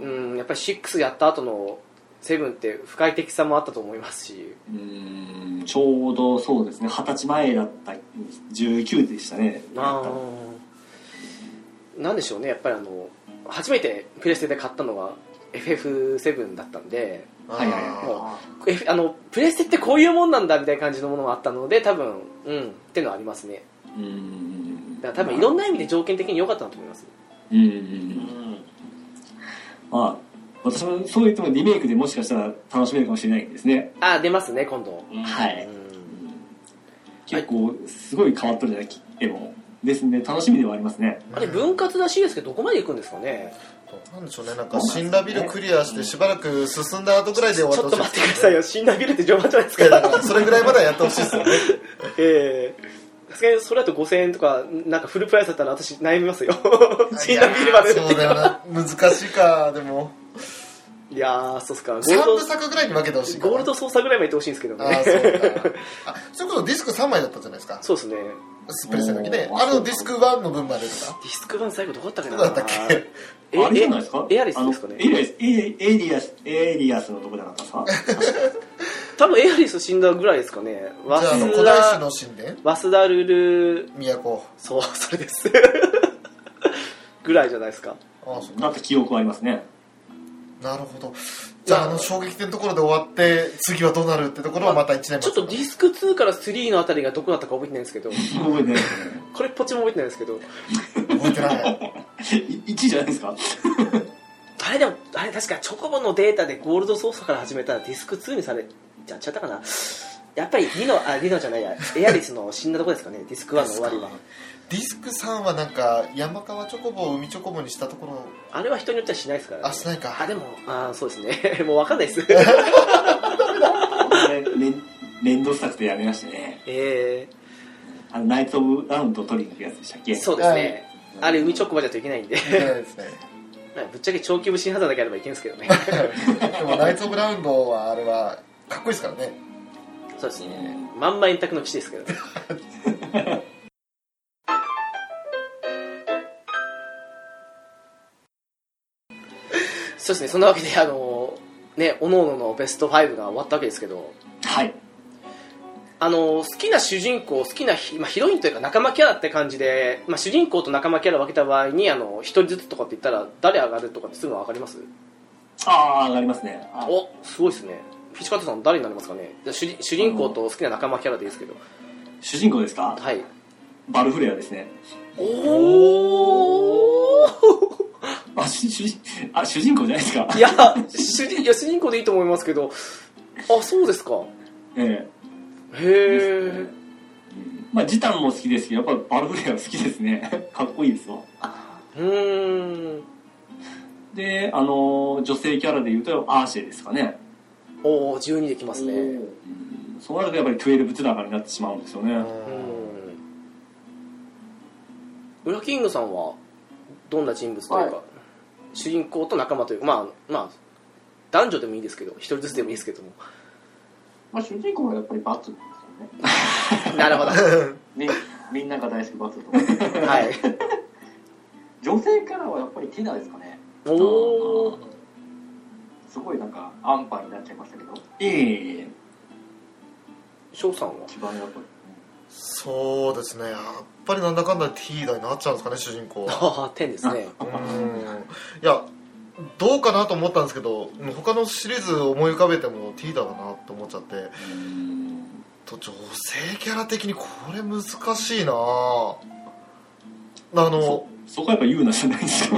[SPEAKER 1] うん、やっぱり6やった後の7って不快適さもあったと思いますし
[SPEAKER 3] うーんちょうどそうですね二十歳前だった19でしたね
[SPEAKER 1] あーなんでしょうねやっぱりあの初めてプレステで買ったのが FF7 だったんで
[SPEAKER 2] ー
[SPEAKER 3] はいはい
[SPEAKER 2] あー
[SPEAKER 1] もうえあのプレステってこういうもんなんだみたいな感じのものもあったので多分うんっていうのはありますね
[SPEAKER 3] うーん
[SPEAKER 1] だから多分いろんな意味で条件的に良かったなと思います
[SPEAKER 3] うんうんう
[SPEAKER 4] うん
[SPEAKER 3] まあ私もそう言ってもリメイクでもしかしたら楽しめるかもしれないですね
[SPEAKER 1] あ出ますね今度
[SPEAKER 4] ん
[SPEAKER 3] は
[SPEAKER 1] う
[SPEAKER 3] い
[SPEAKER 1] ん
[SPEAKER 3] 結構すごい変わっとるじゃない絵もですね楽しみではありますね
[SPEAKER 1] あれ分割らしいですけどどこまで行くんですかね
[SPEAKER 2] なんでしょうねなんか死んだビルクリアしてしばらく進んだ後ぐらいで終わ
[SPEAKER 1] ちょっと
[SPEAKER 2] てほ
[SPEAKER 1] 待
[SPEAKER 2] し
[SPEAKER 1] ってくだ さいよ死んだビルって序盤じゃないです
[SPEAKER 2] いやだ
[SPEAKER 1] か
[SPEAKER 2] からそれぐらいまではやってほしいですよね
[SPEAKER 1] ええさすがにそれだと5000円とかなんかフルプライスだったら私悩みます よ死んだビルまで
[SPEAKER 2] いやーそうだよな難しいかでも
[SPEAKER 1] いやーそうっすかゴー
[SPEAKER 2] 3部
[SPEAKER 1] ル
[SPEAKER 2] 作ぐらいに分けてほしいか
[SPEAKER 1] ド
[SPEAKER 2] な
[SPEAKER 1] ゴールド操作ぐらいまで行ってほしいんですけど
[SPEAKER 2] ああ
[SPEAKER 1] ね
[SPEAKER 2] そうかあそれこそディスク3枚だったじゃないですか
[SPEAKER 1] そうですね
[SPEAKER 2] スプレスの時ね
[SPEAKER 3] おー
[SPEAKER 2] あのディスク1の分までとか
[SPEAKER 1] ディスク版最後どこだったか
[SPEAKER 2] ど
[SPEAKER 1] な
[SPEAKER 2] うだったっけ
[SPEAKER 1] え
[SPEAKER 3] あれじゃないですか
[SPEAKER 1] エアリスですかね
[SPEAKER 3] あのエリアスエエリアスエリアスのとこじゃなか ったですか
[SPEAKER 1] 多分エアリス死んだぐらいですかね
[SPEAKER 2] じゃ
[SPEAKER 1] ワ
[SPEAKER 2] ああの古
[SPEAKER 1] ス
[SPEAKER 2] 代史
[SPEAKER 1] ダ
[SPEAKER 2] の神殿
[SPEAKER 1] ワスダルル
[SPEAKER 2] 都
[SPEAKER 1] そうそれです ぐらいじゃないですか
[SPEAKER 2] ああそう
[SPEAKER 3] だって記憶はありますね
[SPEAKER 2] なるほどじゃああの衝撃的なところで終わって次はどうなるってところはまた1年
[SPEAKER 1] ちょっとディスク2から3のあたりがどこだったか覚えてないんですけど
[SPEAKER 3] 覚えてない
[SPEAKER 1] これっぽっちも覚えてないんですけど
[SPEAKER 2] 覚えてない
[SPEAKER 3] 1位じゃないですか
[SPEAKER 1] あれでもあれ確かチョコボのデータでゴールド操作から始めたらディスク2にされちゃっちゃったかなやっぱりリノあリノじゃないやエアリスの死んだとこですかねディスク1の終わりは
[SPEAKER 2] ディスク3はなんか山川チョコボを海チョコボにしたところ
[SPEAKER 1] あれは人によってはしないですから、ね、
[SPEAKER 2] あしないか
[SPEAKER 1] あでもあそうですね もう分かんないです
[SPEAKER 3] め面倒くさくてやめましたね
[SPEAKER 1] え
[SPEAKER 3] あのナイト・オブ・ラウンドを取りに行くやつでしたっけ
[SPEAKER 1] ー、そうですね、あれ海直まじゃといけないんで
[SPEAKER 2] みたいですね
[SPEAKER 1] ぶっちゃけ長期無新肌だけあればいけんですけどね
[SPEAKER 2] でもナイツ・オブ・ラウンドはあれはかっこいいですからね
[SPEAKER 1] そうですねまんま円卓の騎士ですけどねそうですねそんなわけであのねおのおののベスト5が終わったわけですけど
[SPEAKER 3] はい
[SPEAKER 1] あの好きな主人公好きなヒ,、まあ、ヒロインというか仲間キャラって感じで、まあ、主人公と仲間キャラ分けた場合にあの一人ずつとかって言ったら誰上がるとかってすぐ分かります
[SPEAKER 3] ああ上がりますねあ
[SPEAKER 1] おすごいですねフィッシュカットさん誰になりますかねじゃあ主人主人公と好きな仲間キャラでいいですけど
[SPEAKER 3] 主人公ですか
[SPEAKER 1] はい
[SPEAKER 3] バルフレアですね
[SPEAKER 1] おお
[SPEAKER 3] あ主主人あ主人公じゃないですか
[SPEAKER 1] いや主人いや主人公でいいと思いますけどあそうですか
[SPEAKER 3] え
[SPEAKER 1] へ
[SPEAKER 3] え
[SPEAKER 1] え
[SPEAKER 3] うんまあジタンも好きですけどやっぱバルフレア好きですね かっこいいですわ
[SPEAKER 1] うーん
[SPEAKER 3] であの女性キャラで言うとアーシェですかね、
[SPEAKER 1] おお12できますねうん
[SPEAKER 3] うん、そうなるとやっぱり12つながになってしまうんですよね、
[SPEAKER 1] ウラキングさんはどんな人物というか、
[SPEAKER 4] は
[SPEAKER 1] 主人公と仲間というかまあまあ男女でもいいですけど一人ずつでもいいですけ ども
[SPEAKER 4] まあ、主人公はやっぱりバツなんですよね。
[SPEAKER 1] なるほどは
[SPEAKER 4] みみんなが大好きバツだと思う。
[SPEAKER 1] い
[SPEAKER 4] 女性からはやっぱりティナですかね。
[SPEAKER 1] おお
[SPEAKER 3] あー
[SPEAKER 4] すごいなんかアンパンになっちゃいましたけど
[SPEAKER 3] いえいえいえ
[SPEAKER 1] 翔さんは
[SPEAKER 4] 一番やっぱり
[SPEAKER 2] そうですねやっぱりなんだかんだティーダになっちゃうんですかね主人 公は
[SPEAKER 1] ああ天ですね
[SPEAKER 2] うーんいやどうかなと思ったんですけど他のシリーズ思い浮かべてもティーダだなと思っちゃって
[SPEAKER 3] うん
[SPEAKER 2] と女性キャラ的にこれ難しいなああの
[SPEAKER 3] そそこはやっぱ言うなじゃないで すか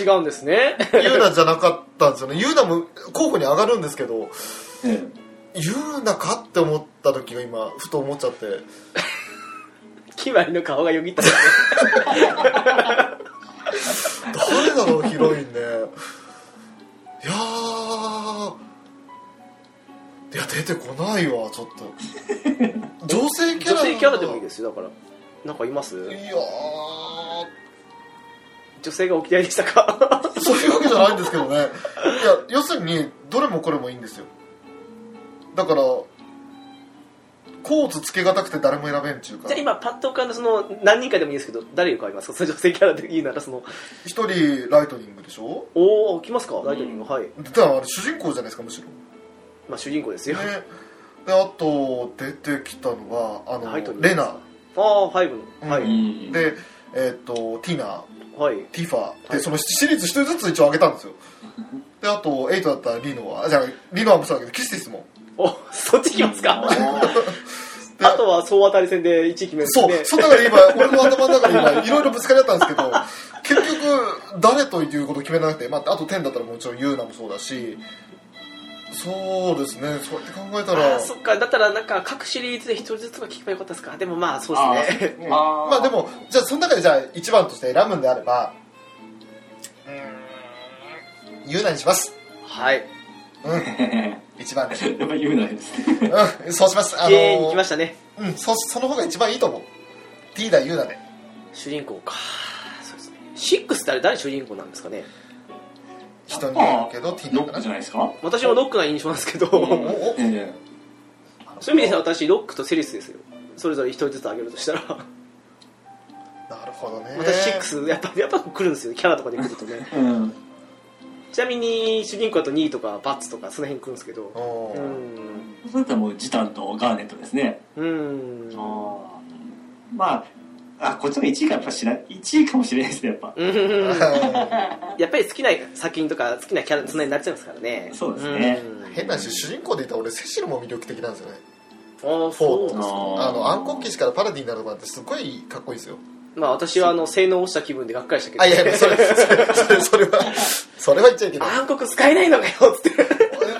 [SPEAKER 2] いや
[SPEAKER 1] 違うんです ね
[SPEAKER 2] ユーナじゃなかったんですよねユーナも候補に上がるんですけど
[SPEAKER 3] ええ
[SPEAKER 2] ユーナかって思った時が今ふと思っちゃって
[SPEAKER 1] キマリの顔がよぎったですね
[SPEAKER 2] 誰だろうヒロインねいやーいや出てこないわちょっと女性キャ
[SPEAKER 1] 女
[SPEAKER 2] ラ
[SPEAKER 1] 性キャラでもいいですよだからなんかいます
[SPEAKER 2] いや
[SPEAKER 1] 女性がお嫌いでしたか
[SPEAKER 2] ー そういうわけじゃないんですけどねいや要するにどれもこれもいいんですよだからコーツつけがたくて誰も選べんちゅう か
[SPEAKER 1] じゃあ今パッと浮かんだその何人かでもいいですけど誰に変わりますか その女性キャラでいいならその
[SPEAKER 2] 一人ライトニングでしょ
[SPEAKER 1] おお来ますかライトニングはい、
[SPEAKER 2] だからあれ主人公じゃないですかむしろ
[SPEAKER 1] まあ、主人公ですよ、
[SPEAKER 2] ねであと出てきたのはあ
[SPEAKER 1] ライトニング
[SPEAKER 2] の
[SPEAKER 1] で
[SPEAKER 2] レ
[SPEAKER 1] すか
[SPEAKER 2] ナ
[SPEAKER 1] ああファイブのは
[SPEAKER 2] う
[SPEAKER 1] い、
[SPEAKER 3] ん
[SPEAKER 2] で、えっとティナ
[SPEAKER 1] はい
[SPEAKER 2] ティファで、
[SPEAKER 1] はい
[SPEAKER 2] そのシリーズ一人ずつ一応上げたんですよであとエイトだったらリノアじゃあリノアもそうだけどキスティスも
[SPEAKER 1] おそっち行きますか
[SPEAKER 3] おー
[SPEAKER 2] で
[SPEAKER 1] あとは総当たり戦で1位決めるん
[SPEAKER 2] そう、
[SPEAKER 1] です
[SPEAKER 2] その中で今俺の頭の中で今いろいろぶつかり合ったんですけど結局誰ということを決めなくて、まあ、あと10だったらもちろんユーナもそうだしそうですねそうやって考えた
[SPEAKER 1] ね
[SPEAKER 2] ら
[SPEAKER 1] あーそっかだったらなんか各シリーズで1人ずつは聞けばよかったですかでもまあそう
[SPEAKER 3] あ
[SPEAKER 1] ですね
[SPEAKER 2] うん
[SPEAKER 4] あー
[SPEAKER 2] まあでもじゃあその中でじゃあ1番として選ぶんであればうーんユーナにします
[SPEAKER 1] はい
[SPEAKER 2] うん1番で
[SPEAKER 3] やっぱ言うなですね
[SPEAKER 2] うんそうしますあ
[SPEAKER 1] 綺麗に行き
[SPEAKER 2] の
[SPEAKER 1] ましたね
[SPEAKER 2] うんそその方が一番いいと思うティーダユーナで
[SPEAKER 1] 主人公かそうですねシックスってあれ誰主人公なんですかね
[SPEAKER 2] 人によるけどティー
[SPEAKER 3] ノ
[SPEAKER 2] ダか
[SPEAKER 3] ック
[SPEAKER 2] な
[SPEAKER 3] じゃないですか
[SPEAKER 1] 私もロックが印象なんですけど
[SPEAKER 2] お
[SPEAKER 1] そ
[SPEAKER 2] お
[SPEAKER 3] ええ
[SPEAKER 1] ういう意味では私ロックとセリスですよそれぞれ1人ずつあげるとしたら
[SPEAKER 2] なるほどね
[SPEAKER 1] 私6やっぱやっぱ来るんですよキャラとかで来るとね
[SPEAKER 3] うん
[SPEAKER 1] ちなみに主人公だと2位とかバッツとかその辺来るんですけど
[SPEAKER 2] お
[SPEAKER 1] う
[SPEAKER 2] ー
[SPEAKER 1] ん
[SPEAKER 3] そうだったらもうジタンとガーネットですね
[SPEAKER 1] うん
[SPEAKER 4] あ
[SPEAKER 3] まああこっちの方が1位かやっぱしない1位かもしれないですねやっぱ
[SPEAKER 1] うん
[SPEAKER 2] あ
[SPEAKER 1] やっぱり好きな作品とか好きなキャラのつなになっちゃいますからね
[SPEAKER 3] そうですね
[SPEAKER 2] ー変な話主人公でいたら俺セシルも魅力的なんですよね
[SPEAKER 1] ああそう
[SPEAKER 3] あー
[SPEAKER 2] あの暗黒騎士からパラディンになるとかってすごいかっこいいですよ
[SPEAKER 1] まあ私はあの性能落ちた気分でがっかりしたけど
[SPEAKER 2] あいやいやそれそれそれそれはそれは言っちゃいけない
[SPEAKER 1] 暗黒使えないのかよっつって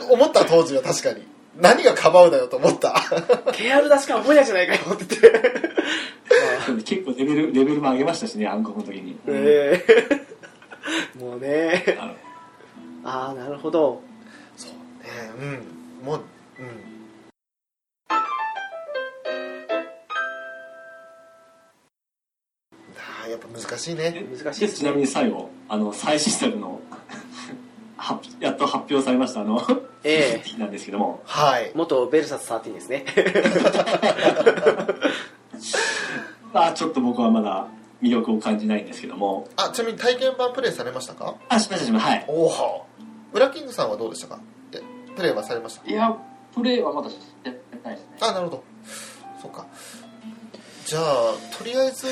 [SPEAKER 2] 思った当時は確かに何がかばうだよと思った
[SPEAKER 1] KR だしか覚えないじゃないかよって言って
[SPEAKER 3] でも結構レベルレベルも上げましたしね暗黒の時に、
[SPEAKER 1] ええ もうね
[SPEAKER 3] あの
[SPEAKER 1] ああなるほど
[SPEAKER 2] そうねうんもううんあーやっぱ難しいね
[SPEAKER 1] 難しい
[SPEAKER 3] で
[SPEAKER 1] です
[SPEAKER 3] ちなみ
[SPEAKER 1] ね
[SPEAKER 3] に最後あの最新作のはやっと発表されましたあの
[SPEAKER 1] ええ
[SPEAKER 3] なんですけども
[SPEAKER 2] はい
[SPEAKER 1] 元ベルサス13ですね
[SPEAKER 3] まあちょっと僕はまだ魅力を感じないんですけども
[SPEAKER 2] あちなみに体験版プレイされましたか
[SPEAKER 3] あしましたしましたはい
[SPEAKER 2] おおウラキングさんはどうでしたかえプレイはされました
[SPEAKER 4] ーいやプレイはまだやってないですね
[SPEAKER 2] あなるほどそうかじゃあとりあえず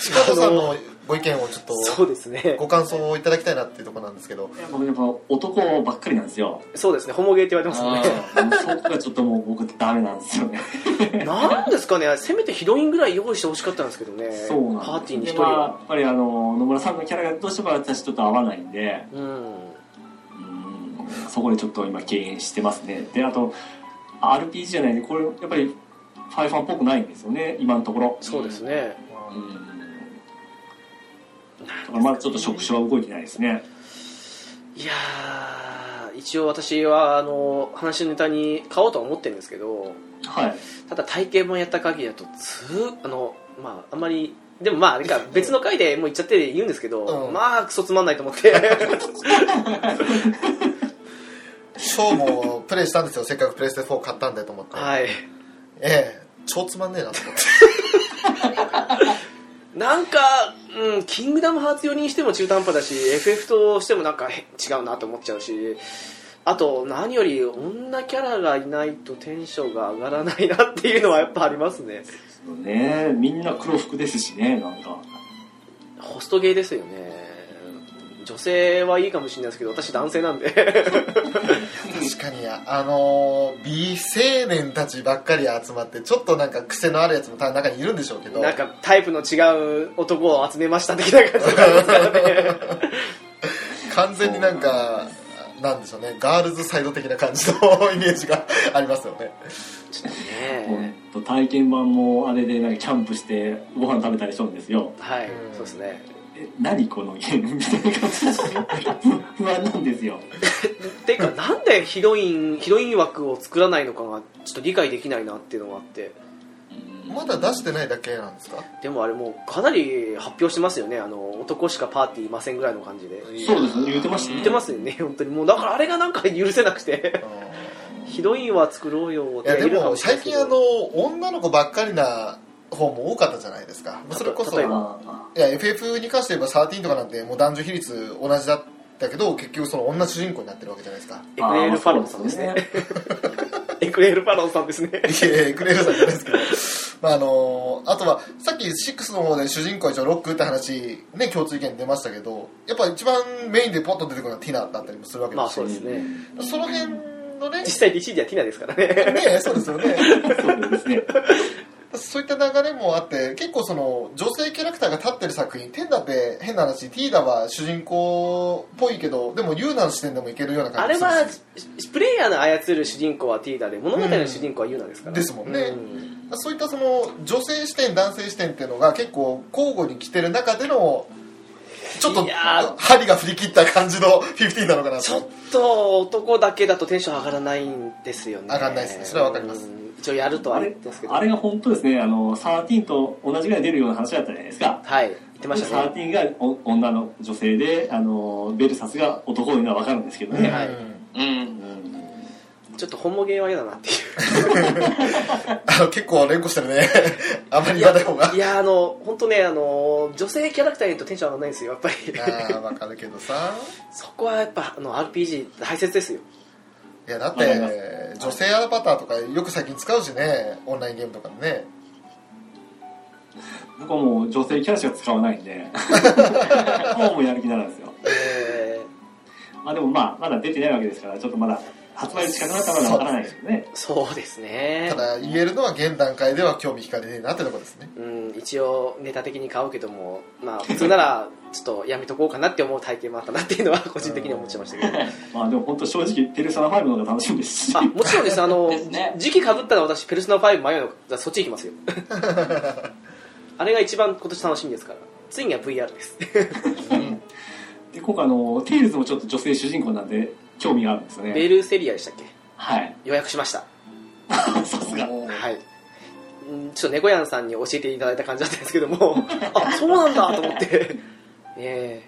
[SPEAKER 2] 近藤さんのご意見をちょっ
[SPEAKER 1] そ
[SPEAKER 2] と
[SPEAKER 1] うですね
[SPEAKER 2] ご感想をいただきたいなっていうところなんですけど
[SPEAKER 3] いや僕やっぱ男ばっかりなんですよ
[SPEAKER 1] そうですねホモゲーって言われてますもんね
[SPEAKER 3] もうそこがちょっともう僕ダメなんですよね
[SPEAKER 1] なんですかねせめてヒロインぐらい用意してほしかったんですけどね
[SPEAKER 3] そうなんです
[SPEAKER 1] パーティーに一
[SPEAKER 3] で
[SPEAKER 1] 人
[SPEAKER 3] ま
[SPEAKER 1] は、
[SPEAKER 3] あやっぱりあの野村さんのキャラがどうしても私ちょっと合わないんで
[SPEAKER 1] うん
[SPEAKER 3] うんそこでちょっと今敬遠してますねであと RPG じゃないんでこれやっぱりファイファンっぽくないんですよね今のところ
[SPEAKER 1] そうですね
[SPEAKER 3] うんだからまだちょっと触手は動いてないですね
[SPEAKER 1] いやー一応私はあの話のネタに買おうとは思ってるんですけど
[SPEAKER 3] はい
[SPEAKER 1] ただ体験版やった限りだとつーあのまああんまりでもまあなん か別の回でもう言っちゃって言うんですけど、
[SPEAKER 2] うん
[SPEAKER 1] まあクソつまんないと思って
[SPEAKER 2] ショーもプレイしたんですよせっかくプレステ4買ったんでと思って、
[SPEAKER 1] はい
[SPEAKER 2] ええ超つまんねえなと 思って
[SPEAKER 1] なんか、うん、キングダムハーツ寄りにしても中途半端だし FF としてもなんかへ違うなと思っちゃうしあと何より女キャラがいないとテンションが上がらないなっていうのはやっぱありますね
[SPEAKER 3] そうねみんな黒服ですしねなんか
[SPEAKER 1] ホストゲーですよね女性はいいかもしれないですけど私男性なん で
[SPEAKER 2] 確かにあのー美青年たちばっかり集まってちょっとなんか癖のあるやつも多分中にいるんでしょうけど
[SPEAKER 1] なんかタイプの違う男を集めました的な感じがありますからね
[SPEAKER 2] 完全になんかなんでしょうねガールズサイド的な感じのイメージがありますよね
[SPEAKER 1] ちょっと
[SPEAKER 3] こ
[SPEAKER 1] ね
[SPEAKER 3] うね体験版もあれでなんかキャンプしてご飯食べたりしょるんですよ
[SPEAKER 1] はい
[SPEAKER 2] うん
[SPEAKER 1] そうですね
[SPEAKER 3] え何このゲームみたいな感じで不安なんですよ
[SPEAKER 1] てかなんでヒロインヒロイン枠を作らないのかがちょっと理解できないなっていうのがあって
[SPEAKER 2] まだ出してないだけなんですか
[SPEAKER 1] でもあれもうかなり発表してますよねあの男しかパーティーいませんぐらいの感じで
[SPEAKER 3] そうですね言ってました
[SPEAKER 1] 言
[SPEAKER 3] ね
[SPEAKER 1] ってますよね本当にもうだからあれがなんか許せなくて ヒロインは作ろうよっ
[SPEAKER 2] いや
[SPEAKER 1] て
[SPEAKER 2] で
[SPEAKER 1] いるか
[SPEAKER 2] も
[SPEAKER 1] もしれ
[SPEAKER 2] 最
[SPEAKER 1] ないけ
[SPEAKER 2] 近
[SPEAKER 1] ど
[SPEAKER 2] あの女の子ばっかりな方も多かったじゃないですかそれこそ
[SPEAKER 1] 例え
[SPEAKER 2] い
[SPEAKER 1] ば
[SPEAKER 3] あ
[SPEAKER 2] や FF に関して言えば13とかなんてもう男女比率同じだったけど結局その女主人公になってるわけじゃないで すか
[SPEAKER 1] エクレール・ファロンさんですね エクレール・ファロンさんです ね
[SPEAKER 2] いやいやクレールさんじゃないですけど、まあ、あのあとはさっき6の方で主人公は一応ロックって話、ね、共通意見出ましたけどやっぱ一番メインでポッと出てくるのはティナだったりもするわけ
[SPEAKER 1] まあ
[SPEAKER 2] ですし、
[SPEAKER 1] そうですね
[SPEAKER 2] その辺のね
[SPEAKER 1] 実際 DC ではティナですからね
[SPEAKER 2] ねそうですよね
[SPEAKER 3] そうですね
[SPEAKER 2] そういった流れもあって結構その女性キャラクターが立ってる作品テンダって変な話ティーダは主人公っぽいけどでもユーナの視点でもいけるような
[SPEAKER 1] あ
[SPEAKER 2] 感
[SPEAKER 1] れ
[SPEAKER 2] じがす
[SPEAKER 1] は
[SPEAKER 2] るし
[SPEAKER 1] しプレイヤーの操る主人公はティーダで物語の主人公はユーナですから、
[SPEAKER 2] ですもんね
[SPEAKER 1] うん
[SPEAKER 2] そういったその女性視点男性視点っていうのが結構交互に来てる中でのちょっと
[SPEAKER 1] いやー
[SPEAKER 2] 針が振り切った感じの15なのかな
[SPEAKER 1] ちょっ
[SPEAKER 2] と
[SPEAKER 1] と男だけだとテンション上がらないんですよね
[SPEAKER 2] 上がらないですねそれはわかります
[SPEAKER 1] うん一応やるとは
[SPEAKER 3] あ
[SPEAKER 1] あれ
[SPEAKER 3] れ
[SPEAKER 1] ですけど
[SPEAKER 3] あれが本当ですねあの13と同じぐらい出るような話だったじゃないですか
[SPEAKER 1] はい言ってましたね
[SPEAKER 3] 13がお女の女性であのベルサスが男いうのは分かるんですけどね、
[SPEAKER 1] はい
[SPEAKER 2] うん
[SPEAKER 4] うん
[SPEAKER 1] ちょっとホモゲーは嫌だなっていう
[SPEAKER 2] あの結構連呼してるね あまり言わない方が
[SPEAKER 1] いやあの本当ねあの女性キャラクターにとテンション上がらないんですよやっぱり
[SPEAKER 2] ああわかるけどさ
[SPEAKER 1] そこはやっぱあの RPG 大切ですよ
[SPEAKER 2] いやだっ
[SPEAKER 3] わかりま
[SPEAKER 2] て女性アバターとかよく最近使うしねオンラインゲームとかでね
[SPEAKER 3] 僕はもう女性キャラしか使わない んでもうもうやる気にならんですよ
[SPEAKER 1] え
[SPEAKER 3] まあでもまあまだ出てないわけですからちょっとまだ発売近くなったらまだ分からないですよね
[SPEAKER 1] ーそうですね
[SPEAKER 2] ただ言えるのは現段階では興味惹かれねえなってとこですね
[SPEAKER 1] うん、一応ネタ的に買うけども、まあ、普通ならちょっとやめとこうかなって思う体験もあったなっていうのは個人的に思ってましたけど
[SPEAKER 3] まあでも本当正直ペルソナ5の方が楽しみですし
[SPEAKER 1] あもちろんですあの
[SPEAKER 4] ですね
[SPEAKER 1] 時期かぶったら私「ペルソナ5」迷うのじゃあそっち行きます よあれが一番今年楽しみですからついには VR です
[SPEAKER 3] で今回あのテイルズもちょっと女性主人公なんで興味があるんですよ
[SPEAKER 1] ベ
[SPEAKER 3] ね
[SPEAKER 1] ルセリアでしたっけ
[SPEAKER 3] はい
[SPEAKER 1] 予約しました
[SPEAKER 3] さすが
[SPEAKER 4] うん
[SPEAKER 1] はいうんちょっと猫やんさんに教えていただいた感じだったんですけども あそうなんだと思ってねえ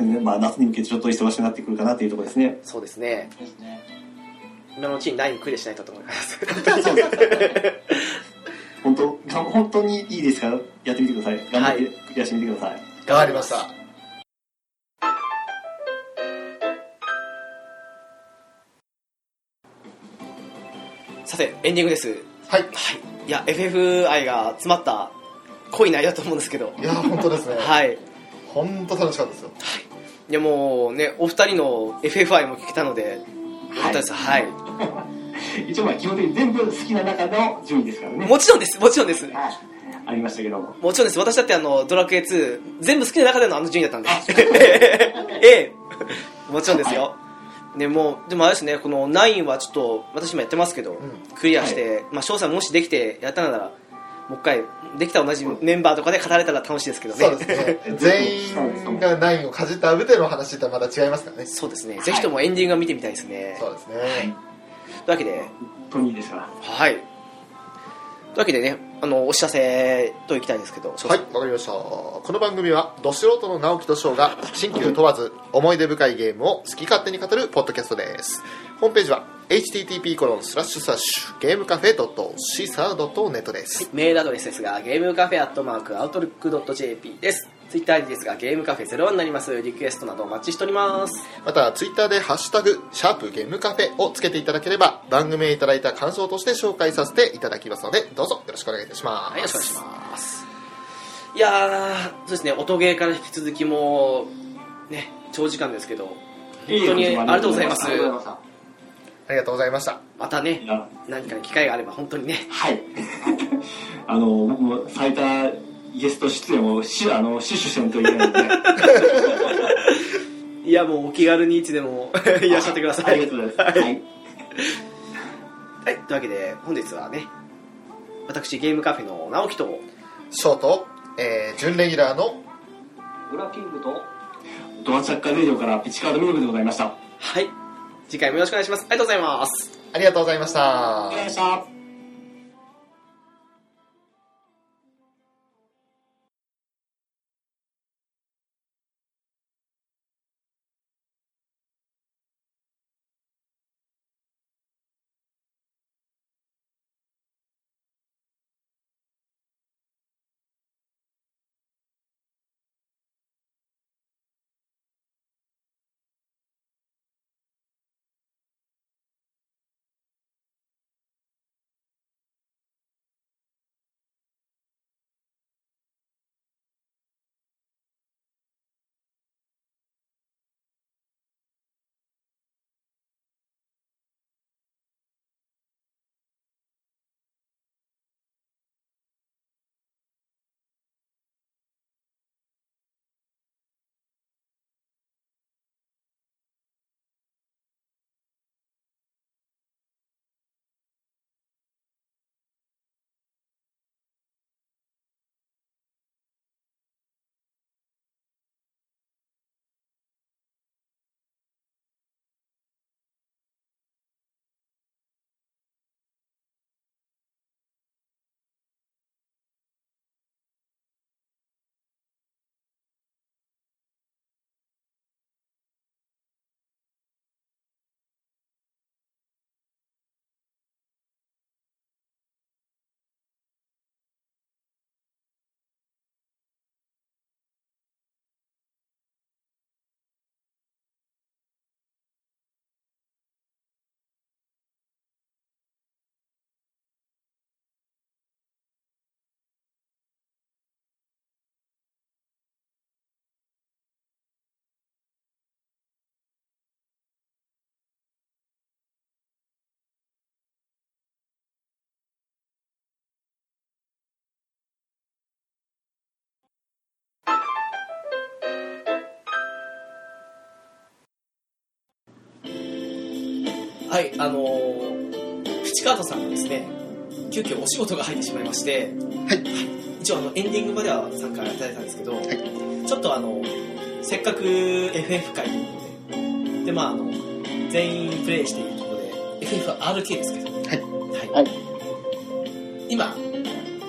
[SPEAKER 3] うんまあ夏に向けてちょっと忙しくなってくるかなっていうところですね
[SPEAKER 1] そうですね
[SPEAKER 4] ですね
[SPEAKER 1] 今のうちに9クリアしないとと思います
[SPEAKER 3] 本当が本当にいいですからやってみてください頑張ってクリアしてみてください、
[SPEAKER 2] 変わりました
[SPEAKER 1] さてエンディングです
[SPEAKER 2] はい
[SPEAKER 1] はい、いや FF 愛が詰まった濃い内容だと思うんですけど、
[SPEAKER 2] いや本当ですね
[SPEAKER 1] はい、
[SPEAKER 2] 本当楽しかったですよ
[SPEAKER 1] いやもうねお二人の FF 愛も聞けたので、よかったですはい、
[SPEAKER 3] 一応まあ基本的に全部好きな中の順位ですからね
[SPEAKER 1] もちろんです、もちろんです、
[SPEAKER 3] はいありましたけども
[SPEAKER 1] もちろんです、私だってあのドラクエ2、全部好きな中でのあの順位だったんで、 ええ、もちろんですよ。でもうでもあれですね、この9はちょっと私今やってますけど、
[SPEAKER 2] ん
[SPEAKER 1] クリアして、まあ、翔さんもしできてやったなら、もう一回、できた同じメンバーとかで語れたら楽しいですけどね。
[SPEAKER 2] そうですね全員がナインをかじった上での話ってまた違いますからねそ
[SPEAKER 1] そうですね、ぜひともエンディングは見てみたいですね。
[SPEAKER 2] うですね
[SPEAKER 1] というわけで、
[SPEAKER 3] 本当にいいですから
[SPEAKER 1] はい。というわけでね、あの、お知らせといきたいんですけど、
[SPEAKER 2] はいわかりましたこの番組はど素人の直樹と翔が新旧問わず思い出深いゲームを好き勝手に語るポッドキャストですホームページは http コロンスラッシュスラッシュゲームカフェ .c サー .net です
[SPEAKER 1] メールアドレスですが、ゲームカフェアットマークアウトルック .jp です。ツイッターですがゲームカフェ01になりますリクエストなどお待ちしております
[SPEAKER 2] またツイッターで「ハッシュタグシャープゲームカフェ」をつけていただければ番組へいただいた感想として紹介させていただきますのでどうぞよろしくお願いいたします、
[SPEAKER 1] はいよろしくお願いしますいやーそうですね音ゲーから引き続きもうね長時間ですけど
[SPEAKER 3] いい
[SPEAKER 1] 本当にありがとうございます
[SPEAKER 4] ありがとうございま
[SPEAKER 2] ありがとうございました
[SPEAKER 1] また
[SPEAKER 3] い
[SPEAKER 1] ね
[SPEAKER 3] や
[SPEAKER 1] 何かの機会があれば本当にね
[SPEAKER 3] はい。 あの、僕も最多ゲスト出演をし、あの、死守せんといけないので。
[SPEAKER 1] いやもうお気軽にいつでも いらっしゃってくださ
[SPEAKER 3] あ
[SPEAKER 1] い
[SPEAKER 3] りがとうございます。はい。
[SPEAKER 1] はい、というわけで本日はね私ゲームカフェの直樹と
[SPEAKER 2] ショート、えー、準レギュラーの
[SPEAKER 4] す裏キングと
[SPEAKER 3] ドアチャッカーレディオからピチカードミルクでございました。
[SPEAKER 1] はい次回もよろしくお願いしますありがとうございます
[SPEAKER 2] ありがとうございました
[SPEAKER 3] ありがとうございました。
[SPEAKER 1] はいあのー、プチカートさんがですね急遽お仕事が入ってしまいまして
[SPEAKER 2] はい
[SPEAKER 1] 一応あのエンディングまでは参加いただいたんですけど、ちょっとあのせっかく FF 会ということででまああの全員プレイしているところで FF は RK ですけどはい、
[SPEAKER 4] はい
[SPEAKER 1] 今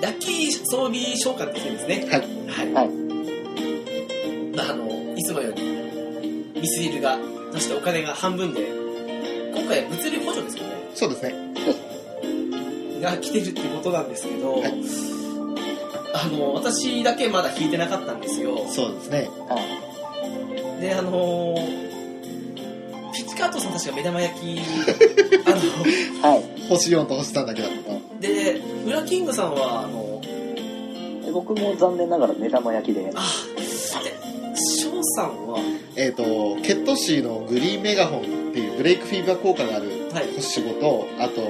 [SPEAKER 1] ラッキー装備召喚って言うんですね
[SPEAKER 2] はい
[SPEAKER 1] はい、
[SPEAKER 4] はい
[SPEAKER 1] まあ、あのいつもよりミスリルがそしてお金が半分で今回物流補助ですよね
[SPEAKER 2] そうですね
[SPEAKER 1] が来てるってことなんですけど、
[SPEAKER 2] はい
[SPEAKER 1] あの私だけまだ引いてなかったんですよ
[SPEAKER 2] そうですね
[SPEAKER 1] であのピッチカートさんたちが目玉焼 きあ
[SPEAKER 4] はい
[SPEAKER 2] 星4と星3だけだった
[SPEAKER 1] のでウラキングさんはあの
[SPEAKER 4] で僕も残念ながら目玉焼きで
[SPEAKER 1] あでショウさんは
[SPEAKER 2] えっ、とケットシーのグリーンメガホンっていうブレイクフィーバー効果がある
[SPEAKER 1] はい
[SPEAKER 2] 星5とあと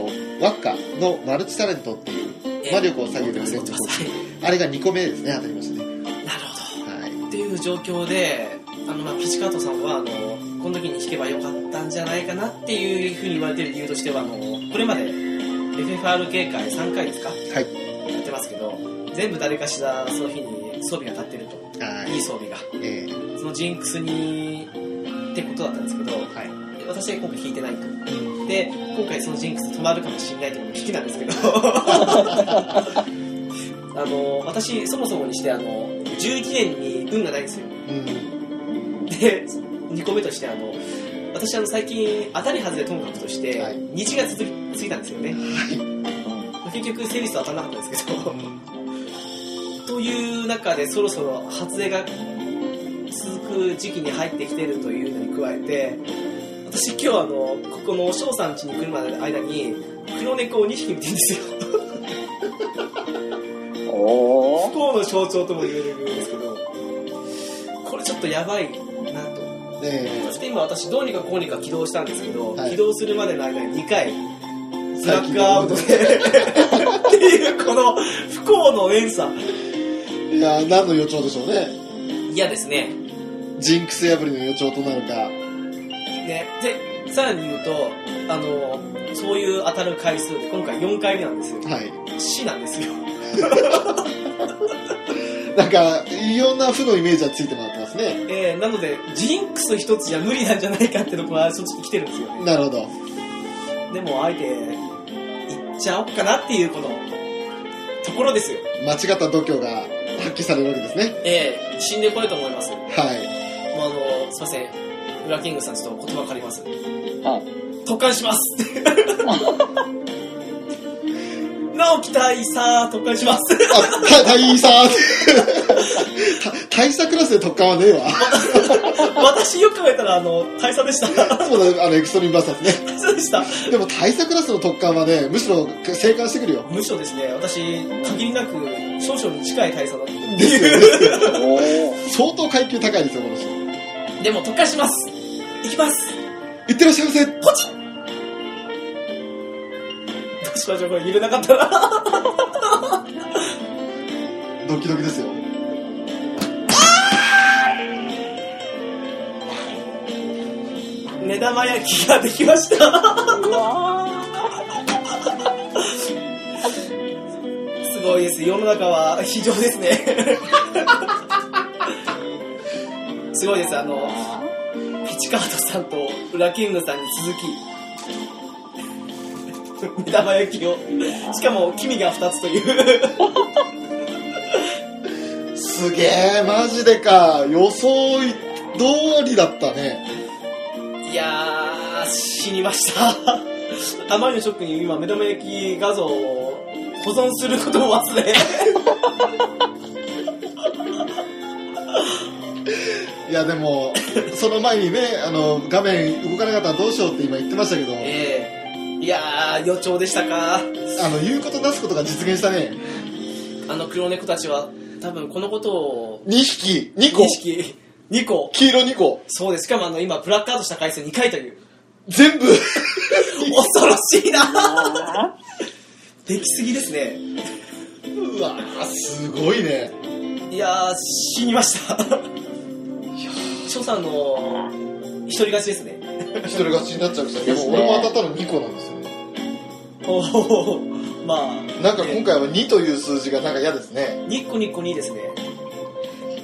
[SPEAKER 2] ワッカのマルチタレントっていう魔力を下げる
[SPEAKER 1] 持
[SPEAKER 2] 連
[SPEAKER 1] ってます持
[SPEAKER 2] 続
[SPEAKER 1] ってますはい
[SPEAKER 2] あれが2個目ですね当たりました
[SPEAKER 1] な
[SPEAKER 2] ね
[SPEAKER 1] るほど
[SPEAKER 2] はい
[SPEAKER 1] っていう状況であの、まあ、ピチカートさんはあのこの時に弾けばよかったんじゃないかなっていうふうに言われてる理由としてはあのこれまで FFRK 会3回ですか
[SPEAKER 2] はい
[SPEAKER 1] やってますけど全部誰かしらその日に装備が立ってると
[SPEAKER 2] はい
[SPEAKER 1] いい装備が
[SPEAKER 2] え
[SPEAKER 1] そのジンクスにってことだったんですけど
[SPEAKER 2] ーはい
[SPEAKER 1] 私は今回弾いてないとで今回そのジンクス止まるかもしれないというのも危機なんですけど あの私そもそもにしてあの11年に運がないんですよ
[SPEAKER 2] うん
[SPEAKER 1] で2個目としてあの私あの最近当たり外れともかくとして、
[SPEAKER 2] はい
[SPEAKER 1] 虹が続きついたんですよね、まあ結局セリスは当たらなかったんですけどという流中でそろそろ発令が続く時期に入ってきてるというのに加えて私今日あのここの翔さん家に来るまでの間に黒猫を2匹見てるんですよ
[SPEAKER 5] おー
[SPEAKER 1] 不幸の象徴とも言えるんですけどこれちょっとやばいなと
[SPEAKER 2] え
[SPEAKER 1] そして今私どうにかこうにか起動したんですけど、
[SPEAKER 2] はい
[SPEAKER 1] 起動するまでの間に2回ブラ
[SPEAKER 2] 最
[SPEAKER 1] ッ
[SPEAKER 2] 近
[SPEAKER 1] クアウトでっていうこの不幸の連鎖
[SPEAKER 2] えいや何の予兆でしょうね
[SPEAKER 1] いやですね
[SPEAKER 2] ジンクス破りの予兆となるか
[SPEAKER 1] ね、でさらに言うとあのそういう当たる回数って今回4回目なんですよ
[SPEAKER 2] はい
[SPEAKER 1] 死なんですよ
[SPEAKER 2] なんかいろんな負のイメージはついてもらってますね
[SPEAKER 1] えーなのでジンクス一つじゃ無理なんじゃないかってとこは正直来てるんですよね
[SPEAKER 2] なるほど
[SPEAKER 1] でもあえて行っちゃおっかなっていうこのところですよ
[SPEAKER 2] 間違った度胸が発揮されるわけですね
[SPEAKER 1] ええ死んでこれと思いますもう
[SPEAKER 2] はい
[SPEAKER 1] あのすいません裏キングさんちょっと言葉借ります
[SPEAKER 5] はい
[SPEAKER 1] 特感します直樹大佐特感します
[SPEAKER 2] あた 大佐 た大佐クラスで特感はねえわ
[SPEAKER 1] 私よく考えたらあの大佐でした
[SPEAKER 2] そうだあのエクストリームバーサスね
[SPEAKER 1] 大佐でした
[SPEAKER 2] でも大佐クラスの特感はねむしろ生還してくるよ
[SPEAKER 1] むしろですね私限りなく少々に近い大佐だった
[SPEAKER 2] ですよね
[SPEAKER 5] おー
[SPEAKER 2] 相当階級高いですよこの人い
[SPEAKER 1] でも特化します行きます
[SPEAKER 2] ってらっしゃいませ
[SPEAKER 1] どうしましょうこれ揺れなかったら
[SPEAKER 2] ドキドキですよ
[SPEAKER 1] 目玉焼きができました
[SPEAKER 5] うわ
[SPEAKER 1] すごいです世の中は非常ですねすごいですあのピチカートさんとウラキングさんに続き目玉焼きをしかも黄身が2つという
[SPEAKER 2] すげえマジでか予想い通りだったね
[SPEAKER 1] いやー、死にました。あまりのショックに今、目玉焼き画像を保存することを忘れ。
[SPEAKER 2] いやで もその前にねあの画面動かなかったらどうしようって今言ってましたけど
[SPEAKER 1] ええいやー、予兆でしたか。
[SPEAKER 2] あの言うことなすことが実現したね
[SPEAKER 1] あの黒猫たちは、多分このことを、
[SPEAKER 2] 2匹2個
[SPEAKER 1] 意識、2個。
[SPEAKER 2] 黄色2個
[SPEAKER 1] そうです。しかもあの、今、ブラックアウトした回数2回という。
[SPEAKER 2] 全部
[SPEAKER 1] 恐ろしいな
[SPEAKER 5] ー
[SPEAKER 1] できすぎですね。
[SPEAKER 2] うわーすごいね
[SPEAKER 1] いやー、死にました。翔さんの、一人勝ちですね。
[SPEAKER 2] 一人勝ちになっちゃうから
[SPEAKER 5] ですね
[SPEAKER 2] 俺も当たったの2個なんですよ
[SPEAKER 1] おおまあ。
[SPEAKER 2] なんか今回は2という数字がなんか嫌ですね
[SPEAKER 1] ニッコニッコにですね。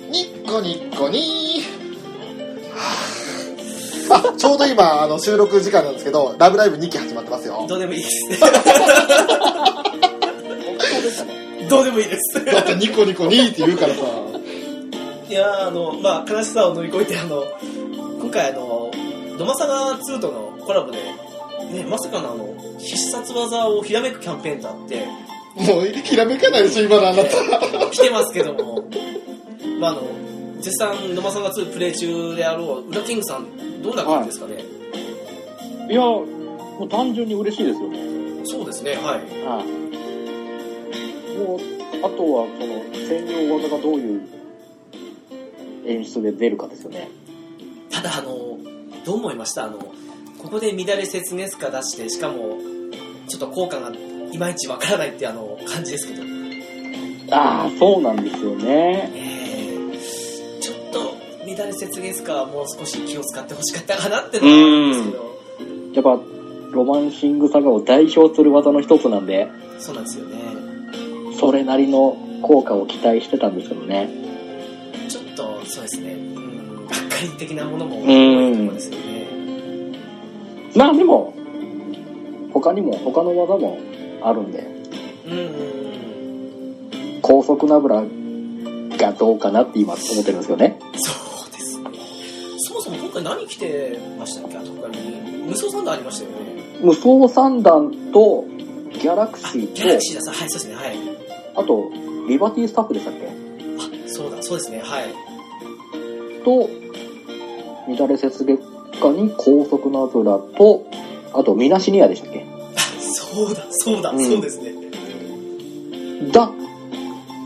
[SPEAKER 2] ニッコニッコニー あちょうど今あの収録時間なんですけど「ラブライブ!」2期始まってますよ
[SPEAKER 1] どうでもいいです。
[SPEAKER 5] そうですね
[SPEAKER 1] どうでもいいです。
[SPEAKER 2] だってニコニコニーって言うからさ
[SPEAKER 1] いやーあの、まあ、悲しさを乗り越えて、あの、今回、あの、ドマサガ2とのコラボで、ね、まさかのあの、必殺技をひらめくキャンペーンとあって、
[SPEAKER 2] もうひらめかないでしょ今のあなた
[SPEAKER 1] 来てますけども、まあ、あの、絶賛、ドマサガ2プレイ中であろう、ウラキングさん、どんな感じですかね。
[SPEAKER 5] いやもう単純に嬉しいですよね
[SPEAKER 1] そうですね、はい。
[SPEAKER 5] はいもうあとはその専用技がどういう演出で出るかですよね
[SPEAKER 1] ただあのどう思いましたあのここで乱れ説熱化出してしかもちょっと効果がいまいちわからないってあの感じですけど
[SPEAKER 5] ああそうなんですよね
[SPEAKER 1] えーちょっと乱れ説熱化はもう少し気を使ってほしかったかなってのは思うんですけど
[SPEAKER 5] やっぱロマンシングサガを代表する技の一つなんで
[SPEAKER 1] そうなんですよね
[SPEAKER 5] それなりの効果を期待してたんですけどね
[SPEAKER 1] ちょっとそうですねうんがっかり的なものも
[SPEAKER 5] う
[SPEAKER 1] 多い
[SPEAKER 5] ん
[SPEAKER 1] ところですよね
[SPEAKER 5] まあでも他にも他の技もあるんで
[SPEAKER 1] うんうん
[SPEAKER 5] 高速ナブラがどうかなって今思ってるんですけどね
[SPEAKER 1] うんそうですねそもそも今回何着てましたっけあと他に無双サンダーありましたよね
[SPEAKER 5] 無双三段とギャラク
[SPEAKER 1] あ
[SPEAKER 5] シ
[SPEAKER 1] ギ
[SPEAKER 5] ー
[SPEAKER 1] ャラクシ
[SPEAKER 5] と
[SPEAKER 1] ーださはいそうですねはい
[SPEAKER 5] あとリバティスタッフでしたっけ
[SPEAKER 1] あそうだそうですねはい
[SPEAKER 4] と、乱れ節月下に高速の油と、あと、ミナシニアでしたっけ
[SPEAKER 1] そうだそうだ、
[SPEAKER 4] うん
[SPEAKER 1] そうですね
[SPEAKER 4] だ、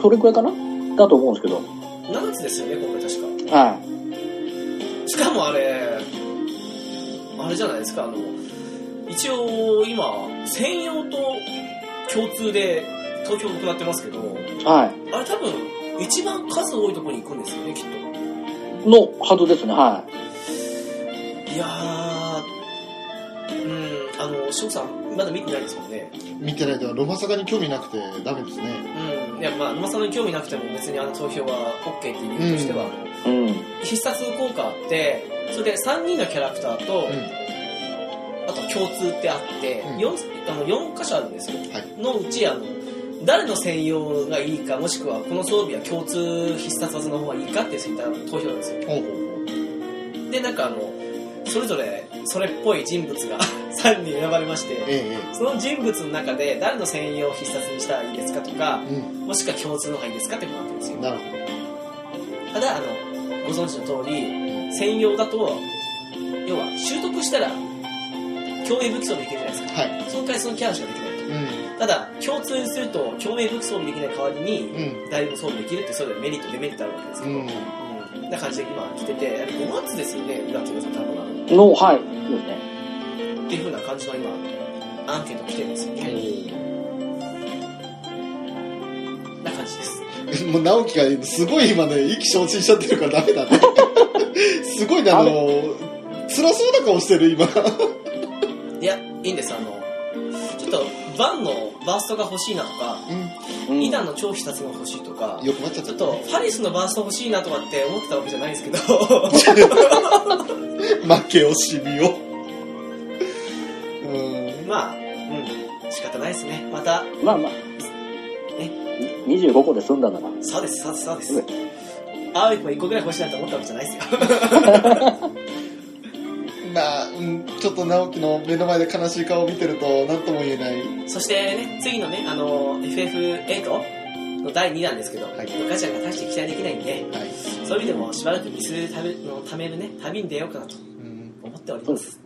[SPEAKER 4] それくらいかなだと思うんですけど。
[SPEAKER 1] 7つですよね今回確か
[SPEAKER 4] は
[SPEAKER 1] しかもあれ、あれじゃないですか、あの、一応今、専用と共通で投票行ってますけど、
[SPEAKER 4] い。はい。
[SPEAKER 1] あれ多分、一番数多いところに行くんですよね、きっと。
[SPEAKER 4] のはずですね、はい
[SPEAKER 1] やー、うん、あの、翔さん、まだ見てないですもんね。
[SPEAKER 2] 見てないけどロマサガに興味なくてダメですね
[SPEAKER 1] うん、いや、まあ、沼さんの興味なくても別にあの投票は OK っていう理由としては、
[SPEAKER 4] い。うん。
[SPEAKER 1] 必殺効果あって、それで3人のキャラクターと、
[SPEAKER 2] う
[SPEAKER 1] あと共通ってあって、
[SPEAKER 2] うん
[SPEAKER 1] 四あの4箇所あるんですよ、
[SPEAKER 2] い
[SPEAKER 1] のうちあの誰の専用がいいかもしくはこの装備は共通必殺技の方がいいかってそういった投票なんですよ
[SPEAKER 2] んほうほうほう
[SPEAKER 1] でなんかあのそれぞれそれっぽい人物が 3人選ばれまして
[SPEAKER 2] ええ
[SPEAKER 1] その人物の中で誰の専用を必殺にしたらいいですかとか
[SPEAKER 2] ええうん
[SPEAKER 1] もしくは共通の方がいいですかってことなんですよ
[SPEAKER 2] なる
[SPEAKER 1] た
[SPEAKER 2] ほど
[SPEAKER 1] だあのご存知の通り専用だと要は習得したら共鳴武器装備できるじゃないですか
[SPEAKER 2] はい
[SPEAKER 1] その回そのキャラしかできないと
[SPEAKER 2] うん
[SPEAKER 1] ただ共通にすると共鳴武器装備できない代わりに
[SPEAKER 2] うん
[SPEAKER 1] 誰でも装備できるってそれでメリットデメリットあるわけですけど、
[SPEAKER 2] うん
[SPEAKER 1] うんな感じで今来ててあれ5月ですよね裏手がさん多分あの
[SPEAKER 4] の、はい。ですね。
[SPEAKER 1] っていう風な感じの今アンケート来てるんですよね、な感じです
[SPEAKER 2] もう直樹がすごい今ね意気消沈しちゃってるからダメ だねすごいねあの辛そうな顔してる今
[SPEAKER 1] いやいいんですあのちょっとバンのバーストが欲しいなとか
[SPEAKER 2] うん
[SPEAKER 4] うん
[SPEAKER 1] イダンの超必殺が欲しいと か
[SPEAKER 2] 欲張っちゃ
[SPEAKER 1] ち
[SPEAKER 2] った
[SPEAKER 1] ょっとファリスのバースト欲しいなとかって思ってたわけじゃないんですけど
[SPEAKER 2] 負け惜しみをうん
[SPEAKER 1] まあうん仕方ないですねまた
[SPEAKER 4] まあまあ。
[SPEAKER 1] え
[SPEAKER 4] 25個で済んだなら。
[SPEAKER 1] そうです、そうです、そうです。青い子1個ぐらい欲しいなと思ったわけじゃないです よ。
[SPEAKER 2] まあ、うん、ちょっと直樹の目の前で悲しい顔を見てると何とも言えない
[SPEAKER 1] そしてね、次のね、あの、FF8 の第2弾ですけど、
[SPEAKER 2] はい
[SPEAKER 1] ガチャが大して期待できないんで、
[SPEAKER 2] はい、
[SPEAKER 1] そういう意味でもしばらくミスためのためるね、旅に出ようかなと
[SPEAKER 2] うん、
[SPEAKER 1] 思っております。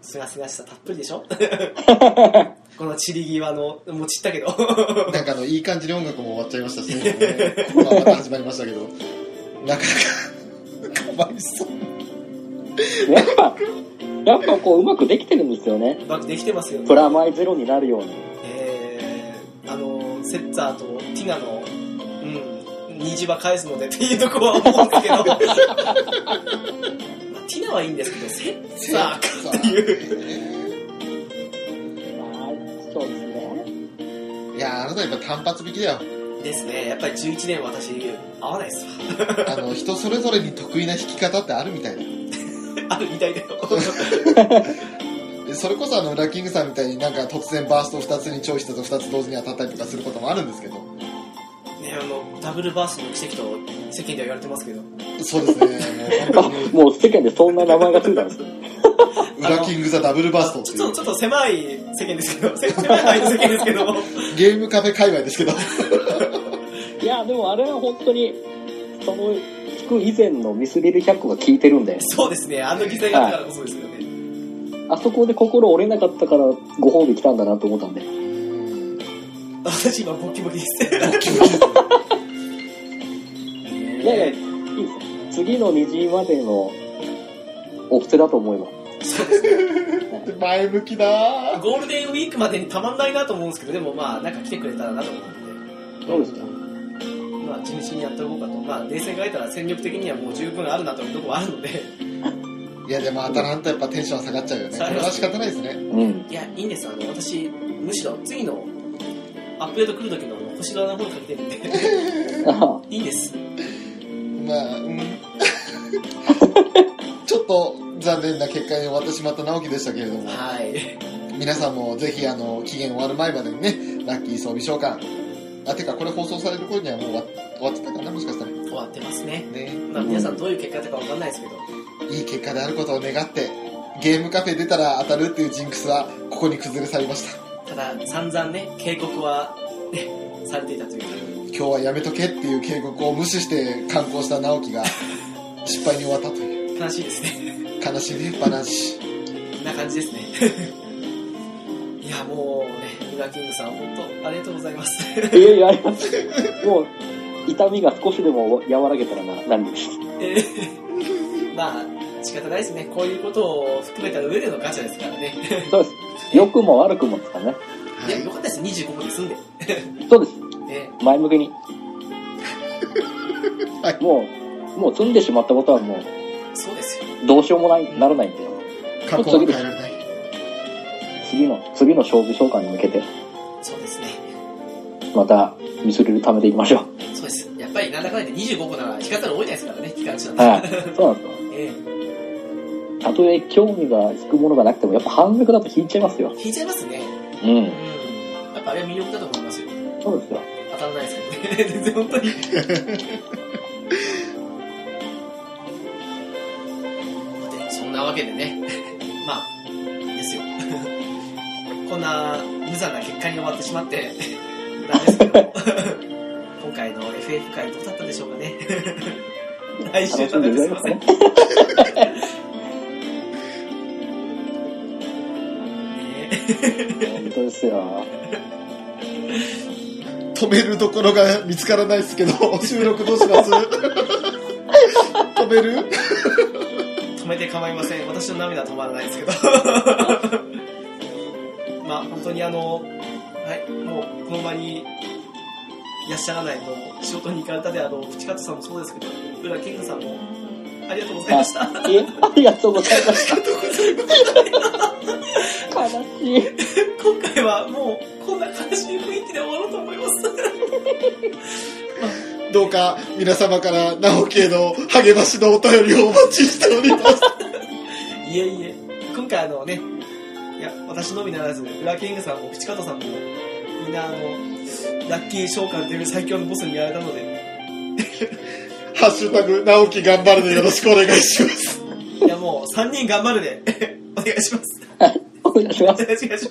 [SPEAKER 1] すがすがしさたっぷりでし ょ この散り際の、もう散ったけど。
[SPEAKER 2] なんかあのいい感じに音楽も終わっちゃいましたし、ね、まあまた始まりましたけどなかなかかわいそう
[SPEAKER 4] やっぱ、やっぱこう、うまくできてるんですよね。
[SPEAKER 1] うまくできてますよね
[SPEAKER 4] プ。ラマイゼロになるように。
[SPEAKER 1] えー、あのセッツァーとティガの、うん、虹は返すのでっていうとこは思うんですけど、まあ、ティナはいいんですけどセッツァーかっていう
[SPEAKER 2] いう
[SPEAKER 4] はい。そうですね。
[SPEAKER 2] いやあなたやっぱ単発引きだよ
[SPEAKER 1] ですねやっぱり11年私合わないですわ
[SPEAKER 2] あの人それぞれに得意な弾き方ってあるみたいな
[SPEAKER 1] あるみたいだよ
[SPEAKER 2] でそれこそあのラッキングさんみたいになんか突然バースト2つに超必殺2つ同時に当たったりとかすることもあるんですけど
[SPEAKER 1] ねあのダブルバーストの奇跡と世間では言われてますけど
[SPEAKER 2] そうですねもう
[SPEAKER 4] あ、 もう世間でそんな名前がついたんですね。
[SPEAKER 2] ウラキング・ザ・ダブルバーストって
[SPEAKER 1] ちょっとちょ
[SPEAKER 2] い
[SPEAKER 1] っと狭い世間ですけどせ狭い範囲の世間ですけど
[SPEAKER 2] うゲームカフェ界隈ですけど
[SPEAKER 4] いや、でもあれは本当に、その、聞く以前のミスリル100個が効いてるんで、
[SPEAKER 1] そうですねあの犠牲があったからこそですよね、
[SPEAKER 4] あそこで心折れなかったからご褒美来たんだなと思ったんで。
[SPEAKER 1] 私今ボキボキです
[SPEAKER 4] いやいや、いいですよ。次の2時までのお布施だと思います。
[SPEAKER 2] 前向きだー
[SPEAKER 1] ゴールデンウィークまでにたまんないなと思うんですけど、でもまあ、なんか来てくれたらなと思うん
[SPEAKER 4] そうですか。
[SPEAKER 1] で、まあ、地道にやっておこうかと。まあ、冷静に考えたら戦力的にはもう十分あるなというところはあるので、
[SPEAKER 2] いやでも当たらんとやっぱテンション下がっちゃうよね
[SPEAKER 1] 下
[SPEAKER 2] こ
[SPEAKER 1] がり
[SPEAKER 2] れ
[SPEAKER 1] ます
[SPEAKER 2] は仕方ないですね
[SPEAKER 4] うん。
[SPEAKER 1] いや、いいんです。あの、私、むしろ次のアップデート来る時のあの星空の方にかけてるんで、
[SPEAKER 4] あ
[SPEAKER 1] いいんです。
[SPEAKER 2] まあうん ちょっと残念な結果に終わってしまった直樹でしたけれども
[SPEAKER 1] はい。
[SPEAKER 2] 皆さんもぜひあの期限終わる前までにねラッキー装備召喚あてかこれ放送される頃にはもう終わ終わってたかなもしかしたら
[SPEAKER 1] 終わってますね。
[SPEAKER 2] ね
[SPEAKER 1] まあ、皆さんどういう結果だったかわかんないですけど、
[SPEAKER 2] いい結果であることを願ってゲームカフェ出たら当たるっていうジンクスはここに崩れ去りまし
[SPEAKER 1] た
[SPEAKER 2] た
[SPEAKER 1] だ、散々ね、警告はをね、されていたという。
[SPEAKER 2] 今日はやめとけっていう警告を無視して観光した直樹が失敗に終わったという
[SPEAKER 1] 悲しいですね。
[SPEAKER 2] 悲しいね話
[SPEAKER 1] こんな感じですね。 いや、もうね、ウラキングさん、本当ありがとうございます。
[SPEAKER 4] いやいや、あります。もう、痛みが少しでも和らげたらな、何 です。
[SPEAKER 1] えーまあ、仕方ないですね。こういうことを含めた上でのガチャですからね。
[SPEAKER 4] そうです。良くも悪くもですからね。
[SPEAKER 1] いや、よかったです。25個で済んで。
[SPEAKER 4] そうです。
[SPEAKER 1] ね、
[SPEAKER 4] 前向きに。
[SPEAKER 2] はい
[SPEAKER 4] もう、もう積んでしまったことはも
[SPEAKER 1] そうですよ。
[SPEAKER 4] う、どうしようもない、ならないんで、
[SPEAKER 2] 過去は変えられない
[SPEAKER 4] 次の、次の勝負召喚に向けて、
[SPEAKER 1] そうですね。
[SPEAKER 4] また、ミスリル貯めていきましょ
[SPEAKER 1] そうです。やっぱりなんだかんだで25個なら、引かざるを得ないですからね、期間中
[SPEAKER 4] う。
[SPEAKER 1] なん
[SPEAKER 4] はい。そうなんです
[SPEAKER 1] で。
[SPEAKER 4] よ。
[SPEAKER 1] え
[SPEAKER 4] たとえ興味が引くものがなくても、やっぱ反逆だと引いちゃいますよ。
[SPEAKER 1] ー引いちゃいますね。
[SPEAKER 4] う。
[SPEAKER 1] うんん。やっぱあれは魅力だと思いますよ。
[SPEAKER 4] そうですよ。
[SPEAKER 1] 当たらないですけどね。全然本当に。でそんなわけでね。 まあ、ですよ。こんな無残な結果に終わってしまって、なんですけど。今回の FF 会どうだったでしょうかね。来週
[SPEAKER 4] 楽しんでいただけます かね。
[SPEAKER 1] ね
[SPEAKER 4] 本当ですよ。
[SPEAKER 2] 止めるところが見つからないですけど収録どうします止める
[SPEAKER 1] 止めて構いません私の涙は止まらないですけど まあ本当にあのはいもうこの場にいらっしゃらないと仕事に行かれたであろうプチカットさんもそうですけど浦健吾さんもありがとうございました
[SPEAKER 4] いえ、ありがとうござい ました。悲しい。
[SPEAKER 1] 今回はもうこんな悲しい雰囲気で終わろうと思います
[SPEAKER 2] どうか皆様から直樹への励ましのお便りをお待ちしております
[SPEAKER 1] いえいえ、今回あのね、いや、私のみならず、裏キングさんも、ピチカトさんも、みんなあの、ラッキー召喚という最強のボスにやられたので、
[SPEAKER 2] 「ハッシュタグ直樹頑張る」でよろしくお願いします
[SPEAKER 1] いやもう、3人頑張るで、お願いします。
[SPEAKER 4] お願いします。
[SPEAKER 1] お願いします。